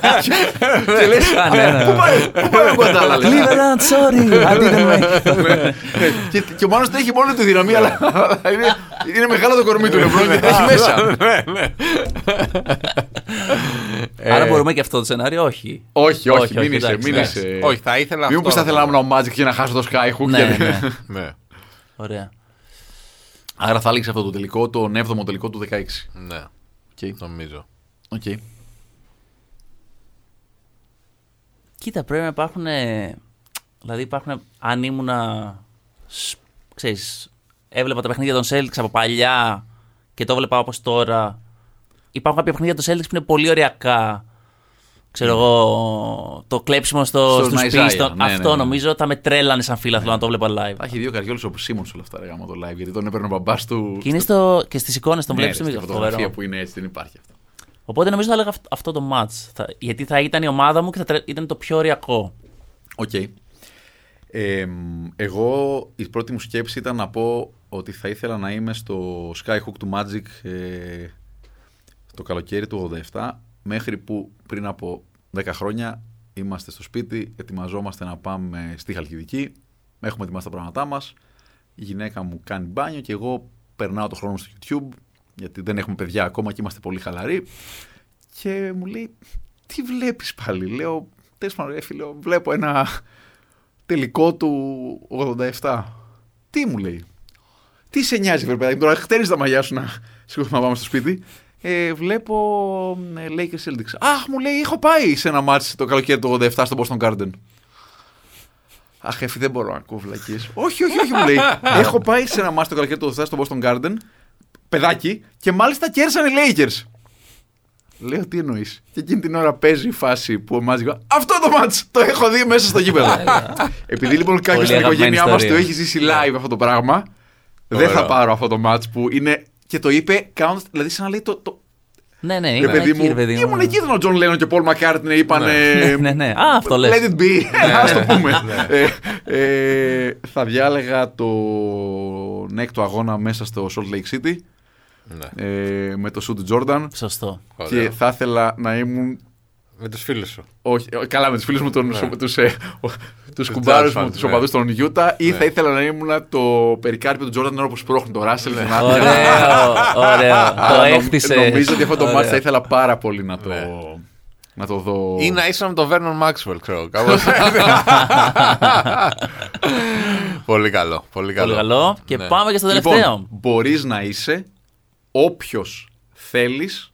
Speaker 4: Ναι.
Speaker 5: Και λες, πού πάει- πού πάει ο Ιγκουαντάλα, λες.
Speaker 3: Cleveland, [LAUGHS] sorry. I
Speaker 5: Ε.
Speaker 3: didn't make it.
Speaker 5: Και- Και ο Μάνος δεν έχει μόνο τη δύναμη, αλλά είναι- είναι μεγάλο το κορμί του λοιπόν. Ναι. Λεμπρόν και τα Ναι. έχει μέσα.
Speaker 3: Άρα μπορούμε και αυτό το σενάριο, όχι.
Speaker 5: Όχι, όχι, μην είσαι,
Speaker 3: εντάξει,
Speaker 5: μην
Speaker 3: εντάξει.
Speaker 5: είσαι.
Speaker 4: Ε, Όχι, θα ήθελα
Speaker 5: Μην μου
Speaker 4: αυτό
Speaker 5: πεις θα
Speaker 4: να
Speaker 5: ήθελα να
Speaker 4: το
Speaker 5: ήμουν ο Μάτζικ και να χάσω το Skyhook.
Speaker 3: Ναι,
Speaker 5: γιατί-
Speaker 3: ναι.
Speaker 4: Ναι,
Speaker 3: Ωραία.
Speaker 5: Άρα θα λήξεις αυτό το τελικό, τον 7ο τελικό του 16.
Speaker 4: ναι,
Speaker 5: Οκ.
Speaker 4: νομίζω.
Speaker 5: Οκ.
Speaker 3: Κοίτα, πρέπει να υπάρχουν. ε, Δηλαδή, υπάρχουν. Αν ήμουνα. σ- Ξέρεις, έβλεπα τα παιχνίδια των Celtics από παλιά και το έβλεπα όπως τώρα. Υπάρχουν κάποια παιχνίδια των Celtics που είναι πολύ ωριακά. Ξέρω εγώ, το κλέψιμο στο,
Speaker 5: Ναι. Στον
Speaker 3: στους
Speaker 5: Isaiah,
Speaker 3: Pistons.
Speaker 5: ναι, ναι,
Speaker 3: Αυτό
Speaker 5: ναι.
Speaker 3: νομίζω θα με τρέλανε σαν φίλαθλο να το βλέπα live.
Speaker 5: Θα έχει δύο καριόλες ο Σίμονς όλα αυτά, ρε γάμο το live, γιατί τον έπαιρνε ο μπαμπάς του...
Speaker 3: Και είναι στο, και στις εικόνες τον
Speaker 5: Ναι,
Speaker 3: βλέπεις
Speaker 5: ρε,
Speaker 3: στο
Speaker 5: στη
Speaker 3: μικρό,
Speaker 5: φωτογραφία
Speaker 3: φοβερό.
Speaker 5: που είναι έτσι, δεν υπάρχει αυτό.
Speaker 3: Οπότε νομίζω θα έλεγα αυ- αυτό το match. Θα- γιατί θα ήταν η ομάδα μου και θα τρε- ήταν το πιο ωριακό.
Speaker 5: Οκ. Ε, μ, εγώ η πρώτη μου σκέψη ήταν να πω ότι θα ήθελα να είμαι στο Skyhook του Magic ε, το καλοκαίρι του 87 μέχρι που πριν από 10 χρόνια είμαστε στο σπίτι, ετοιμαζόμαστε να πάμε στη Χαλκιδική, έχουμε ετοιμάσει τα πράγματά μας, η γυναίκα μου κάνει μπάνιο και εγώ περνάω το χρόνο στο YouTube γιατί δεν έχουμε παιδιά ακόμα και είμαστε πολύ χαλαροί και μου λέει τι βλέπεις πάλι, λέω τέλος πάντων ρε φίλε, βλέπω ένα τελικό του 87. Τι μου λέει. Τι σε νοιάζει, βέβαια, παιδάκι, τώρα χτέρι τα μαγιά σου να σηκωθούμε να πάμε στο σπίτι. Ε, βλέπω ε, Lakers Celtics. Αχ, μου λέει, έχω πάει σε ένα μάτς το καλοκαίρι του 87 στο Boston Garden. Αχ, εφη, δεν μπορώ να ακούω βλακίες. όχι, όχι, όχι, μου λέει. έχω πάει σε ένα μάτς το καλοκαίρι του 87 στο Boston Garden, παιδάκι, και μάλιστα κέρδισαν οι Lakers. Λέω τι εννοείς. Και εκείνη την ώρα παίζει η φάση που ο Μάτζικο. Αυτό το μάτς το έχω δει μέσα στο γήπεδο. Επειδή λοιπόν κάποιος
Speaker 3: Πολύ
Speaker 5: στην
Speaker 3: αγαπημένη
Speaker 5: οικογένειά μας το
Speaker 3: ιστορία.
Speaker 5: έχει ζήσει live αυτό το πράγμα, δεν θα πάρω αυτό το match που είναι. Και το είπε κάνοντα. Δηλαδή, σαν να λέει το. το...
Speaker 3: Ναι, ναι,
Speaker 5: Ρε
Speaker 3: ήμουν
Speaker 5: παιδί
Speaker 3: εκεί,
Speaker 5: μου.
Speaker 3: ρε παιδί μου.
Speaker 5: Ήμουν εκεί ήταν ο Τζον Λένον και ο Πολ Μακάρτνε. Είπαν.
Speaker 3: Ναι, ναι, ναι. Α, αυτό λες. Ναι,
Speaker 5: Let it be. Ας το πούμε. Ε, ε, Θα διάλεγα το έκτο αγώνα μέσα στο Salt Lake City.
Speaker 4: Ναι.
Speaker 5: ε, με το σου του Τζόρνταν.
Speaker 3: Σωστό.
Speaker 5: Και
Speaker 6: Ωραία.
Speaker 5: θα ήθελα να ήμουν
Speaker 6: Με τους φίλους σου.
Speaker 5: όχι, ε, καλά, με τους φίλους μου, τον, [LAUGHS] τους, ε, ο- τους
Speaker 6: Ναι. Τους
Speaker 5: κουμπάρους
Speaker 6: Jazz
Speaker 5: μου,
Speaker 6: fans,
Speaker 5: τους
Speaker 6: ναι.
Speaker 5: οπαδούς των Utah ή θα ήθελα να ήμουν το περικάρπιο του Τζόρνταν ώρα που σπρώχνει το Ράσελ.
Speaker 6: Ναι.
Speaker 5: στην άδεια.
Speaker 3: Ωραίο,
Speaker 5: [LAUGHS]
Speaker 3: ωραίο. Το
Speaker 5: Αλλά νομ-
Speaker 3: έχτισε.
Speaker 5: Νομίζω ότι αυτό το
Speaker 3: Ωραίο.
Speaker 5: μάτς θα ήθελα πάρα πολύ να το,
Speaker 6: Ναι.
Speaker 5: να το δω.
Speaker 6: Ή να ήσουν με τον Βέρνον Μάξουελ, ξέρω.
Speaker 3: [LAUGHS]
Speaker 6: κάπως. πολύ καλό. Πολύ καλό.
Speaker 3: Πολύ καλό. Και
Speaker 6: Ναι.
Speaker 3: πάμε και στο
Speaker 5: Λοιπόν,
Speaker 3: τελευταίο.
Speaker 5: μπορείς να είσαι όποιος θέλεις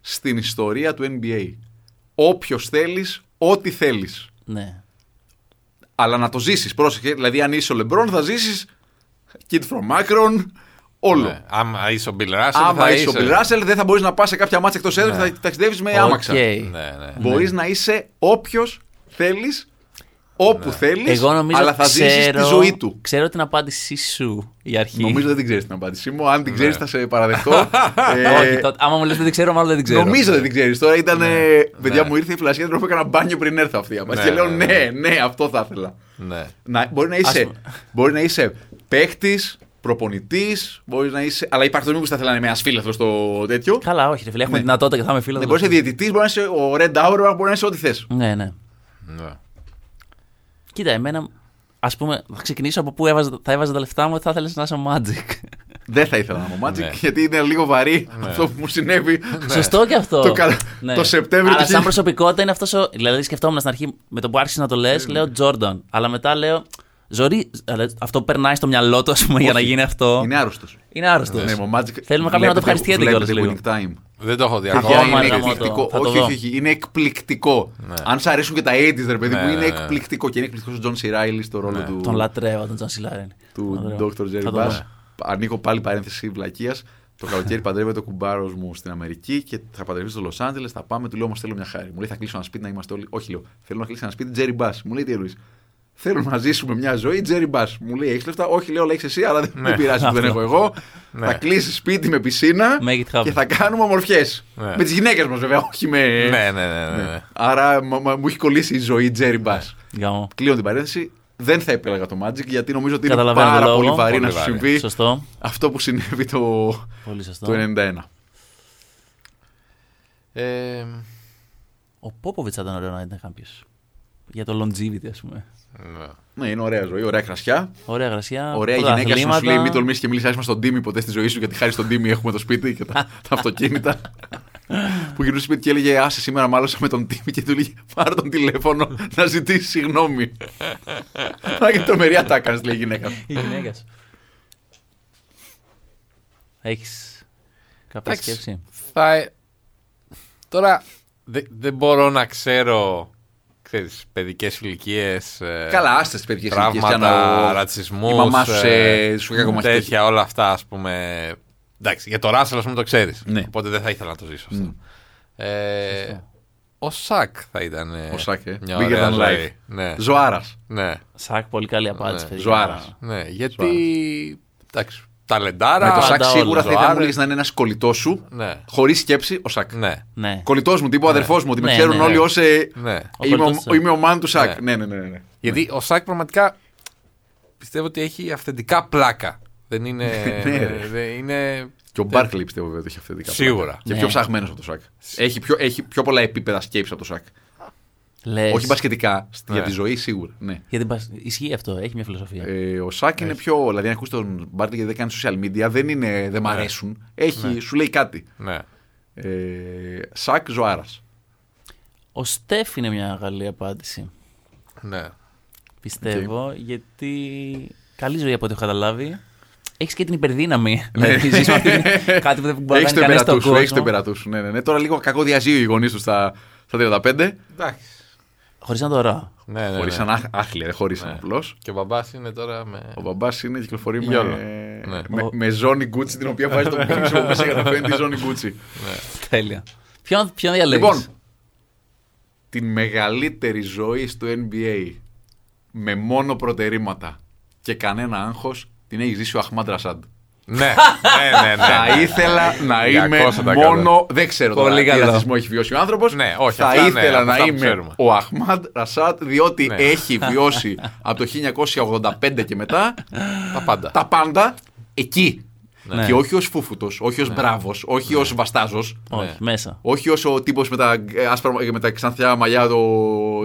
Speaker 5: στην ιστορία του NBA. Όποιος θέλεις, ό,τι θέλεις.
Speaker 3: Ναι.
Speaker 5: Αλλά να το ζήσεις. Πρόσεχε. Δηλαδή, αν είσαι ο Λεμπρόν, θα ζήσεις Kid from Akron, όλο.
Speaker 6: Ναι. Άμα είσαι ο Μπιλ Ράσελ.
Speaker 5: Άμα
Speaker 6: θα
Speaker 5: είσαι ο Μπιλ Ράσελ, δεν θα μπορείς να πας σε κάποια μάτσα εκτός έδρας και θα ταξιδεύεις με άμαξα.
Speaker 3: Οκ.
Speaker 6: Ναι, ναι.
Speaker 5: Μπορείς Ε, να είσαι όποιος θέλεις, όπου θέλει,
Speaker 3: Ναι. Εγώ νομίζω
Speaker 5: αλλά θα ζήσεις
Speaker 3: ξέρω,
Speaker 5: τη ζωή του.
Speaker 3: Ξέρω την απάντησή σου η αρχή.
Speaker 5: Νομίζω δεν την ξέρεις την απάντησή μου. Αν την ξέρεις, θα σε
Speaker 3: [LAUGHS]
Speaker 5: παραδεχτώ.
Speaker 3: Ναι. Όχι,
Speaker 5: ε,
Speaker 3: τότε, άμα μου λες δεν την ξέρω, μάλλον δεν την ξέρω. Ναι.
Speaker 5: Νομίζω δεν την ξέρεις. Τώρα ήταν. ε, Παιδιά μου ήρθε η φλασιά την οποία έκανα μπάνιο πριν έρθω αυτή. η απάντηση.
Speaker 6: Ναι,
Speaker 5: Και λέω
Speaker 6: ναι,
Speaker 5: ναι, ναι, αυτό θα ήθελα.
Speaker 6: ναι.
Speaker 5: Να, μπορεί να είσαι,
Speaker 3: πούμε.
Speaker 5: μπορεί να είσαι παίχτης, προπονητής, μπορείς να είσαι. Αλλά υπάρχει το που θα ήθελα να είμαι ένας φίλαθρος στο τέτοιο.
Speaker 3: Καλά, όχι, ρε φίλε, έχουμε δυνατότητα και θα είμαι φίλο.
Speaker 5: Δεν μπορεί Ναι. να είσαι διαιτητής, μπορείς να είσαι ο Red Hour, μπορείς να είσαι ό,τι θες.
Speaker 3: Ναι, ναι.
Speaker 6: ναι.
Speaker 3: Κοίτα, εμένα, ας πούμε, θα ξεκινήσω από πού έβαζα, θα έβαζα τα λεφτά μου ότι θα ήθελε να είσαι
Speaker 5: [LAUGHS]
Speaker 3: magic.
Speaker 5: Δεν θα ήθελα να είμαι ο Magic,
Speaker 6: Ναι.
Speaker 5: γιατί είναι λίγο βαρύ αυτό που μου συνέβη.
Speaker 3: Σωστό και αυτό.
Speaker 5: Ναι.
Speaker 3: Ναι.
Speaker 5: Το καλο- το Σεπτέμβριο
Speaker 3: Αλλά
Speaker 5: του
Speaker 3: σαν
Speaker 5: χίλια-
Speaker 3: προσωπικότητα είναι αυτός. Ο... Δηλαδή, σκεφτόμουν στην αρχή με το που άρχισε να το λες,
Speaker 5: Ναι,
Speaker 3: λέω Jordan. Αλλά μετά λέω. Ζωρί. αλλά Αυτό περνάει στο μυαλό του, ας πούμε, για να γίνει αυτό.
Speaker 5: Είναι άρρωστος.
Speaker 3: Είναι άρρωστος.
Speaker 5: Ναι, ο Magic.
Speaker 3: Θέλουμε κάποιον να το ευχαριστιέται
Speaker 5: κιόλα.
Speaker 3: κιόλας λίγο.
Speaker 5: time.
Speaker 6: Δεν το έχω δει
Speaker 5: Παιδιά,
Speaker 3: Ακόμα,
Speaker 6: ακόμα.
Speaker 5: είναι
Speaker 3: ρε γαμώτο.
Speaker 5: εκπληκτικό.
Speaker 3: Θα το
Speaker 5: Όχι,
Speaker 3: δω.
Speaker 5: όχι, όχι, είναι εκπληκτικό. Αν σ' αρέσουν και τα 80s, ρε παιδί
Speaker 6: Ναι,
Speaker 5: μου, είναι
Speaker 6: ναι, ναι.
Speaker 5: εκπληκτικό. Και είναι εκπληκτικός ο Τζον Σιράιλι στο ρόλο του.
Speaker 3: Τον λατρεύω, τον Τζον Σιλάρεν.
Speaker 5: του Dr. Jerry Bass. Ανοίγω πάλι παρένθεση βλακείας. Το καλοκαίρι παντρεύεται ο κουμπάρος μου στην Αμερική και θα παντρευτεί στο Λο Άντζελε. Θα πάμε, του λέω όμως θέλω μια χάρη. Μου λέει θα κλείσω ένα σπίτι να είμαστε όλοι. Όχι, λέω θέλω να κλείσει ένα σπίτι Jerry Bass. Μου λέει τι εννοείς. Θέλω να ζήσουμε μια ζωή Jerry Bass. Μου λέει έχεις λεφτά. Όχι, λέω λέξει εσύ, αλλά δεν με πειράζει που δεν έχω εγώ. Θα κλείσεις σπίτι με πισίνα
Speaker 3: Make it happen.
Speaker 5: και θα κάνουμε ομορφιές.
Speaker 6: Ναι.
Speaker 5: Με τις γυναίκες μας βέβαια, όχι με.
Speaker 6: Ναι, ναι, ναι. ναι, ναι.
Speaker 5: Άρα μα- μα- μου έχει κολλήσει η ζωή Jerry Bass.
Speaker 3: Γαμώ.
Speaker 5: Κλείνω την παρένθεση. Δεν θα επέλεγα το Magic γιατί νομίζω ότι είναι
Speaker 3: Καταλαβαίνω το
Speaker 5: πάρα
Speaker 3: λόγο.
Speaker 5: πολύ βαρύ
Speaker 6: Πολύ
Speaker 5: να σου
Speaker 6: βαρύ.
Speaker 5: συμβεί
Speaker 3: Σωστό.
Speaker 5: αυτό που συνέβη το,
Speaker 3: Πολύ σωστό.
Speaker 5: το 91.
Speaker 6: Ε,
Speaker 3: Ο Πόποβιτ θα ήταν ωραίο να ήταν κάποιο. Για το longevity, ας πούμε.
Speaker 6: ναι.
Speaker 5: Ναι, είναι ωραία ζωή, ωραία κρασιά.
Speaker 3: Ωραία γρασία.
Speaker 5: Ωραία γυναίκα σου, σου λέει: Μην τολμήσεις και μιλήσεις άσχημα στον Τίμη ποτέ στη ζωή σου, γιατί χάρη στον Τίμη έχουμε το σπίτι και τα, τα αυτοκίνητα.
Speaker 3: [LAUGHS]
Speaker 5: που γυρνούσε σπίτι και έλεγε: Άσε σήμερα, μάλωσα με τον Τίμη και του λέει: Πάρε τον τηλέφωνο να ζητήσεις συγγνώμη. Να και τρομερή ατάκα, λέει η γυναίκα.
Speaker 3: Η γυναίκα σου. Έχεις κάποια
Speaker 6: Εντάξει.
Speaker 3: σκέψη.
Speaker 6: Θα... ε, Τώρα δε- δεν μπορώ να ξέρω ξέρεις, παιδικές ηλικίες, ε,
Speaker 5: Καλά, άστες τι παιδιά.
Speaker 6: τραύματα, ρατσισμούς,
Speaker 5: Η μαμά σου
Speaker 6: ε,
Speaker 5: σε- σου κακομαθητές.
Speaker 6: τέτοια, όλα αυτά ας πούμε. Εντάξει, για το Ράσελ ας πούμε το ξέρεις,
Speaker 5: Ναι.
Speaker 6: οπότε δεν θα ήθελα να το ζήσω αυτό. Ε, ο Σακ θα ήταν ε,
Speaker 5: Ο Σακ, ε.
Speaker 6: μια
Speaker 5: Bigger
Speaker 6: ωραία
Speaker 5: than
Speaker 6: ζωή.
Speaker 5: life.
Speaker 6: Ναι,
Speaker 5: Ζωάρας.
Speaker 6: ναι,
Speaker 3: Σακ, πολύ καλή απάντηση.
Speaker 6: Ναι,
Speaker 3: παιδιά.
Speaker 5: ζωάρας.
Speaker 6: ναι, γιατί εντάξει, ταλεντάρα.
Speaker 5: Με Ε, το
Speaker 3: Πάντα
Speaker 5: Σακ
Speaker 3: όλα.
Speaker 5: σίγουρα θα ήθελα να
Speaker 6: Ζωάρα.
Speaker 5: μου έλεγες να είναι ένας κολλητός σου.
Speaker 6: Ναι.
Speaker 5: Χωρίς σκέψη, ο Σακ.
Speaker 6: Ναι,
Speaker 3: Ναι.
Speaker 5: Κολλητός μου, τύπου αδερφός μου, ότι με
Speaker 3: Ναι,
Speaker 5: ξέρουν
Speaker 3: ναι,
Speaker 5: όλοι
Speaker 3: ναι.
Speaker 5: ω. ε,
Speaker 6: ναι.
Speaker 5: Είμαι
Speaker 3: κολλητός
Speaker 5: ο-
Speaker 3: του Σακ.
Speaker 5: είμαι ο μάν του Σακ. Ναι, ναι, ναι. ναι.
Speaker 6: Γιατί ο Σάκ πραγματικά
Speaker 4: πιστεύω ότι έχει αυθεντικά πλάκα. Δεν είναι.
Speaker 5: Ναι.
Speaker 4: δεν είναι
Speaker 5: Και
Speaker 6: Ε.
Speaker 5: ο Μπάρκλι πιστεύω βέβαια ότι έχει αυθεντικά.
Speaker 4: Σίγουρα.
Speaker 5: Και
Speaker 3: Ναι.
Speaker 5: πιο ψαγμένος από το Σάκ. Έχει πιο, έχει πιο πολλά επίπεδα σκέψης από το Σάκ.
Speaker 3: Λες,
Speaker 5: Όχι μπασκετικά,
Speaker 4: Ναι.
Speaker 5: για τη ζωή σίγουρα. Ναι.
Speaker 3: Γιατί μπας- ισχύει αυτό, έχει μια φιλοσοφία.
Speaker 5: Ε, ο Σάκ είναι πιο. Δηλαδή, αν ακούσει τον Μπάρκλι γιατί δεν κάνει social media, δεν είναι.
Speaker 6: Ναι.
Speaker 5: Δεν μ' αρέσουν. Έχει, σου λέει κάτι.
Speaker 4: Ναι.
Speaker 5: Ε, Σάκ Ζωάρας.
Speaker 3: Ο Στεφ είναι μια καλή απάντηση.
Speaker 4: ναι.
Speaker 3: Πιστεύω, γιατί καλή ζωή από ό,τι έχω καταλάβει. Έχεις και την
Speaker 5: [LAUGHS]
Speaker 3: υπερδύναμη. δηλαδή, ζεις με αυτή την- κάτι που δεν μπορεί να
Speaker 5: Έχεις
Speaker 3: κάνει
Speaker 5: Ναι.
Speaker 3: κανείς
Speaker 5: το
Speaker 3: στον
Speaker 5: εμπερατού σου. Έχει το
Speaker 3: κόσμο.
Speaker 5: εμπερατού σου. Ναι, ναι, ναι. Τώρα λίγο κακό διαζύγιο οι γονείς τους στα, στα
Speaker 3: Ναι,
Speaker 5: 35.
Speaker 4: Εντάξει.
Speaker 3: Χωρίς να το ωραώ.
Speaker 4: Ναι, ναι,
Speaker 5: Χωρίς
Speaker 4: ναι.
Speaker 5: ένα άχλια, δεν χωρίς
Speaker 4: Ναι.
Speaker 5: απλώς.
Speaker 4: Και ο μπαμπάς είναι τώρα με.
Speaker 5: Ο μπαμπάς είναι κυκλοφορεί με,
Speaker 4: Γιόλο. Ναι.
Speaker 5: με, με ζώνη Gucci την
Speaker 3: [LAUGHS]
Speaker 5: οποία βάζει το πίσω που μέσα για να φαίνεται η ζώνη
Speaker 3: Ναι.
Speaker 5: Gucci.
Speaker 3: Τέλεια. Ποιον, ποιον διαλέγεις.
Speaker 5: Λοιπόν, την μεγαλύτερη ζωή στο NBA με μόνο προτερήματα και κανένα άγχος την έχεις ζήσει ο Αχμάντ
Speaker 3: [LAUGHS]
Speaker 5: Ρασάντ.
Speaker 4: ναι, ναι, ναι. ναι.
Speaker 5: Θα ήθελα να είμαι
Speaker 4: 200%.
Speaker 5: μόνο. Δεν ξέρω τώρα
Speaker 4: Πολύ
Speaker 5: τι
Speaker 4: καλό.
Speaker 5: ρατσισμό έχει βιώσει ο άνθρωπος.
Speaker 4: Ναι, όχι,
Speaker 5: Θα
Speaker 4: αυτά, ναι,
Speaker 5: ήθελα
Speaker 4: από
Speaker 5: να
Speaker 4: αυτά που
Speaker 5: είμαι
Speaker 4: ξέρουμε.
Speaker 5: ο Αχμάντ Ρασάτ, διότι
Speaker 4: Ναι.
Speaker 5: έχει
Speaker 3: [LAUGHS]
Speaker 5: βιώσει από το 1985 και μετά
Speaker 4: Τα πάντα.
Speaker 5: τα πάντα εκεί.
Speaker 3: Ναι.
Speaker 5: Και όχι ως φούφουτος, όχι ως μπράβος, όχι ως βαστάζος.
Speaker 3: Όχι,
Speaker 5: ναι.
Speaker 3: μέσα.
Speaker 5: Όχι ως ο τύπος με τα, ε, άσπρα, με τα ξανθιά μαλλιά το,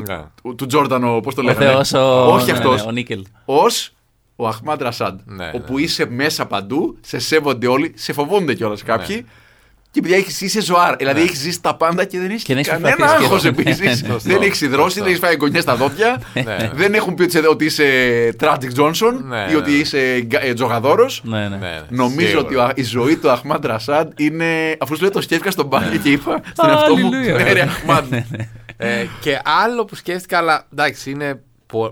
Speaker 4: Ναι.
Speaker 5: του- του Τζόρντανο, πώς το
Speaker 3: Ο
Speaker 5: λέγανε.
Speaker 3: Θεός ο,
Speaker 5: Όχι
Speaker 3: ναι, ναι,
Speaker 5: αυτό.
Speaker 3: ο Νίκελ.
Speaker 5: Ως ο Αχμάντ Ρασάντ.
Speaker 4: Ναι,
Speaker 5: όπου
Speaker 4: ναι.
Speaker 5: είσαι μέσα παντού, σε σέβονται όλοι, σε φοβούνται κιόλας κάποιοι.
Speaker 4: Ναι.
Speaker 5: Και επειδή έχεις, είσαι ζωάρ, δηλαδή έχεις ζήσει τα πάντα και δεν
Speaker 3: Και
Speaker 5: έχει
Speaker 3: δεν έχεις
Speaker 5: κανένα
Speaker 3: προσπαθήσει
Speaker 5: άγχο
Speaker 3: και αυτό.
Speaker 5: επίσης.
Speaker 3: Ναι, ναι,
Speaker 5: Δεν έχεις υδρώσει, δεν έχεις φάει γωνιές στα δόντια.
Speaker 4: ναι.
Speaker 5: Δεν έχουν πει ότι- ότι είσαι Tragic Johnson
Speaker 4: Ναι,
Speaker 5: ή ότι
Speaker 4: ναι.
Speaker 5: είσαι γκα- ε, τζογαδόρος.
Speaker 3: Ναι, ναι.
Speaker 4: Ναι, ναι.
Speaker 5: Νομίζω
Speaker 4: Σίγουρα.
Speaker 5: ότι ο Α- η ζωή του Αχμάντ Ρασάντ είναι. Αφού σου λέει το σκέφτηκα στον
Speaker 4: Ναι.
Speaker 5: μπάγκε και είπα στον εαυτό μου.
Speaker 3: Αλληλούια.
Speaker 5: Ναι, ρε Αχμάντ.
Speaker 4: Ε, και άλλο που σκέφτηκα, αλλά εντάξει, είναι.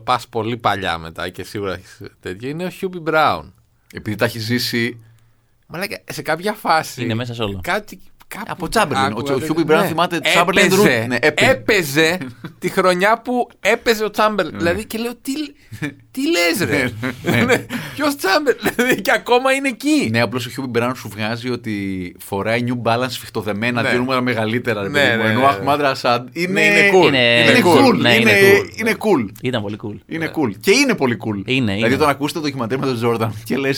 Speaker 4: Πας πολύ παλιά μετά και σίγουρα έχεις τέτοιο. Είναι ο Χιούμπι Μπράουν.
Speaker 5: Επειδή τα έχει ζήσει.
Speaker 4: Μα λέγα, σε κάποια φάση.
Speaker 3: Είναι μέσα σε όλο.
Speaker 4: Κάτι. Κάπου...
Speaker 5: Από Chamberlain.
Speaker 4: άκουγα,
Speaker 5: Ο- ο
Speaker 4: δεν- ναι,
Speaker 5: Χιούμπι Μπράουν θυμάται Chamberlain
Speaker 4: Έπαιζε,
Speaker 5: Drew. Ναι, έπαιζε.
Speaker 4: έπαιζε. τη χρονιά που έπαιζε ο
Speaker 5: Ναι.
Speaker 4: Τσάμπερλιν. δηλαδή και λέω, τι, τι λες, ρε. [LAUGHS] Ποιο Τσάμπερλιν. [LAUGHS] Δηλαδή και ακόμα είναι εκεί.
Speaker 5: Ναι, απλώς ο Χιούμπι Μπράουν σου βγάζει ότι φοράει New Balance φιχτοδεμένα
Speaker 4: Ναι.
Speaker 5: δύο νούμερα μεγαλύτερα. ρε
Speaker 4: Ναι,
Speaker 5: παιδί μου.
Speaker 4: ναι, ναι,
Speaker 5: Ενώ ο
Speaker 4: ναι.
Speaker 5: Αχμάντ Ρασάντ είναι.
Speaker 4: Ναι, είναι cool.
Speaker 3: Είναι-
Speaker 5: Είναι cool.
Speaker 3: Ναι, είναι
Speaker 5: είναι-
Speaker 3: cool.
Speaker 5: Είναι cool.
Speaker 3: Ήταν πολύ cool.
Speaker 5: Είναι cool. Και είναι πολύ cool.
Speaker 3: Είναι, είναι.
Speaker 5: δηλαδή, όταν ακούσετε το ντοκιμαντέρ με τον Τζόρνταν και λες,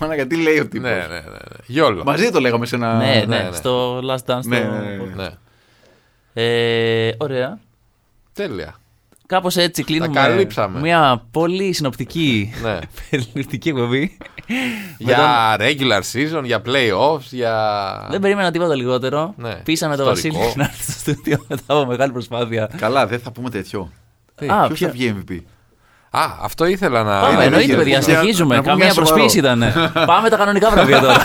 Speaker 5: Μάνα γιατί λέει ο τύπος.
Speaker 4: Ναι, ναι, ναι. ναι. Γιόλο.
Speaker 5: Μαζί το λέγαμε σε ένα.
Speaker 3: ναι, ναι,
Speaker 4: ναι.
Speaker 3: στο Last Dance.
Speaker 5: Ναι,
Speaker 3: το-
Speaker 5: ναι, ναι.
Speaker 4: Ναι.
Speaker 3: Ε, ωραία.
Speaker 4: Τέλεια.
Speaker 3: Κάπως έτσι κλείνουμε.
Speaker 4: καλύψαμε.
Speaker 3: Μια πολύ συνοπτική
Speaker 4: Ναι.
Speaker 3: [LAUGHS] περιληπτική εκπομπή.
Speaker 4: για regular season, για playoffs, για.
Speaker 3: Δεν περίμενα τίποτα λιγότερο.
Speaker 4: Ναι.
Speaker 3: Πείσαμε τον Βασίλη
Speaker 4: Ιστορικό.
Speaker 3: να έρθει στο στούντιο [LAUGHS] μετά από μεγάλη προσπάθεια.
Speaker 5: Καλά, δεν θα πούμε τέτοιο.
Speaker 3: Α,
Speaker 5: Ποιος
Speaker 3: ποια-
Speaker 5: θα βγει MVP.
Speaker 4: Α, αυτό ήθελα να.
Speaker 3: Πάμε,
Speaker 5: Ε,
Speaker 3: εννοείται,
Speaker 5: ναι,
Speaker 3: παιδιά,
Speaker 5: ναι,
Speaker 3: συνεχίζουμε.
Speaker 5: να πούμε
Speaker 3: Καμία
Speaker 5: κάτι σοβαρό.
Speaker 3: προσποίηση ήταν.
Speaker 5: [LAUGHS]
Speaker 3: Πάμε τα κανονικά βραβεία τώρα.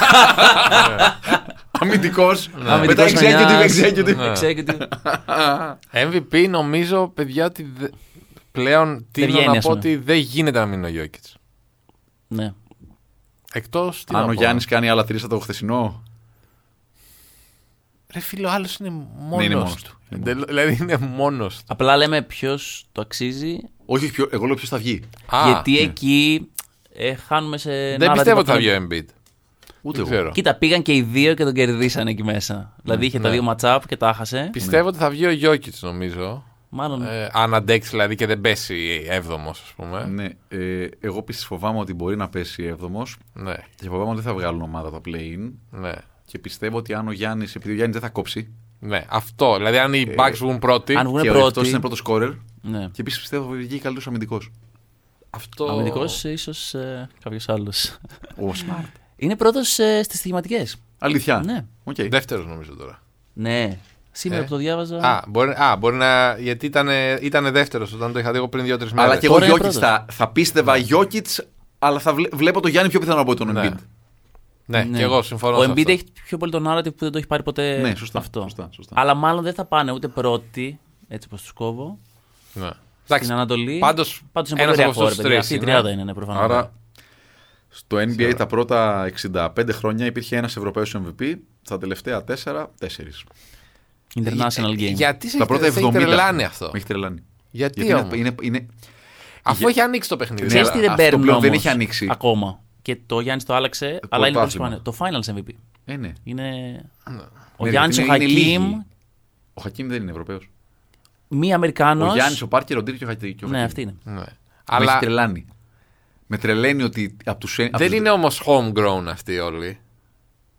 Speaker 5: Αμυντικό. Μετά
Speaker 3: Αμυντικός
Speaker 5: executive,
Speaker 3: χρονιάς,
Speaker 5: executive.
Speaker 3: executive.
Speaker 4: MVP νομίζω, παιδιά, ότι δε- πλέον τι
Speaker 3: βγαίνει,
Speaker 4: να
Speaker 3: ας
Speaker 4: πω
Speaker 3: πούμε.
Speaker 4: ότι δεν γίνεται να μείνει ο Γιώκητ.
Speaker 3: Ναι.
Speaker 4: Εκτός.
Speaker 5: Αν ο Γιάννης κάνει άλλα τρει από το χθεσινό.
Speaker 4: Ρε φίλο, άλλος είναι μόνο
Speaker 5: Ναι, είναι μόνος
Speaker 4: του.
Speaker 5: του.
Speaker 4: Εντελώς- Δηλαδή είναι μόνος του.
Speaker 3: Απλά λέμε ποιος το αξίζει.
Speaker 5: Όχι, όχι, ποιο- εγώ λέω ποιος θα βγει.
Speaker 4: Α, ναι.
Speaker 3: γιατί εκεί ε, χάνουμε σε.
Speaker 4: δεν
Speaker 3: narrative
Speaker 4: πιστεύω ότι θα
Speaker 3: αυτό.
Speaker 4: βγει ο Embiid.
Speaker 5: Ούτε
Speaker 4: Δεν
Speaker 5: εγώ.
Speaker 4: ξέρω.
Speaker 3: Κοίτα, πήγαν και οι δύο και τον κερδίσανε εκεί μέσα.
Speaker 4: Ναι,
Speaker 3: Δηλαδή είχε τα δύο ματσάπ και τα χάσε.
Speaker 4: Πιστεύω ότι θα βγει ο Γιώκητ, νομίζω.
Speaker 3: Μάλλον.
Speaker 4: Ε, αν αντέξει δηλαδή και δεν πέσει 7ο, ας πούμε.
Speaker 5: Ναι, ε, εγώ επίση φοβάμαι ότι μπορεί να πέσει 7ο
Speaker 4: Ναι,
Speaker 5: και φοβάμαι ότι δεν θα βγάλουν ομάδα τα play-in.
Speaker 4: ναι.
Speaker 5: Και πιστεύω ότι αν ο Γιάννης, επειδή ο Γιάννης δεν θα κόψει.
Speaker 4: Ναι, αυτό. Δηλαδή, αν
Speaker 5: Ε,
Speaker 4: οι Bucks βγουν πρώτοι.
Speaker 3: αν βγουν
Speaker 5: και
Speaker 3: πρώτοι.
Speaker 5: αυτό είναι πρώτος σκόρερ.
Speaker 3: Ναι.
Speaker 5: Και επίσης πιστεύω ότι βγει καλύτερος αμυντικός.
Speaker 4: Αυτό.
Speaker 3: Αμυντικός, ίσως ε, κάποιος άλλος.
Speaker 5: Ο Smart.
Speaker 3: [LAUGHS] είναι πρώτος ε, στις στοιχηματικέ.
Speaker 5: Αλήθεια.
Speaker 3: Ναι.
Speaker 5: Οκ.
Speaker 4: Δεύτερος, νομίζω τώρα.
Speaker 3: Ναι. Σήμερα
Speaker 4: Ε.
Speaker 3: που το διάβαζα.
Speaker 4: Α, μπορεί, α, μπορεί να. Γιατί ήταν ήτανε δεύτερος όταν το είχα δει εγώ πριν δύο-τρει μέρε.
Speaker 5: Αλλά και εγώ
Speaker 3: Τώρα είναι
Speaker 5: Γιώκητ
Speaker 3: πρώτος.
Speaker 5: θα, θα πίστευα Γιώκητ, αλλά θα βλέ- βλέπω το Γιάννη πιο πιθανό από τον
Speaker 4: Ναι.
Speaker 5: Embiid.
Speaker 4: Ναι,
Speaker 3: Ναι.
Speaker 4: και εγώ συμφωνώ. σε
Speaker 3: Ο Embiid
Speaker 4: αυτό.
Speaker 3: έχει πιο πολύ το narrative που δεν το έχει πάρει ποτέ
Speaker 5: Ναι, σωστά,
Speaker 3: αυτό.
Speaker 5: σωστά, σωστά.
Speaker 3: Αλλά μάλλον δεν θα πάνε ούτε πρώτοι, έτσι όπως τους κόβω,
Speaker 4: Ναι.
Speaker 3: στην
Speaker 4: Εντάξει,
Speaker 3: Ανατολή.
Speaker 4: πάντως,
Speaker 3: πάντως είναι
Speaker 4: ένας
Speaker 3: πολύ ωραία
Speaker 4: από αυτούς
Speaker 3: χώρα.
Speaker 4: τους
Speaker 3: παιδιά.
Speaker 4: τρεις
Speaker 3: Αυτή η 30
Speaker 4: είναι.
Speaker 3: είναι, ναι, προφανώς.
Speaker 5: Άρα στο NBA τα πρώτα 65 χρόνια υπήρχε ένας Ευρωπαίος MVP, στα τελευταία 4, 4.
Speaker 3: International game.
Speaker 4: Γιατί σε
Speaker 5: Τα πρώτα 70.
Speaker 4: έχει τρελάνει αυτό.
Speaker 5: Με έχει τρελάνει.
Speaker 4: Γιατί,
Speaker 5: Γιατί είναι,
Speaker 4: όμως?
Speaker 5: είναι, είναι-
Speaker 4: Αφού
Speaker 5: για-
Speaker 4: έχει ανοίξει το παιχνίδι.
Speaker 5: Ναι,
Speaker 3: Ξέρεις
Speaker 5: αλλά
Speaker 3: τι δεν
Speaker 5: αυτό
Speaker 3: παίρνουν
Speaker 5: πλέον δεν
Speaker 3: όμως
Speaker 5: έχει ανοίξει. Ε,
Speaker 3: Ακόμα. Και το Γιάννης το άλλαξε, αλλά είναι πολύ
Speaker 5: πρωτάθλημα.
Speaker 3: σπάνιο. Το Finals MVP.
Speaker 5: Ε, ναι.
Speaker 3: Είναι. Ο
Speaker 5: Ναι,
Speaker 3: Γιάννη, ο
Speaker 5: γιατί είναι- είναι
Speaker 3: Χακίμ,
Speaker 5: λίγοι. Ο Χακίμ δεν είναι Ευρωπαίος.
Speaker 3: μη Αμερικάνο.
Speaker 5: Ο Γιάννη, ο Πάρκερ, ο Ντύρ και ο Χακίμ.
Speaker 3: Ναι, αυτή είναι.
Speaker 4: Ναι.
Speaker 5: Αλλά... Με έχει
Speaker 4: Αλλά
Speaker 5: τρελάνει. Με Με τρελαίνει ότι από τους... απ'
Speaker 4: Δεν
Speaker 5: τους-
Speaker 4: είναι όμως homegrown αυτοί όλοι.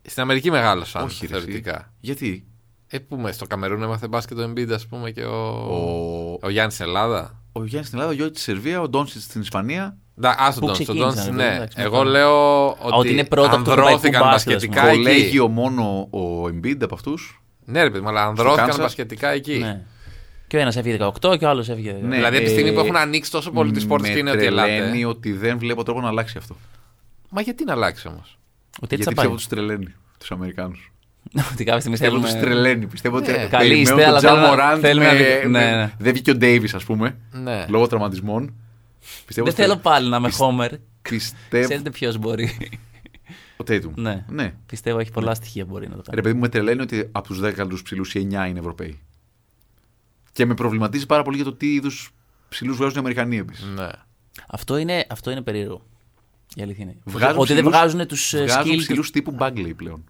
Speaker 4: Στην Αμερική μεγάλωσαν
Speaker 5: Όχι, ρε, εσύ.
Speaker 4: θεωρητικά.
Speaker 5: Γιατί.
Speaker 4: Ε, πούμε, στο Καμερούν έμαθε μπάσκετ ο Embiid, ας πούμε, και ο,
Speaker 5: Ο,
Speaker 4: ο Γιάννης στην Ελλάδα.
Speaker 5: ο Γιάννης στην Ελλάδα, ο Γιώργης στη Σερβίας, ο Ντόνσιτ στην Ισπανία.
Speaker 4: Να, ας τον
Speaker 3: Πού
Speaker 4: Doncic, τον
Speaker 3: ξεκίνησαν,
Speaker 4: Doncic,
Speaker 3: ρε,
Speaker 4: ναι.
Speaker 3: εντάξει,
Speaker 4: Εγώ
Speaker 3: μετά.
Speaker 4: λέω ότι,
Speaker 3: ότι είναι πρώτο από το
Speaker 4: ανδρώθηκαν
Speaker 3: ευρωπαϊκό μπάσκετ,
Speaker 4: μπασκετικά
Speaker 3: ας
Speaker 4: εκεί.
Speaker 5: Κολέγιο μόνο ο Embiid από αυτούς.
Speaker 4: Ναι, ρε παιδί μου, αλλά ανδρώθηκαν
Speaker 5: Κάνσας.
Speaker 4: μπασκετικά εκεί.
Speaker 3: Ναι. Και ο ένας έφυγε 18 και ο άλλος έφυγε. 18.
Speaker 5: Ναι.
Speaker 4: Δηλαδή, από τη στιγμή
Speaker 5: Ε,
Speaker 4: που έχουν ανοίξει τόσο πολύ τις πόρτες και είναι ότι
Speaker 5: τρελαίνει
Speaker 4: ελάτε.
Speaker 5: ότι δεν βλέπω τρόπο να αλλάξει αυτό.
Speaker 4: Μα γιατί να αλλάξει όμως.
Speaker 3: Ότι έτσι θα
Speaker 5: Γιατί
Speaker 3: πάει.
Speaker 5: πιστεύω τους τρελαίνει τους Αμερικάνους.
Speaker 3: [LAUGHS] Ότι κάποια στιγμή
Speaker 5: Πιστεύω του
Speaker 3: θέλουμε.
Speaker 5: τρελαίνει. Πιστεύω ότι.
Speaker 4: Ναι.
Speaker 3: Καλή
Speaker 5: περιμένουν
Speaker 3: είστε,
Speaker 5: τον
Speaker 3: αλλά
Speaker 5: Τζα
Speaker 3: τώρα
Speaker 5: Μοράντ
Speaker 3: θέλουμε να
Speaker 5: με-
Speaker 3: δει- ναι,
Speaker 5: με-
Speaker 3: ναι.
Speaker 5: Δεν βγήκε ο Ντέιβις, ας πούμε.
Speaker 4: Ναι.
Speaker 5: Λόγω τραυματισμών. Πιστεύω
Speaker 3: Δεν
Speaker 5: ότι-
Speaker 3: θέλω πάλι να είμαι Homer.
Speaker 5: Πιστεύω.
Speaker 3: Ξέρετε ποιος μπορεί. [LAUGHS]
Speaker 5: Ο Tatum.
Speaker 3: Ναι. Πιστεύω έχει πολλά στοιχεία μπορεί να το κάνει.
Speaker 5: Ρε παιδί μου, με τρελαίνει ότι από τους 10 καλού ψηλούς οι 9 είναι Ευρωπαίοι. Και με προβληματίζει πάρα πολύ για το τι είδους ψηλούς βγάζουν οι Αμερικανοί επίση.
Speaker 4: Ναι.
Speaker 3: Αυτό είναι, αυτό είναι περίεργο. Η αλήθεια είναι.
Speaker 5: Βγάζουν
Speaker 3: ότι δεν
Speaker 5: ψηλούς-
Speaker 3: βγάζουν τους
Speaker 5: Βγάζουν
Speaker 3: skills.
Speaker 5: ψηλούς τύπου Bagley πλέον.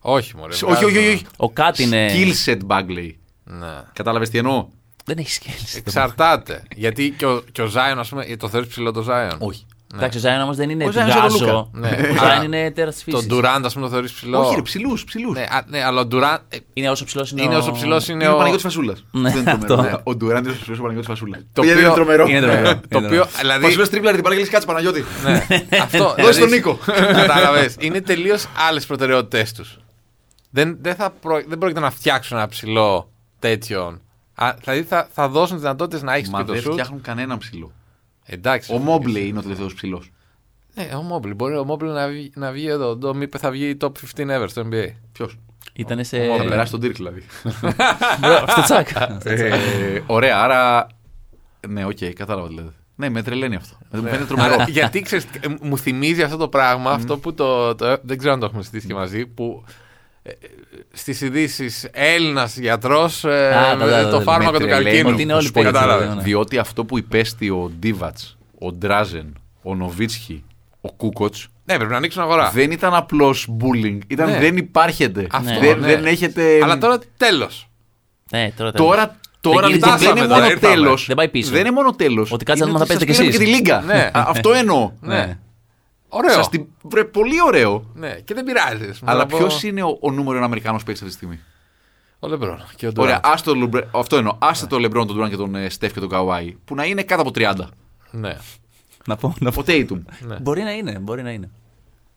Speaker 4: Όχι, μωρέ.
Speaker 5: Σ- Όχι, όχι,
Speaker 4: βγάζω.
Speaker 5: όχι.
Speaker 3: Ο Κάτ είναι.
Speaker 5: Skill set Bagley.
Speaker 4: Ναι.
Speaker 5: Κατάλαβες τι εννοώ.
Speaker 3: Δεν έχει skills.
Speaker 4: Εξαρτάται. Γιατί και ο, και ο Zion, ας πούμε, ε, το θεωρεί ψηλό το Zion.
Speaker 5: Όχι.
Speaker 3: Εντάξει, ο Ζάιν όμως δεν είναι.
Speaker 5: Ο
Speaker 3: Ο
Speaker 5: Zion
Speaker 3: Ζάιν
Speaker 5: είναι ο
Speaker 3: Γάζο.
Speaker 5: Λούκα.
Speaker 4: Ναι.
Speaker 3: Ο
Speaker 4: Αλλά
Speaker 3: Ζάιν είναι τέρας
Speaker 4: Τον Durant, ας πούμε, το θεωρείς ψηλό.
Speaker 5: Όχι, ρε, ψηλούς, ψηλούς.
Speaker 4: ναι, α, ναι, αλλά ο Durant ε,
Speaker 3: Είναι όσο ψηλός είναι.
Speaker 4: είναι
Speaker 3: ο-
Speaker 4: όσο ψηλός
Speaker 5: Είναι
Speaker 4: είναι
Speaker 5: ο
Speaker 4: ο.
Speaker 5: Παναγιώτης Φασούλας.
Speaker 3: Ναι,
Speaker 5: Δεν είναι τρομερό.
Speaker 3: αυτό.
Speaker 5: Ναι, Ο Ντουράντ είναι ο ψηλό Παναγιώτης Φασούλας.
Speaker 4: Το
Speaker 5: Παιδιά,
Speaker 4: οποίο-
Speaker 5: είναι τρομερό.
Speaker 3: Είναι τρομερό.
Speaker 4: [LAUGHS] Το οποίο, δηλαδή,
Speaker 5: Βασίλο τρίπλα την παραγγελία κάτσε Παναγιώτη.
Speaker 4: Ναι. Αυτό.
Speaker 5: Δώσε τον
Speaker 4: δηλαδή,
Speaker 5: Νίκο.
Speaker 4: Κατάλαβες. Είναι τελείως άλλες προτεραιότητέ τους. Δεν, δεν, θα προ- δεν πρόκειται να φτιάξουν ένα ψηλό τέτοιον. Α, δηλαδή θα, θα δώσουν δυνατότητες να έχεις
Speaker 5: Μα
Speaker 4: και το
Speaker 5: δεν
Speaker 4: σουτ.
Speaker 5: φτιάχνουν κανέναν ψηλό.
Speaker 4: Εντάξει.
Speaker 5: Ο Μόμπλε είναι ο τελευταίος ψηλός.
Speaker 4: Ναι, ο Μόμπλε. Μπορεί ο Μόμπλε να, βγει- να βγει εδώ. Το είπε θα βγει top 15 ever στο NBA.
Speaker 5: Ποιος.
Speaker 3: Ήταν σε.
Speaker 5: Θα περάσει τον Τύρκ δηλαδή.
Speaker 3: Μπρο, [LAUGHS] Στο τσακ.
Speaker 5: Ε, Ωραία, άρα. Ναι, οκ, κατάλαβα τι λέτε. ε, Ναι, με τρελαίνει αυτό. Μου φαίνεται τρομερό.
Speaker 4: Άρα, γιατί ξέρεις, ε, μου θυμίζει αυτό το πράγμα, αυτό που το, το- Δεν ξέρω αν το έχουμε συζητήσει και μαζί, που ε, στις ειδήσεις Έλληνας γιατρός
Speaker 3: τα λέω, τα
Speaker 4: ε, το
Speaker 3: λέω.
Speaker 4: φάρμακο
Speaker 5: Με
Speaker 4: του
Speaker 5: τρελαίνει.
Speaker 4: καρκίνου.
Speaker 3: Ότι είναι όλοι
Speaker 4: Σου πω,
Speaker 3: περίεργοι,
Speaker 4: κατάλαβες.
Speaker 3: ναι, ναι.
Speaker 5: Διότι αυτό που υπέστη ο Ντίβατ, ο Ντράζεν, ο Νοβίτσκι, ο Κούκοτ,
Speaker 4: Ναι, πρέπει να ανοίξουν αγορά.
Speaker 5: δεν ήταν απλώς bullying. Ήταν
Speaker 4: Ναι.
Speaker 5: δεν υπάρχετε.
Speaker 4: Αυτό,
Speaker 5: δεν,
Speaker 4: ναι.
Speaker 5: δεν έχετε.
Speaker 4: Αλλά τώρα τέλος.
Speaker 3: Ναι, τώρα.
Speaker 5: Τώρα, τώρα
Speaker 3: Δεν
Speaker 5: λοιπόν, δεν
Speaker 4: κοιτάσαμε
Speaker 5: είναι
Speaker 4: τώρα,
Speaker 5: μόνο
Speaker 4: ήρθαμε.
Speaker 5: τέλος.
Speaker 3: Δεν πάει πίσω.
Speaker 5: Δεν είναι μόνο τέλος.
Speaker 3: Ότι κάτσε να δούμε αν θα παίζετε κι
Speaker 5: και τη
Speaker 3: εσείς.
Speaker 5: λίγκα.
Speaker 4: Ναι.
Speaker 5: Α, [LAUGHS] Αυτό εννοώ.
Speaker 4: Ναι. Ωραίο.
Speaker 5: Σας την- βρε, πολύ ωραίο.
Speaker 4: Ναι, και δεν πειράζει.
Speaker 5: Αλλά ποιος είναι ο, ο νούμερο ένα Αμερικανό παίκτης αυτή τη στιγμή.
Speaker 4: Ο Λεμπρόν. Και ο
Speaker 5: Ωραία,
Speaker 4: Ντουραντ.
Speaker 5: άστε το Λουμπρε- αυτό εννοώ. Άστε το Λεμπρόν, τον Τουράν και τον ε, Στεφ και τον Καουάι. Που να είναι κάτω από 30.
Speaker 4: Ναι.
Speaker 3: Να πω. να πω.
Speaker 5: Ο Τέιτουμ.
Speaker 3: Μπορεί να είναι. Μπορεί να είναι.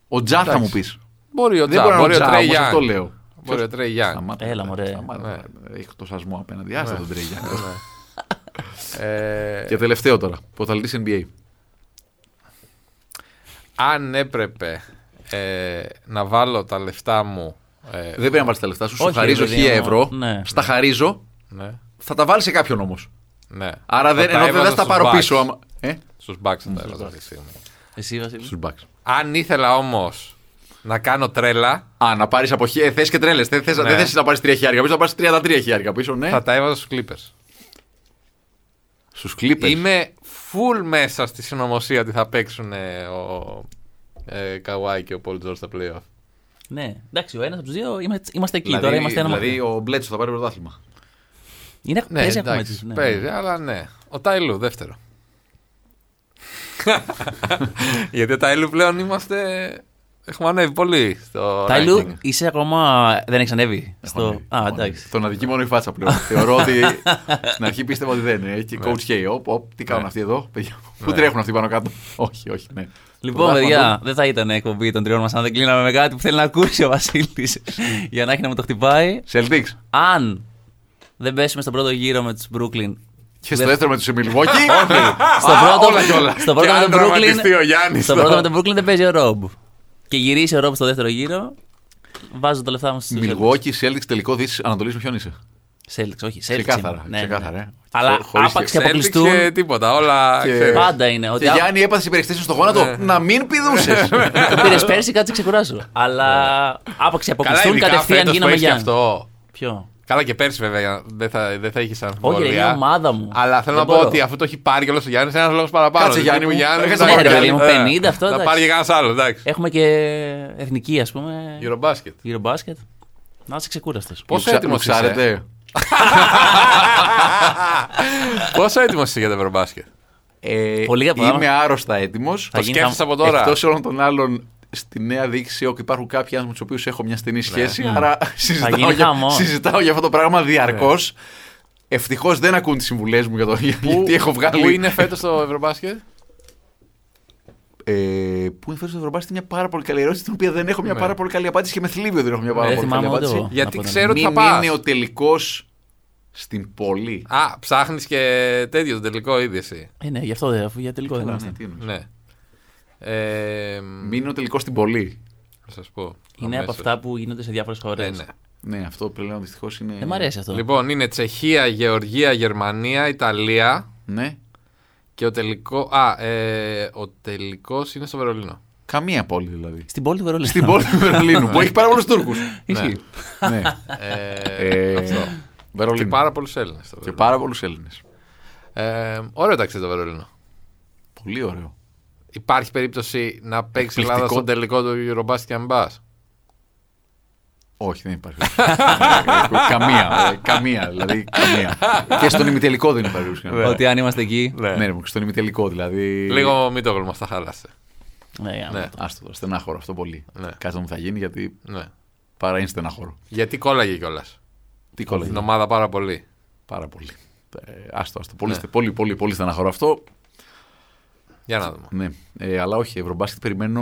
Speaker 5: Ο Τζα θα μου πεις.
Speaker 4: Μπορεί ο
Speaker 5: Δεν
Speaker 4: Τζα,
Speaker 5: μπορεί να είναι ο Τζα,
Speaker 4: μπορεί ο Τρέι
Speaker 5: όμως, αυτό
Speaker 4: Γιάνγκ.
Speaker 5: λέω.
Speaker 4: Μπορεί ο Τρέι Γιάνγκ.
Speaker 5: Σταμάτα,
Speaker 3: Έλα,
Speaker 5: ρε,
Speaker 3: μωρέ.
Speaker 5: σταμάτα. Έχω το σασμό απέναντι. Άστα τον Τρέι Γιάνγκ. [LAUGHS] Ε,
Speaker 4: Ε,
Speaker 5: Και τελευταίο τώρα. Πρωταθλητής NBA.
Speaker 4: Αν έπρεπε ε, να βάλω τα λεφτά μου. ε,
Speaker 5: Δεν πρέπει να πάρει τα λεφτά σου. Σου
Speaker 3: Όχι,
Speaker 5: χαρίζω
Speaker 3: ρε,
Speaker 5: 1000
Speaker 3: παιδί μου.
Speaker 5: ευρώ.
Speaker 3: Ναι.
Speaker 5: Στα χαρίζω.
Speaker 4: ναι,
Speaker 5: Θα τα βάλεις σε κάποιον όμως.
Speaker 4: ναι.
Speaker 5: Άρα
Speaker 4: Θα
Speaker 5: δεν,
Speaker 4: τα
Speaker 5: ενώ δεν
Speaker 4: έβαζα
Speaker 5: θα τα
Speaker 4: στους
Speaker 5: πάρω
Speaker 4: Bucks.
Speaker 5: πίσω. Άμα... Ε?
Speaker 4: Στους Bucks θα τα έβαζα αυτή τη στιγμή.
Speaker 3: Εσύ, Βασίλη.
Speaker 5: Στους μπακ.
Speaker 4: Αν ήθελα όμως να κάνω τρέλα,
Speaker 5: Α, να πάρεις από χέρι. Θες και τρέλες. Δεν θες
Speaker 4: Ναι.
Speaker 5: να πάρεις 3 χιλιάρικα πίσω, θα πάρει 33 χιλιάρικα πίσω. Ναι.
Speaker 4: θα τα έβαζα στους Clippers.
Speaker 5: Στους κλείπε.
Speaker 4: Είμαι full μέσα στη συνωμοσία ότι θα παίξουν ε, ο ε, Καουάι και ο Πολ Τζορ στα playoff.
Speaker 3: Ναι, εντάξει, ο ένας από τους δύο είμαστε, είμαστε εκεί.
Speaker 5: Δηλαδή,
Speaker 3: τώρα είμαστε ένα
Speaker 5: δηλαδή ο Μπλέτσο θα πάρει πρωτάθλημα.
Speaker 3: Είναι
Speaker 4: Ναι,
Speaker 3: παίζει ακόμα
Speaker 4: εντάξει,
Speaker 3: έτσι. ναι.
Speaker 4: παίζει, αλλά ναι. Ο Τάιλου, δεύτερο. Γιατί ο Τάιλου πλέον είμαστε. Έχουμε ανέβει πολύ στο.
Speaker 3: Τάιλου,
Speaker 4: ranking.
Speaker 3: είσαι ακόμα. Δεν έχεις ανέβει. Στο...
Speaker 5: ανέβει.
Speaker 3: Α, εντάξει.
Speaker 5: Τον αδική μόνο η
Speaker 3: [LAUGHS]
Speaker 5: φάτσα πλέον. Θεωρώ ότι στην αρχή πίστευα ότι δεν είναι. Και
Speaker 4: Ναι.
Speaker 5: coach K, οπ, οπ, τι κάνουν αυτοί εδώ. παιδιά. Πού τρέχουν αυτοί πάνω κάτω. όχι, όχι, ναι.
Speaker 3: Λοιπόν,
Speaker 5: Πρωτάθλημα
Speaker 3: παιδιά, δεν θα ήταν εκπομπή των τριών μας αν δεν κλείναμε με κάτι που θέλει να ακούσει ο Βασίλης για να έχει να μου το χτυπάει.
Speaker 5: του Celtics.
Speaker 3: Αν δεν πέσουμε στον πρώτο γύρο με τους Brooklyn.
Speaker 5: Και στο δεύτερο με τους Milwaukee. [LAUGHS]
Speaker 3: Στο ναι. πρώτο,
Speaker 4: όλα και
Speaker 3: [LAUGHS]
Speaker 4: όλα.
Speaker 3: Στο
Speaker 4: Και
Speaker 3: πρώτο
Speaker 4: αν
Speaker 3: με τον
Speaker 4: τραυματιστεί ο
Speaker 3: Brooklyn.
Speaker 4: Γιάννης,
Speaker 3: Στο
Speaker 4: θα-
Speaker 3: πρώτο με τον Brooklyn δεν παίζει ο Ρομπ. Και γυρίσει ο Ρομπ στο δεύτερο γύρο. Βάζω τα λεφτά μου στους
Speaker 5: Milwaukee, Celtics, τελικό Δύση Ανατολής με ποιον είσαι.
Speaker 3: Celtics, όχι. Celtics
Speaker 5: Ξεκάθαρα,
Speaker 3: είμαι. Ναι,
Speaker 5: ξεκάθαρα,
Speaker 3: ναι.
Speaker 5: ε.
Speaker 3: Αλλά
Speaker 5: Χω- χωρίς
Speaker 3: άπαξ και
Speaker 4: Celtics
Speaker 3: αποκλειστούν. ε,
Speaker 4: και τίποτα. Όλα.
Speaker 5: Και-
Speaker 4: ξέρεις.
Speaker 3: Πάντα είναι. Ότι
Speaker 5: Και Γιάννη έπαθες υπερηχθήσει στο γόνατο. Να μην πηδούσες.
Speaker 3: το [LAUGHS] πήρες πέρσι, κάτσε ξεκουράσου. Αλλά άπαξ και
Speaker 4: Καλά,
Speaker 3: αποκλειστούν
Speaker 4: ειδικά
Speaker 3: κατευθείαν
Speaker 4: φέτος που
Speaker 3: γίναμε
Speaker 4: έχει
Speaker 3: Γιάννη.
Speaker 4: αυτό.
Speaker 3: Ποιο.
Speaker 4: Καλά και πέρσι βέβαια δεν θα, δεν θα είχε αμφιβολία.
Speaker 3: Όχι, ρε, είναι η ομάδα μου.
Speaker 4: Αλλά θέλω
Speaker 3: Δεν
Speaker 4: να πω
Speaker 3: μπορώ.
Speaker 4: ότι αφού το έχει πάρει κιόλας ο Γιάννης, ένας λόγος παραπάνω. Δηλαδή,
Speaker 5: Κάτσε,
Speaker 4: Δεν
Speaker 5: Γιάννη μου.
Speaker 4: είναι ο Γιάννης,
Speaker 5: Έχασε
Speaker 4: θα
Speaker 5: πάρει,
Speaker 4: πάρει
Speaker 5: παιδί
Speaker 4: κανένα-
Speaker 3: μου,
Speaker 4: ε,
Speaker 3: 50 αυτό,
Speaker 4: Θα
Speaker 3: εντάξει.
Speaker 4: πάρει και κανένας άλλος, εντάξει.
Speaker 3: Έχουμε και εθνική, ας πούμε.
Speaker 4: Eurobasket.
Speaker 3: Eurobasket. Να είσαι ξεκούραστος.
Speaker 4: Πόσο έτοιμο είσαι.
Speaker 5: Ξέρετε.
Speaker 4: Πόσο έτοιμος είσαι για το Eurobasket.
Speaker 5: Ε,
Speaker 3: Πολύ για
Speaker 5: είμαι
Speaker 3: προγράμματα.
Speaker 5: άρρωστα έτοιμος.
Speaker 3: Θα γίνει
Speaker 6: Σκέφτεσαι
Speaker 3: χαμ-
Speaker 6: από τώρα.
Speaker 5: Εκτός όλων των άλλων, στη νέα διοίκηση όπου υπάρχουν κάποιοι άνθρωποι με τους οποίους έχω μια στενή σχέση. Άρα συζητάω
Speaker 3: Ναι. γίνει Ναι.
Speaker 5: για,
Speaker 3: χαμός.
Speaker 5: συζητάω για αυτό το πράγμα διαρκώς. Ευτυχώς δεν ακούν τις συμβουλές μου για το γιατί έχω βγάλει.
Speaker 6: Πού είναι φέτος το Ευρωμπάσκετ.
Speaker 5: Ε, πού είναι φέτος το Ευρωμπάσκετ, είναι μια πάρα πολύ καλή ερώτηση, την οποία δεν έχω μια πάρα πολύ καλή απάντηση και με θλίβει ότι δεν έχω μια πάρα
Speaker 3: Δεν
Speaker 5: πολύ
Speaker 3: Ναι. Ε, θυμάμαι
Speaker 5: καλή
Speaker 3: ούτε
Speaker 5: απάντηση.
Speaker 3: εγώ.
Speaker 6: Γιατί
Speaker 3: να πω την
Speaker 6: ξέρω-
Speaker 5: Μην
Speaker 6: θα πας.
Speaker 5: είναι ο τελικός στην πόλη.
Speaker 6: Α, ψάχνεις και τέτοιο το τελικό ήδη εσύ.
Speaker 3: αλήθεια. Ε, ναι, γι' αυτό δεν, αφού για τελικό δεν
Speaker 5: Καλά,
Speaker 3: είμαστε.
Speaker 5: ναι, τι εννοείς.
Speaker 6: Ναι. Ε,
Speaker 5: Μην είναι ο τελικό στην πόλη.
Speaker 6: Θα σας πω.
Speaker 3: Είναι από
Speaker 6: αμέσως.
Speaker 3: αυτά που γίνονται σε διάφορες χώρες.
Speaker 6: Ε, ναι.
Speaker 5: Ναι, αυτό πλέον δυστυχώς είναι.
Speaker 3: Δεν μ' αρέσει αυτό.
Speaker 6: Λοιπόν, είναι Τσεχία, Γεωργία, Γερμανία, Ιταλία
Speaker 5: Ναι.
Speaker 6: και ο τελικό. Α, ε, ο τελικός είναι στο Βερολίνο.
Speaker 5: Καμία πόλη δηλαδή.
Speaker 3: Στην πόλη του Βερολίνου. [LAUGHS]
Speaker 5: Στην πόλη του Βερολίνου που έχει πάρα πολλούς Τούρκους.
Speaker 3: Ισχύει.
Speaker 5: ναι.
Speaker 6: Ε,
Speaker 5: Ε,
Speaker 6: αυτό. Και
Speaker 5: Βερολίνο.
Speaker 6: πάρα πολλούς Έλληνες.
Speaker 5: Και πάρα πολλούς Έλληνες.
Speaker 6: Ε, ωραίο ταξίδι το Βερολίνο.
Speaker 5: Πολύ ωραίο.
Speaker 6: Υπάρχει περίπτωση να παίξει η Ελλάδα
Speaker 5: Εκπληκτικό.
Speaker 6: στον τελικό του Eurobasket και αν πας.
Speaker 5: Όχι, δεν υπάρχει. καμία. ε, καμία. Δηλαδή, καμία. και στον ημιτελικό δεν υπάρχει. ουσία.
Speaker 3: Ότι αν είμαστε εκεί.
Speaker 5: Ναι, ρε, μου, και στον ημιτελικό δηλαδή.
Speaker 6: Λίγο μήτωγλωμα, θα χαλάστε.
Speaker 3: Ναι, για να
Speaker 6: Ναι.
Speaker 3: το-
Speaker 5: Άστο, το, στενάχωρο αυτό πολύ.
Speaker 6: Ναι.
Speaker 5: Κάτι μου θα γίνει γιατί
Speaker 6: Ναι.
Speaker 5: παρά είναι στενάχωρο.
Speaker 6: Γιατί κόλλαγε κιόλας.
Speaker 5: Τι κόλλαγε.
Speaker 6: Την ομάδα πάρα πολύ.
Speaker 5: Πάρα πολύ. Ε, άστο, άστο.
Speaker 6: Ναι.
Speaker 5: Πολύ, στε- πολύ, πολύ, πολύ στενάχωρο αυτό.
Speaker 6: Για να
Speaker 5: [LAUGHS]
Speaker 6: δούμε.
Speaker 5: Ναι. Ε, αλλά όχι, Ευρωμπάσκετ περιμένω.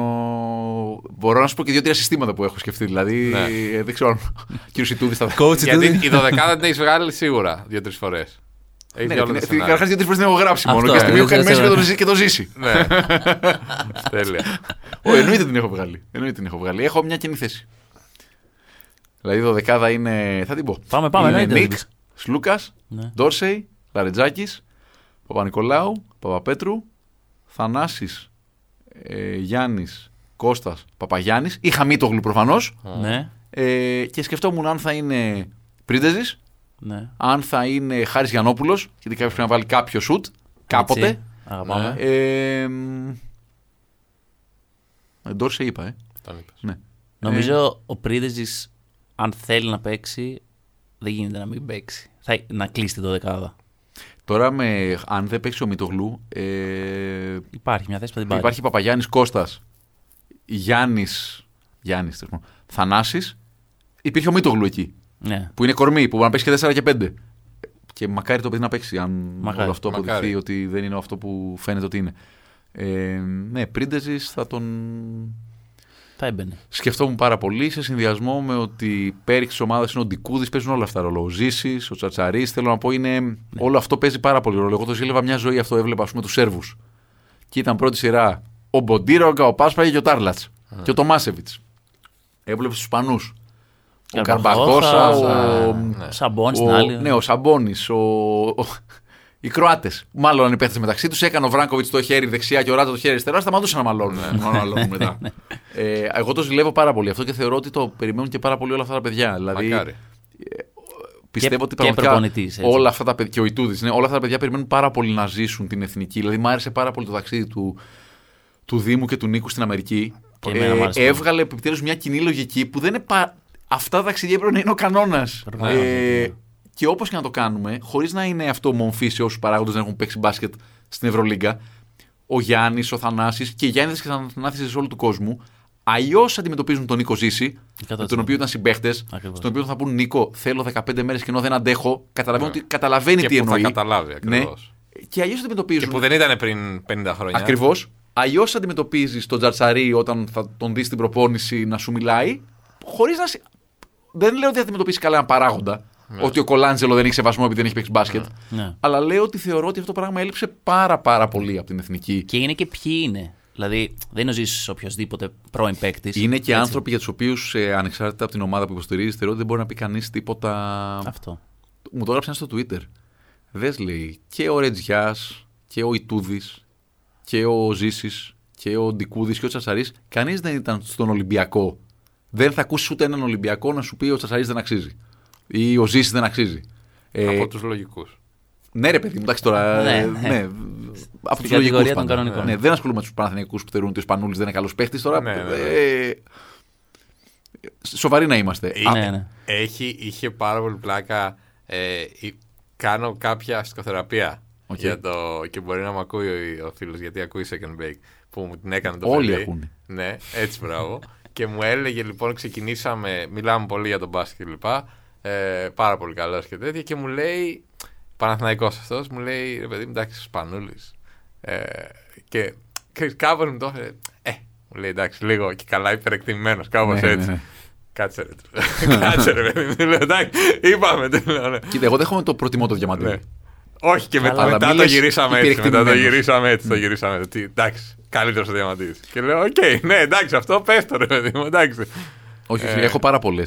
Speaker 5: Μπορώ να σου πω και δύο-τρία συστήματα που έχω σκεφτεί. Δηλαδή,
Speaker 6: Ναι.
Speaker 5: ε, δεν ξέρω αν. Κύριος Σιτούδη θα.
Speaker 6: Γιατί η δωδεκάδα την έχεις βγάλει σίγουρα δύο-τρει φορές. Έχει
Speaker 5: Ναι,
Speaker 6: βγάλει όλα τα σενάρια.
Speaker 5: Καταρχάς, δύο-τρει φορές την έχω γράψει
Speaker 3: Αυτό,
Speaker 5: μόνο. Και στην
Speaker 3: ε,
Speaker 5: έχω κάνει
Speaker 3: δεν
Speaker 5: μέσα
Speaker 3: ξέρω.
Speaker 5: και τον ζήσει- και τον ζήσει.
Speaker 6: Ναι. Τέλεια.
Speaker 5: [LAUGHS] Ω, εννοείται την έχω βγάλει. Εννοείται την έχω βγάλει. Έχω μια κοινή θέση. Δηλαδή, η δωδεκάδα είναι. Θα την πω.
Speaker 3: Πάμε, πάμε,
Speaker 5: Είναι
Speaker 3: εννοείται, δεν
Speaker 5: Νίκ,
Speaker 3: πεις.
Speaker 5: Σλούκας,
Speaker 3: Ναι.
Speaker 5: Ντόρσεϊ, Λαρετζάκης, Παπα-Νικολάου, Παπαπέτρου, Θανάσης, ε, Γιάννης, Κώστας, Παπαγιάννης ή Χαμίτογλου προφανώς.
Speaker 3: Ναι,
Speaker 5: Ε, και σκεφτόμουν αν θα είναι Πρίντεζη,
Speaker 3: ναι.
Speaker 5: αν θα είναι Χάρης Γιανόπουλο, γιατί κάποιος πρέπει να βάλει κάποιο σουτ κάποτε.
Speaker 3: Έτσι, Αγαπάμε.
Speaker 5: Ε, μ, Ντόρσεϊ είπα, ε.
Speaker 6: Τον είπες.
Speaker 5: Ναι.
Speaker 3: Νομίζω ο Πρίντεζη, αν θέλει να παίξει, δεν γίνεται να μην παίξει. Θα, να κλείσει την δωδεκάδα.
Speaker 5: Τώρα, με, αν δεν παίξει ο Μητογλου, ε,
Speaker 3: Υπάρχει μια θέση που δεν πάρει.
Speaker 5: υπάρχει Παπαγιάννης Κώστας, Γιάννης. Γιάννης, τέλος πάντων. Θανάσης. Υπήρχε ο Μητογλου εκεί,
Speaker 3: Ναι.
Speaker 5: που είναι κορμί, που μπορεί να παίξει και 4 και 5. Και μακάρι το παιδί να παίξει, αν
Speaker 3: Μακάρι,
Speaker 5: όλο αυτό
Speaker 6: μακάρι.
Speaker 5: αποδειχθεί ότι δεν είναι αυτό που φαίνεται ότι είναι. Ε, ναι, Πρίντεζης θα τον
Speaker 3: Θα έμπαινε.
Speaker 5: Σκεφτόμουν πάρα πολύ σε συνδυασμό με ότι πέριξ τη ομάδα είναι ο Ντικούδης, παίζουν όλα αυτά ρόλο. Ο Ζήσης, ο Τσατσαρής, θέλω να πω είναι.
Speaker 3: Ναι.
Speaker 5: Όλο αυτό παίζει πάρα πολύ ρόλο. Εγώ το ζήλευα μια ζωή αυτό, έβλεπα ας πούμε τους Σέρβους. Και ήταν πρώτη σειρά ο Μποντίρογκα, ο Πάσπαγε και ο Τάρλατ. Και ο Τομάσεβιτ. Έβλεπες τους Ισπανού. Ο Καρμπακόσα, ο.
Speaker 3: Σαμπόν στην
Speaker 5: ο-
Speaker 3: άλλη.
Speaker 5: Ναι, ο Σαμπόνης, ο. ο- Οι Κροάτες, μάλλον αν υπέθεσε μεταξύ τους, έκανε ο Βράγκοβιτ το χέρι δεξιά και ο Ράτσα το χέρι αριστερά, σταματούσαν να μαλώνουν. να μαλώνουν [LAUGHS] μετά. ε, εγώ το ζηλεύω πάρα πολύ αυτό και θεωρώ ότι το περιμένουν και πάρα πολύ όλα αυτά τα παιδιά. Δηλαδή,
Speaker 6: Μακάρι.
Speaker 5: πιστεύω
Speaker 3: Και-
Speaker 5: ότι
Speaker 3: και προπονητής, έτσι.
Speaker 5: πραγματικά όλα αυτά τα παιδιά, και ο Ιτούδης, ναι, όλα αυτά τα παιδιά περιμένουν πάρα πολύ να ζήσουν την εθνική. Δηλαδή, μου άρεσε πάρα πολύ το ταξίδι του, του Δήμου και του Νίκου στην Αμερική. Ε,
Speaker 3: Και εμένα μου άρεσε πολύ.
Speaker 5: έβγαλε επιτέλους μια κοινή λογική που δεν είναι. πα- Αυτά τα ταξίδια έπρεπε να είναι ο κανόνας.
Speaker 3: Προφανώς, ναι.
Speaker 5: Ε, και όπως και να το κάνουμε, χωρίς να είναι αυτό μομφή σε όσους παράγοντες δεν έχουν παίξει μπάσκετ στην Ευρωλίγκα, ο Γιάννης, ο Θανάσης και οι Γιάννης και Θανάσει όλου του κόσμου, αλλιώς αντιμετωπίζουν τον Νίκο Ζήση, με
Speaker 3: 100%.
Speaker 5: τον οποίο ήταν συμπαίχτες,
Speaker 3: Ακριβώς.
Speaker 5: στον οποίο θα πούν Νίκο, θέλω 15 μέρες και ενώ δεν αντέχω. Καταλαβαίνω ότι καταλαβαίνει
Speaker 6: Ναι. Και
Speaker 5: τι
Speaker 6: που θα
Speaker 5: εννοεί.
Speaker 6: καταλάβει
Speaker 5: ναι.
Speaker 6: ακριβώς.
Speaker 5: Και αλλιώς
Speaker 6: Και
Speaker 5: αντιμετωπίζουν.
Speaker 6: που δεν ναι. ήταν πριν 50 χρόνια.
Speaker 5: Ακριβώς. Αλλιώς αντιμετωπίζεις τον Τζαρτσαρή όταν θα τον δεις στην προπόνηση να σου μιλάει, χωρίς να. σε- Δεν λέω ότι αντιμετωπίσει καλά έναν παράγοντα.
Speaker 6: Ναι.
Speaker 5: Ότι ο Κολάντζελο δεν έχει σεβασμό επειδή δεν έχει παίξει μπάσκετ.
Speaker 3: Ναι.
Speaker 5: Αλλά λέω ότι θεωρώ ότι αυτό το πράγμα έλειψε πάρα πάρα πολύ από την εθνική.
Speaker 3: Και είναι και ποιοι είναι. Δηλαδή, δεν είναι ο Ζήσης οποιοδήποτε πρώην παίκτης.
Speaker 5: Είναι και άνθρωποι για τους οποίους ανεξάρτητα από την ομάδα που υποστηρίζει, θεωρώ ότι δεν μπορεί να πει κανείς τίποτα.
Speaker 3: Αυτό.
Speaker 5: Μου το έγραψαν στο Twitter. Δες λέει και ο Ρετζιάς και ο Ιτούδης και ο Ζήσης και ο Ντικούδης και ο Τσασαρή. Κανείς δεν ήταν στον Ολυμπιακό. Δεν θα ακούσει ούτε έναν Ολυμπιακό να σου πει ο Τσασαρή δεν αξίζει. Ή ο Ζήσης δεν αξίζει. Ε,
Speaker 6: Από τους λογικούς.
Speaker 5: Ναι, ρε παιδί μου, εντάξει τώρα.
Speaker 3: Ναι,
Speaker 5: ε,
Speaker 3: ναι.
Speaker 5: ναι. Από του
Speaker 3: κατηγορία
Speaker 5: λογικού.
Speaker 3: των κανονικών.
Speaker 5: Ναι, δεν ασχολούμαι με τους Παναθηναϊκούς που θεωρούν ότι ο Ισπανούλη δεν είναι καλός παίχτης τώρα.
Speaker 6: Ναι, ναι, ναι.
Speaker 5: Ε, σοβαροί να είμαστε.
Speaker 6: Ε,
Speaker 3: Ναι, ναι.
Speaker 6: Έχει, είχε πάρα πολύ πλάκα. Ε, η- κάνω κάποια ψυχοθεραπεία
Speaker 5: Οκ.
Speaker 4: Για το... Και μπορεί να με ακούει ο, ο φίλος γιατί ακούει second bake που μου την έκανε το
Speaker 5: Όλοι
Speaker 4: παιδί.
Speaker 5: ακούνε.
Speaker 4: Ναι, έτσι
Speaker 5: [LAUGHS]
Speaker 4: μπράβο. και μου έλεγε λοιπόν, ξεκινήσαμε, μιλάμε πολύ για τον μπάσκετ και λοιπά. Ε, πάρα πολύ καλός και τέτοια. Και μου λέει, Παναθηναϊκός αυτός, μου λέει ρε παιδί μου, εντάξει, σπανούλη. Ε, και ξέρεις, κάπως μου το έφερε. Ε, μου λέει εντάξει, λίγο και καλά υπερεκτιμημένος, κάπως
Speaker 5: Ναι, ναι,
Speaker 4: έτσι.
Speaker 5: ναι.
Speaker 4: Κάτσε ρε. του λέω. [LAUGHS] Κάτσε ρε, παιδί μου. Του λέω, Εντάξει, είπαμε. του λέω, ναι.
Speaker 5: Κοίτα, εγώ δέχομαι το προτιμώ το
Speaker 4: Ναι.
Speaker 5: διαμαντήρι.
Speaker 4: Όχι και μετά,
Speaker 5: Αλλά
Speaker 4: μετά
Speaker 5: μη
Speaker 4: το
Speaker 5: λες
Speaker 4: γυρίσαμε έτσι. Μετά το
Speaker 5: υπερεκτιμημένος.
Speaker 4: γυρίσαμε έτσι. Το γυρίσαμε έτσι. Τι, Εντάξει, καλύτερος ο διαμαντής. Και λέω, Οκ, ναι, εντάξει, αυτό πες το ρε παιδί μου. Εντάξει.
Speaker 5: Όχι,
Speaker 3: Ε,
Speaker 5: όχι, έχω πάρα πολλές.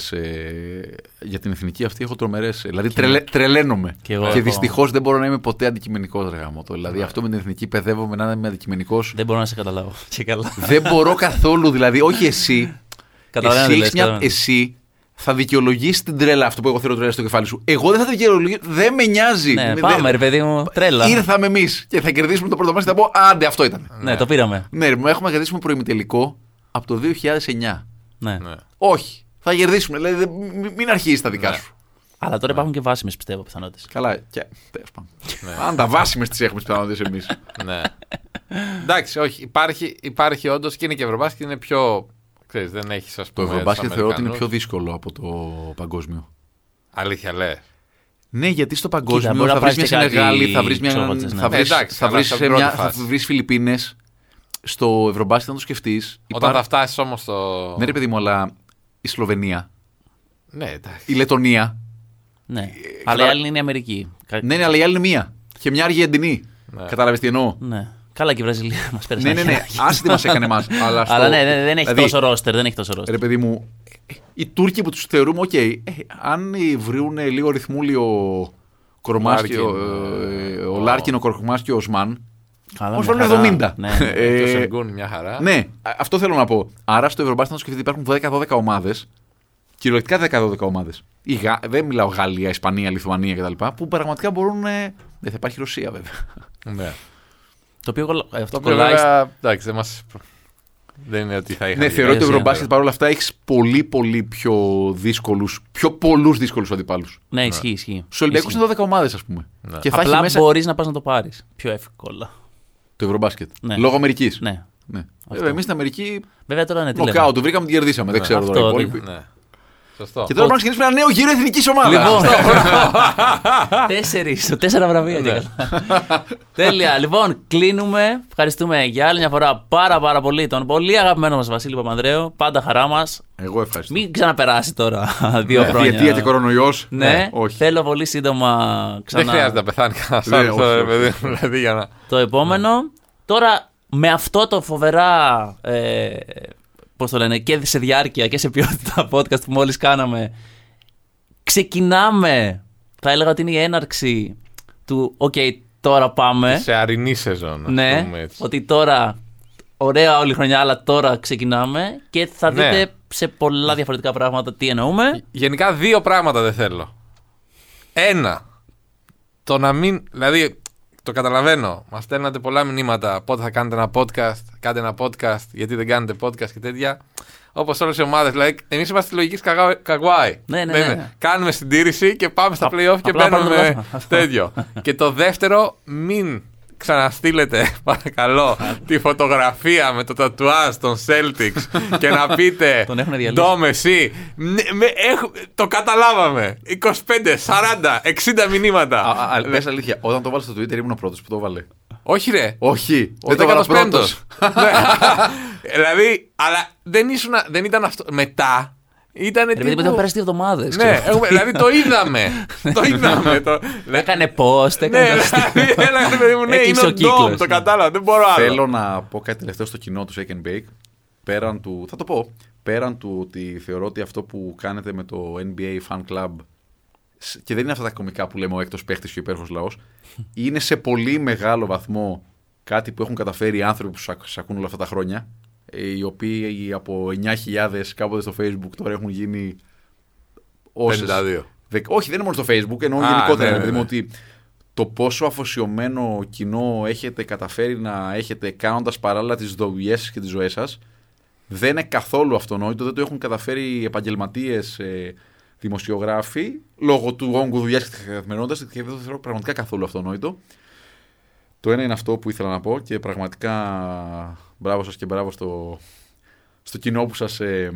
Speaker 5: για την εθνική αυτή έχω τρομερές. Δηλαδή τρελε, τρελαίνομαι.
Speaker 3: Κι εγώ
Speaker 5: και
Speaker 3: έχω. Ναι.
Speaker 5: δυστυχώς δεν μπορώ να είμαι ποτέ αντικειμενικός γάμο το. Δηλαδή αυτό με την εθνική παιδεύομαι να είμαι αντικειμενικός.
Speaker 3: Δεν μπορώ να σε καταλάβω. Και [LAUGHS] καλά.
Speaker 5: δεν μπορώ καθόλου. Δηλαδή, όχι εσύ.
Speaker 3: [LAUGHS] Καταλαβαίνω
Speaker 5: εσύ,
Speaker 3: τι λες,
Speaker 5: έχεις μια-
Speaker 3: καταλαβαίνω.
Speaker 5: εσύ θα δικαιολογήσει την τρέλα αυτό που εγώ θέλω τρέλα στο κεφάλι σου. Εγώ δεν θα δικαιολογήσω. Δεν με νοιάζει.
Speaker 3: Ναι,
Speaker 5: Με-
Speaker 3: πάμε,
Speaker 5: δεν-
Speaker 3: ρε παιδί μου. Τρέλα.
Speaker 5: Ήρθαμε εμείς και θα κερδίσουμε το πρώτο μας και θα πω Άντε, αυτό ήταν.
Speaker 3: Ναι, το πήραμε.
Speaker 5: Ναι, ρε, μου έχουμε κερδίσει προημιτελικό από το 2009.
Speaker 3: Ναι.
Speaker 5: Όχι. Θα κερδίσουμε. Δηλαδή, δεν- μ- μην αρχίσει τα δικά σου.
Speaker 3: Αλλά
Speaker 5: Ναι.
Speaker 3: τώρα υπάρχουν και βάσιμες πιστεύω πιθανότητες.
Speaker 5: Καλά. Και... τέλος πάντων. Αν τα βάσιμες τις έχουμε τις πιθανότητες εμείς.
Speaker 4: Ναι. Εντάξει, όχι. Υπάρχει, υπάρχει όντως και είναι και ευρωμπάσκετ, είναι πιο. Ξέρεις, δεν έχεις, ας πούμε.
Speaker 5: Το
Speaker 4: Ναι, τους
Speaker 5: ευρωμπάσκετ θεωρώ ότι είναι πιο
Speaker 4: Αμερικανούς.
Speaker 5: δύσκολο από το παγκόσμιο.
Speaker 4: Αλήθεια, λες.
Speaker 5: Ναι, γιατί στο παγκόσμιο
Speaker 3: μπορεί να
Speaker 5: θα βρει μια
Speaker 3: πάρεις και κάτι
Speaker 5: Σενεγάλη, θα βρεις μια.
Speaker 3: ξέρω εγώ, ξέρεις,
Speaker 5: Θα
Speaker 3: ναι.
Speaker 5: βρεις,
Speaker 4: Ε, εντάξει,
Speaker 5: θα
Speaker 4: αλλά
Speaker 5: βρεις
Speaker 4: στα
Speaker 5: σε
Speaker 4: πρώτη
Speaker 5: μια-
Speaker 4: φάση.
Speaker 5: θα βρεις Φιλιππίνες στο Ευρωμπάσκετ να το σκεφτείς.
Speaker 4: Όταν θα φτάσεις όμως στο.
Speaker 5: Ναι, ρε παιδί μου, αλλά η Σλοβενία,
Speaker 4: Ναι, εντάξει.
Speaker 5: η Λετωνία.
Speaker 3: Ναι. Αλλά η άλλη είναι η Αμερική. Κα-
Speaker 5: Ε, Ναι, ναι, αλλά η άλλη είναι μία. Και μια Αργεντινή. Κατάλαβε τι εννοώ.
Speaker 3: Ναι. Καλά και η Βραζιλία μας πέρασε.
Speaker 5: Ναι,
Speaker 3: [LAUGHS]
Speaker 5: ναι, ναι.
Speaker 3: χεράκι.
Speaker 5: Άσε τι μας έκανε εμάς. Αλλά,
Speaker 3: [LAUGHS]
Speaker 5: στο-
Speaker 3: Αλλά ναι, ναι, δεν έχει
Speaker 5: δηλαδή,
Speaker 3: τόσο ρόστερ. Δεν έχει τόσο ρόστερ.
Speaker 5: Ρε παιδί μου, ε, οι Τούρκοι που τους θεωρούμε, οκ, ε, αν οι βρουν λίγο ρυθμούλη ο Κορμάς και ο-
Speaker 4: Λάρκιν,
Speaker 5: ε,
Speaker 4: ε,
Speaker 5: ο
Speaker 4: ο-
Speaker 5: Λάρκιν, ο Κορμάς και ο Οσμάν,
Speaker 3: Καλά,
Speaker 5: Όμω
Speaker 3: μια
Speaker 5: βάλουν
Speaker 3: χαρά.
Speaker 5: 70.
Speaker 3: Ναι,
Speaker 5: [LAUGHS]
Speaker 3: ναι.
Speaker 5: Ε,
Speaker 4: Το Σενγκούν μια χαρά.
Speaker 5: ναι, α- αυτό θέλω να πω. Άρα στο Ευρωμπάσκετ να σκεφτείτε υπάρχουν 12-12 ομάδες. Κυριολεκτικά 12-12 ομάδε. Γα... Δεν μιλάω Γαλλία, Ισπανία, Λιθουανία κτλ. Που πραγματικά μπορούν. ε, Δεν θα υπάρχει Ρωσία βέβαια.
Speaker 4: ναι.
Speaker 3: Το οποίο κολλα- ε, αυτό
Speaker 4: Το οποίο
Speaker 3: κολλάει.
Speaker 4: βέβαια, εντάξει, δεν μας... Δεν είναι ότι θα
Speaker 3: Ε,
Speaker 4: είχα
Speaker 5: ναι, θεωρώ ότι το
Speaker 3: Ρωσία,
Speaker 5: Ευρωμπάσκετ παρόλα αυτά έχεις πολύ πολύ πιο δύσκολους, πιο πολλούς δύσκολους αντιπάλους.
Speaker 3: Ναι, ισχύει, ισχύει.
Speaker 5: Στου Ολυμπιακού
Speaker 3: Ισχύει. Ναι.
Speaker 5: είναι 12 ομάδες, ας πούμε. Και θα έχει
Speaker 3: Απλά
Speaker 5: μέσα
Speaker 3: μπορείς να πας να το πάρεις. Πιο εύκολα.
Speaker 5: το Ευρωμπάσκετ.
Speaker 3: Ναι.
Speaker 5: Λόγω Αμερικής.
Speaker 3: Ναι.
Speaker 5: Ναι. Βέβαια, εμείς στην Αμερική.
Speaker 3: Βέβαια τώρα είναι τι λέμε.
Speaker 5: Νοκάου, του βρήκαμε, την κερδίσαμε. Δεν ξέρω
Speaker 3: Αυτό
Speaker 5: τώρα. οι
Speaker 3: δεν-
Speaker 5: υπόλοιποι.
Speaker 4: Ναι. Σωστό.
Speaker 5: Και τώρα πρέπει να ξεκινήσουμε ένα νέο γύρο εθνικής ομάδας.
Speaker 3: Λοιπόν,
Speaker 4: [LAUGHS]
Speaker 3: τέσσερι, τέσσερα βραβεία
Speaker 4: Ναι.
Speaker 3: και καλά. Τέλεια. Λοιπόν, κλείνουμε. Ευχαριστούμε για άλλη μια φορά πάρα πάρα πολύ τον πολύ αγαπημένο μας Βασίλη Παπανδρέου. Πάντα χαρά μας.
Speaker 5: Εγώ ευχαριστώ.
Speaker 3: Μην ξαναπεράσει τώρα [LAUGHS] δύο
Speaker 5: Ναι, Διετία και
Speaker 3: χρόνια.
Speaker 5: κορονοϊός.
Speaker 3: Ναι,
Speaker 5: όχι.
Speaker 3: θέλω πολύ σύντομα
Speaker 4: Δεν χρειάζεται
Speaker 3: ξανά
Speaker 4: να πεθάνει κανένας
Speaker 5: Ναι,
Speaker 4: άλλος,
Speaker 5: όχι,
Speaker 4: ρε
Speaker 5: όχι.
Speaker 4: παιδί [LAUGHS] μου, δηλαδή για να...
Speaker 3: το επόμενο. Τώρα με αυτό το φοβερά. Ε, Πώς το λένε, και σε διάρκεια και σε ποιότητα podcast που μόλις κάναμε. Ξεκινάμε. Θα έλεγα ότι είναι η έναρξη του. Οκ, τώρα
Speaker 5: Ναι.
Speaker 3: πάμε.
Speaker 4: Σε αρινή σεζόν, ας
Speaker 3: Ναι,
Speaker 4: πούμε έτσι.
Speaker 3: ότι τώρα. Ωραία όλη η χρονιά, αλλά τώρα ξεκινάμε και θα
Speaker 4: Ναι. Ε,
Speaker 3: δείτε σε πολλά διαφορετικά πράγματα τι εννοούμε.
Speaker 4: Γενικά δύο πράγματα δεν θέλω. Ένα, το να μην... Δηλαδή, το καταλαβαίνω. Μα στέλνατε πολλά μηνύματα. Πότε θα κάνετε ένα podcast, κάντε ένα podcast, γιατί δεν κάνετε podcast και τέτοια. Όπως όλες οι ομάδες. Δηλαδή, εμείς είμαστε τη λογική καγά- Καγουάι.
Speaker 3: Ναι, ναι,
Speaker 4: Δεν
Speaker 3: ναι,
Speaker 4: είναι.
Speaker 3: ναι.
Speaker 4: Κάνουμε συντήρηση και πάμε στα
Speaker 3: Α-
Speaker 4: playoff και
Speaker 3: απλά πάρουμε το
Speaker 4: [LAUGHS] παίρνουμε
Speaker 3: πρωτάθλημα. Αυτό. [LAUGHS]
Speaker 4: τέτοιο. και το δεύτερο, μην ξαναστείλετε [LAUGHS]
Speaker 3: [LAUGHS]
Speaker 4: παρακαλώ τη φωτογραφία με το τατουάζ των
Speaker 3: [LAUGHS]
Speaker 4: Celtics και να πείτε
Speaker 3: Τον έχουνε διαλύσει.
Speaker 4: Ντόμ εσύ ναι, με, έχ- το καταλάβαμε 25, 40, 60 μηνύματα
Speaker 5: Πες αλήθεια, όταν το βάλες στο Twitter ήμουν ο πρώτος που το βάλε.
Speaker 4: Όχι ρε.
Speaker 5: Όχι,
Speaker 4: Ο
Speaker 5: δεν το βάλα
Speaker 4: 15ος.
Speaker 5: πρώτος.
Speaker 4: [LAUGHS] Ναι. δηλαδή, αλλά δεν, ήσουν, δεν ήταν αυτό. Μετά ήταν.
Speaker 3: Ρε παιδί μου, έχουν περάσει δύο εβδομάδες.
Speaker 4: Ναι, έχουμε- δηλαδή το
Speaker 3: [LAUGHS]
Speaker 4: είδαμε. το είδαμε. το...
Speaker 3: Έκανε post, έκανε.
Speaker 4: ναι, δηλαδή, [LAUGHS] έλα, ρε
Speaker 3: [LAUGHS]
Speaker 4: παιδί μου, ναι,
Speaker 3: Έκλεισε
Speaker 4: είναι
Speaker 3: ο
Speaker 4: ο Ντόμ,
Speaker 3: κύκλος.
Speaker 4: το κατάλαβα, δεν μπορώ άλλο.
Speaker 5: Θέλω να πω κάτι τελευταίο στο κοινό του Shake and Bake. Πέραν του. Θα το πω. Πέραν του ότι θεωρώ ότι αυτό που κάνετε με το NBA Fan Club. σ- Και δεν είναι αυτά τα κομικά που λέμε ο έκτος παίχτης και ο υπέροχος λαός. Είναι σε πολύ μεγάλο βαθμό κάτι που έχουν καταφέρει οι άνθρωποι που σα σας ακούν όλα αυτά τα χρόνια. ε, Οι οποίοι από 9.000 κάποτε στο Facebook τώρα έχουν γίνει. όσες-
Speaker 4: 52.
Speaker 5: Δε- όχι, δεν είναι μόνο στο Facebook, ενώ
Speaker 4: Α,
Speaker 5: γενικότερα.
Speaker 4: ναι,
Speaker 5: ρε
Speaker 4: ναι,
Speaker 5: παιδί μου,
Speaker 4: ναι.
Speaker 5: ότι το πόσο αφοσιωμένο κοινό έχετε καταφέρει να έχετε κάνοντας παράλληλα τις δουλειέ και τις ζωές σας, δεν είναι καθόλου αυτονόητο. Δεν το έχουν καταφέρει επαγγελματίε, δημοσιογράφοι, λόγω του όγκου δουλειάς και της καθημερινότητας. Και δεν το θεωρώ πραγματικά καθόλου αυτονόητο. Το ένα είναι αυτό που ήθελα να πω και πραγματικά μπράβο σας και μπράβο στο, στο κοινό που σας... ε,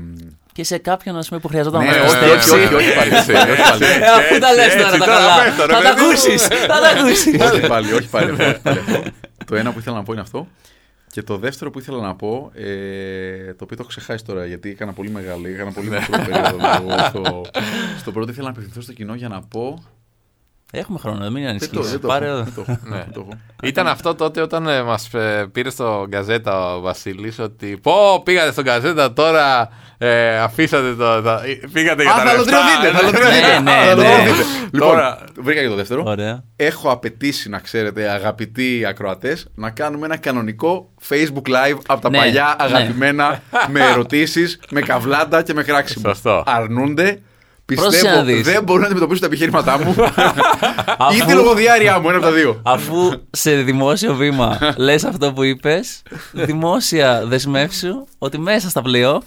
Speaker 3: Και σε κάποιον ας πούμε, που χρειαζόταν
Speaker 5: ναι,
Speaker 3: να
Speaker 5: όχι, όχι, όχι, όχι πάλι,
Speaker 4: Έτσι,
Speaker 5: όχι πάλι.
Speaker 3: Ε, Αφού τα λες τώρα
Speaker 4: ναι, έτσι,
Speaker 3: τα
Speaker 4: τώρα Ναι.
Speaker 3: καλά.
Speaker 4: πέφτω, ρε
Speaker 3: Θα τα
Speaker 4: παιδί μου.
Speaker 3: ακούσεις, θα τα ακούσεις.
Speaker 5: όχι πάλι, όχι πάλι. όχι πάλι αυτό. [LAUGHS] το ένα που ήθελα να πω είναι αυτό. Και το δεύτερο που ήθελα να πω, ε, το οποίο το έχω ξεχάσει τώρα, γιατί έκανα πολύ μεγάλη, έκανα πολύ μικρό περίοδο. [LAUGHS] εγώ στο, στο πρώτο ήθελα να απευθυνθώ στο κοινό για να πω.
Speaker 3: Έχουμε χρόνο, δεν μην
Speaker 5: Δεν το,
Speaker 3: ανησυχείς.
Speaker 5: δεν το
Speaker 3: Πάρε
Speaker 5: έχω,
Speaker 3: εδώ.
Speaker 5: δεν το έχω, δεν το έχω.
Speaker 4: Ήταν αυτό τότε όταν ε, μας ε, πήρε στο Γκαζέτα ο Βασίλης ότι πω πήγατε στον Γκαζέτα τώρα ε, αφήσατε το... τα- πήγατε για
Speaker 5: Α,
Speaker 4: τα
Speaker 5: θα
Speaker 4: λεφτά».
Speaker 5: λωτρευτείτε, θα
Speaker 4: Ναι,
Speaker 5: λωτρευτείτε.
Speaker 3: Ναι, ναι,
Speaker 5: Α, θα
Speaker 3: ναι.
Speaker 5: λωτρευτείτε. Λοιπόν,
Speaker 4: Τώρα-
Speaker 5: βρήκα και το δεύτερο.
Speaker 3: Ωραία.
Speaker 5: Έχω απαιτήσει να ξέρετε, αγαπητοί ακροατές, να κάνουμε ένα κανονικό Facebook Live από τα
Speaker 3: Ναι,
Speaker 5: παλιά
Speaker 3: ναι.
Speaker 5: αγαπημένα
Speaker 3: [LAUGHS]
Speaker 5: με ερωτήσεις, με καβλάντα και με κράξιμο.
Speaker 4: Σωστό.
Speaker 5: Αρνούνται.
Speaker 3: Πρόσεξε
Speaker 5: Πιστεύω
Speaker 3: να δεις.
Speaker 5: δεν μπορούν να αντιμετωπίσουν τα επιχείρηματά
Speaker 3: [LAUGHS]
Speaker 5: μου ή τη
Speaker 3: Αφού-
Speaker 5: λογοδιάρειά μου, ένα από τα δύο.
Speaker 3: Αφού σε δημόσιο βήμα λες αυτό που είπες, δημόσια δεσμεύσου ότι μέσα στα playoff,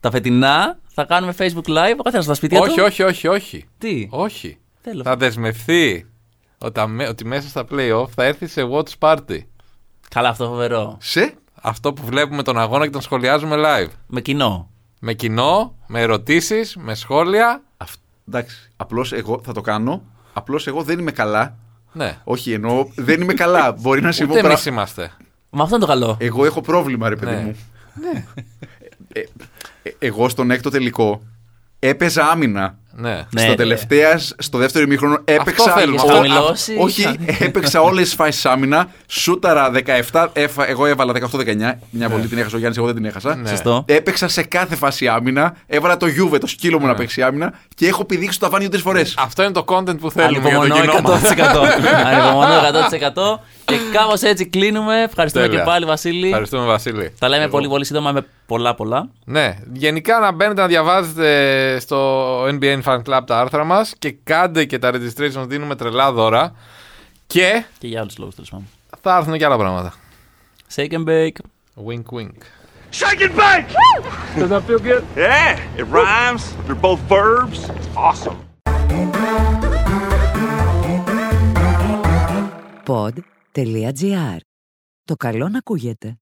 Speaker 3: τα φετινά, θα κάνουμε Facebook live, ο καθένας στα σπίτια
Speaker 4: όχι,
Speaker 3: του.
Speaker 4: όχι, όχι, όχι.
Speaker 3: Λοιπόν, Τι,
Speaker 4: Όχι.
Speaker 3: τέλος.
Speaker 4: Θα δεσμευθεί ότι, ότι μέσα στα playoff θα έρθει σε watch party.
Speaker 3: Καλά αυτό φοβερό.
Speaker 5: Σε.
Speaker 4: Αυτό που βλέπουμε τον αγώνα και τον σχολιάζουμε live.
Speaker 3: Με κοινό.
Speaker 4: Με κοινό, με ερωτήσεις, με σχόλια.
Speaker 5: Εντάξει. Απλώς εγώ θα το κάνω. Απλώς εγώ δεν είμαι καλά.
Speaker 4: Ναι.
Speaker 5: Όχι, εννοώ δεν είμαι καλά. Μπορεί να συμβούν
Speaker 4: Ούτε εμείς
Speaker 5: πράγματα.
Speaker 4: είμαστε.
Speaker 3: Μα αυτό είναι το καλό.
Speaker 5: Εγώ έχω πρόβλημα, ρε παιδί
Speaker 4: Ναι.
Speaker 5: μου. Ε, ε, εγώ στον έκτο τελικό έπαιζα άμυνα.
Speaker 4: Ναι.
Speaker 3: Ναι.
Speaker 5: στο τελευταία, στο δεύτερο ημίχρονο έπαιξα.
Speaker 4: Αυτό θέλουμε,
Speaker 5: ο-
Speaker 4: θα
Speaker 3: μιλώσεις.
Speaker 5: όχι, έπαιξα όλες τις φάσεις άμυνα. Σούταρα 17, έφα- εγώ έβαλα 18-19. Μια
Speaker 4: Ναι.
Speaker 5: πολύ την έχασα, ο Γιάννης, εγώ δεν την έχασα.
Speaker 3: Σωστό.
Speaker 5: Έπαιξα σε κάθε φάση άμυνα. Έβαλα το γιούβε, το σκύλο
Speaker 4: Ναι.
Speaker 5: μου να παίξει άμυνα και έχω πηδήξει το ταβάνι τρεις φορές.
Speaker 4: Αυτό είναι το content που θέλουμε για το
Speaker 3: Ανυπομονώ
Speaker 4: κοινό μας.
Speaker 3: 100%. Ανυπομονώ 100%. Και κάπως έτσι κλείνουμε. Ευχαριστούμε
Speaker 4: Τέλεια.
Speaker 3: και πάλι, Βασίλη.
Speaker 4: Ευχαριστούμε, Βασίλη.
Speaker 3: Τα λέμε πολύ πολύ σύντομα με πολλά πολλά.
Speaker 4: Ναι, γενικά να μπαίνετε να διαβάζετε στο NBN Fan Club τα άρθρα μας και κάντε και τα registration, δίνουμε τρελά δώρα και
Speaker 3: Και για άλλους λόγους τέλος πάντων.
Speaker 4: θα έρθουν και άλλα πράγματα.
Speaker 3: Shake and bake.
Speaker 4: Wink wink.
Speaker 2: Shake and bake!
Speaker 1: Does that feel good?
Speaker 2: Yeah, it rhymes. They're both verbs. It's awesome.
Speaker 7: pod.gr. Το καλό να ακούγεται.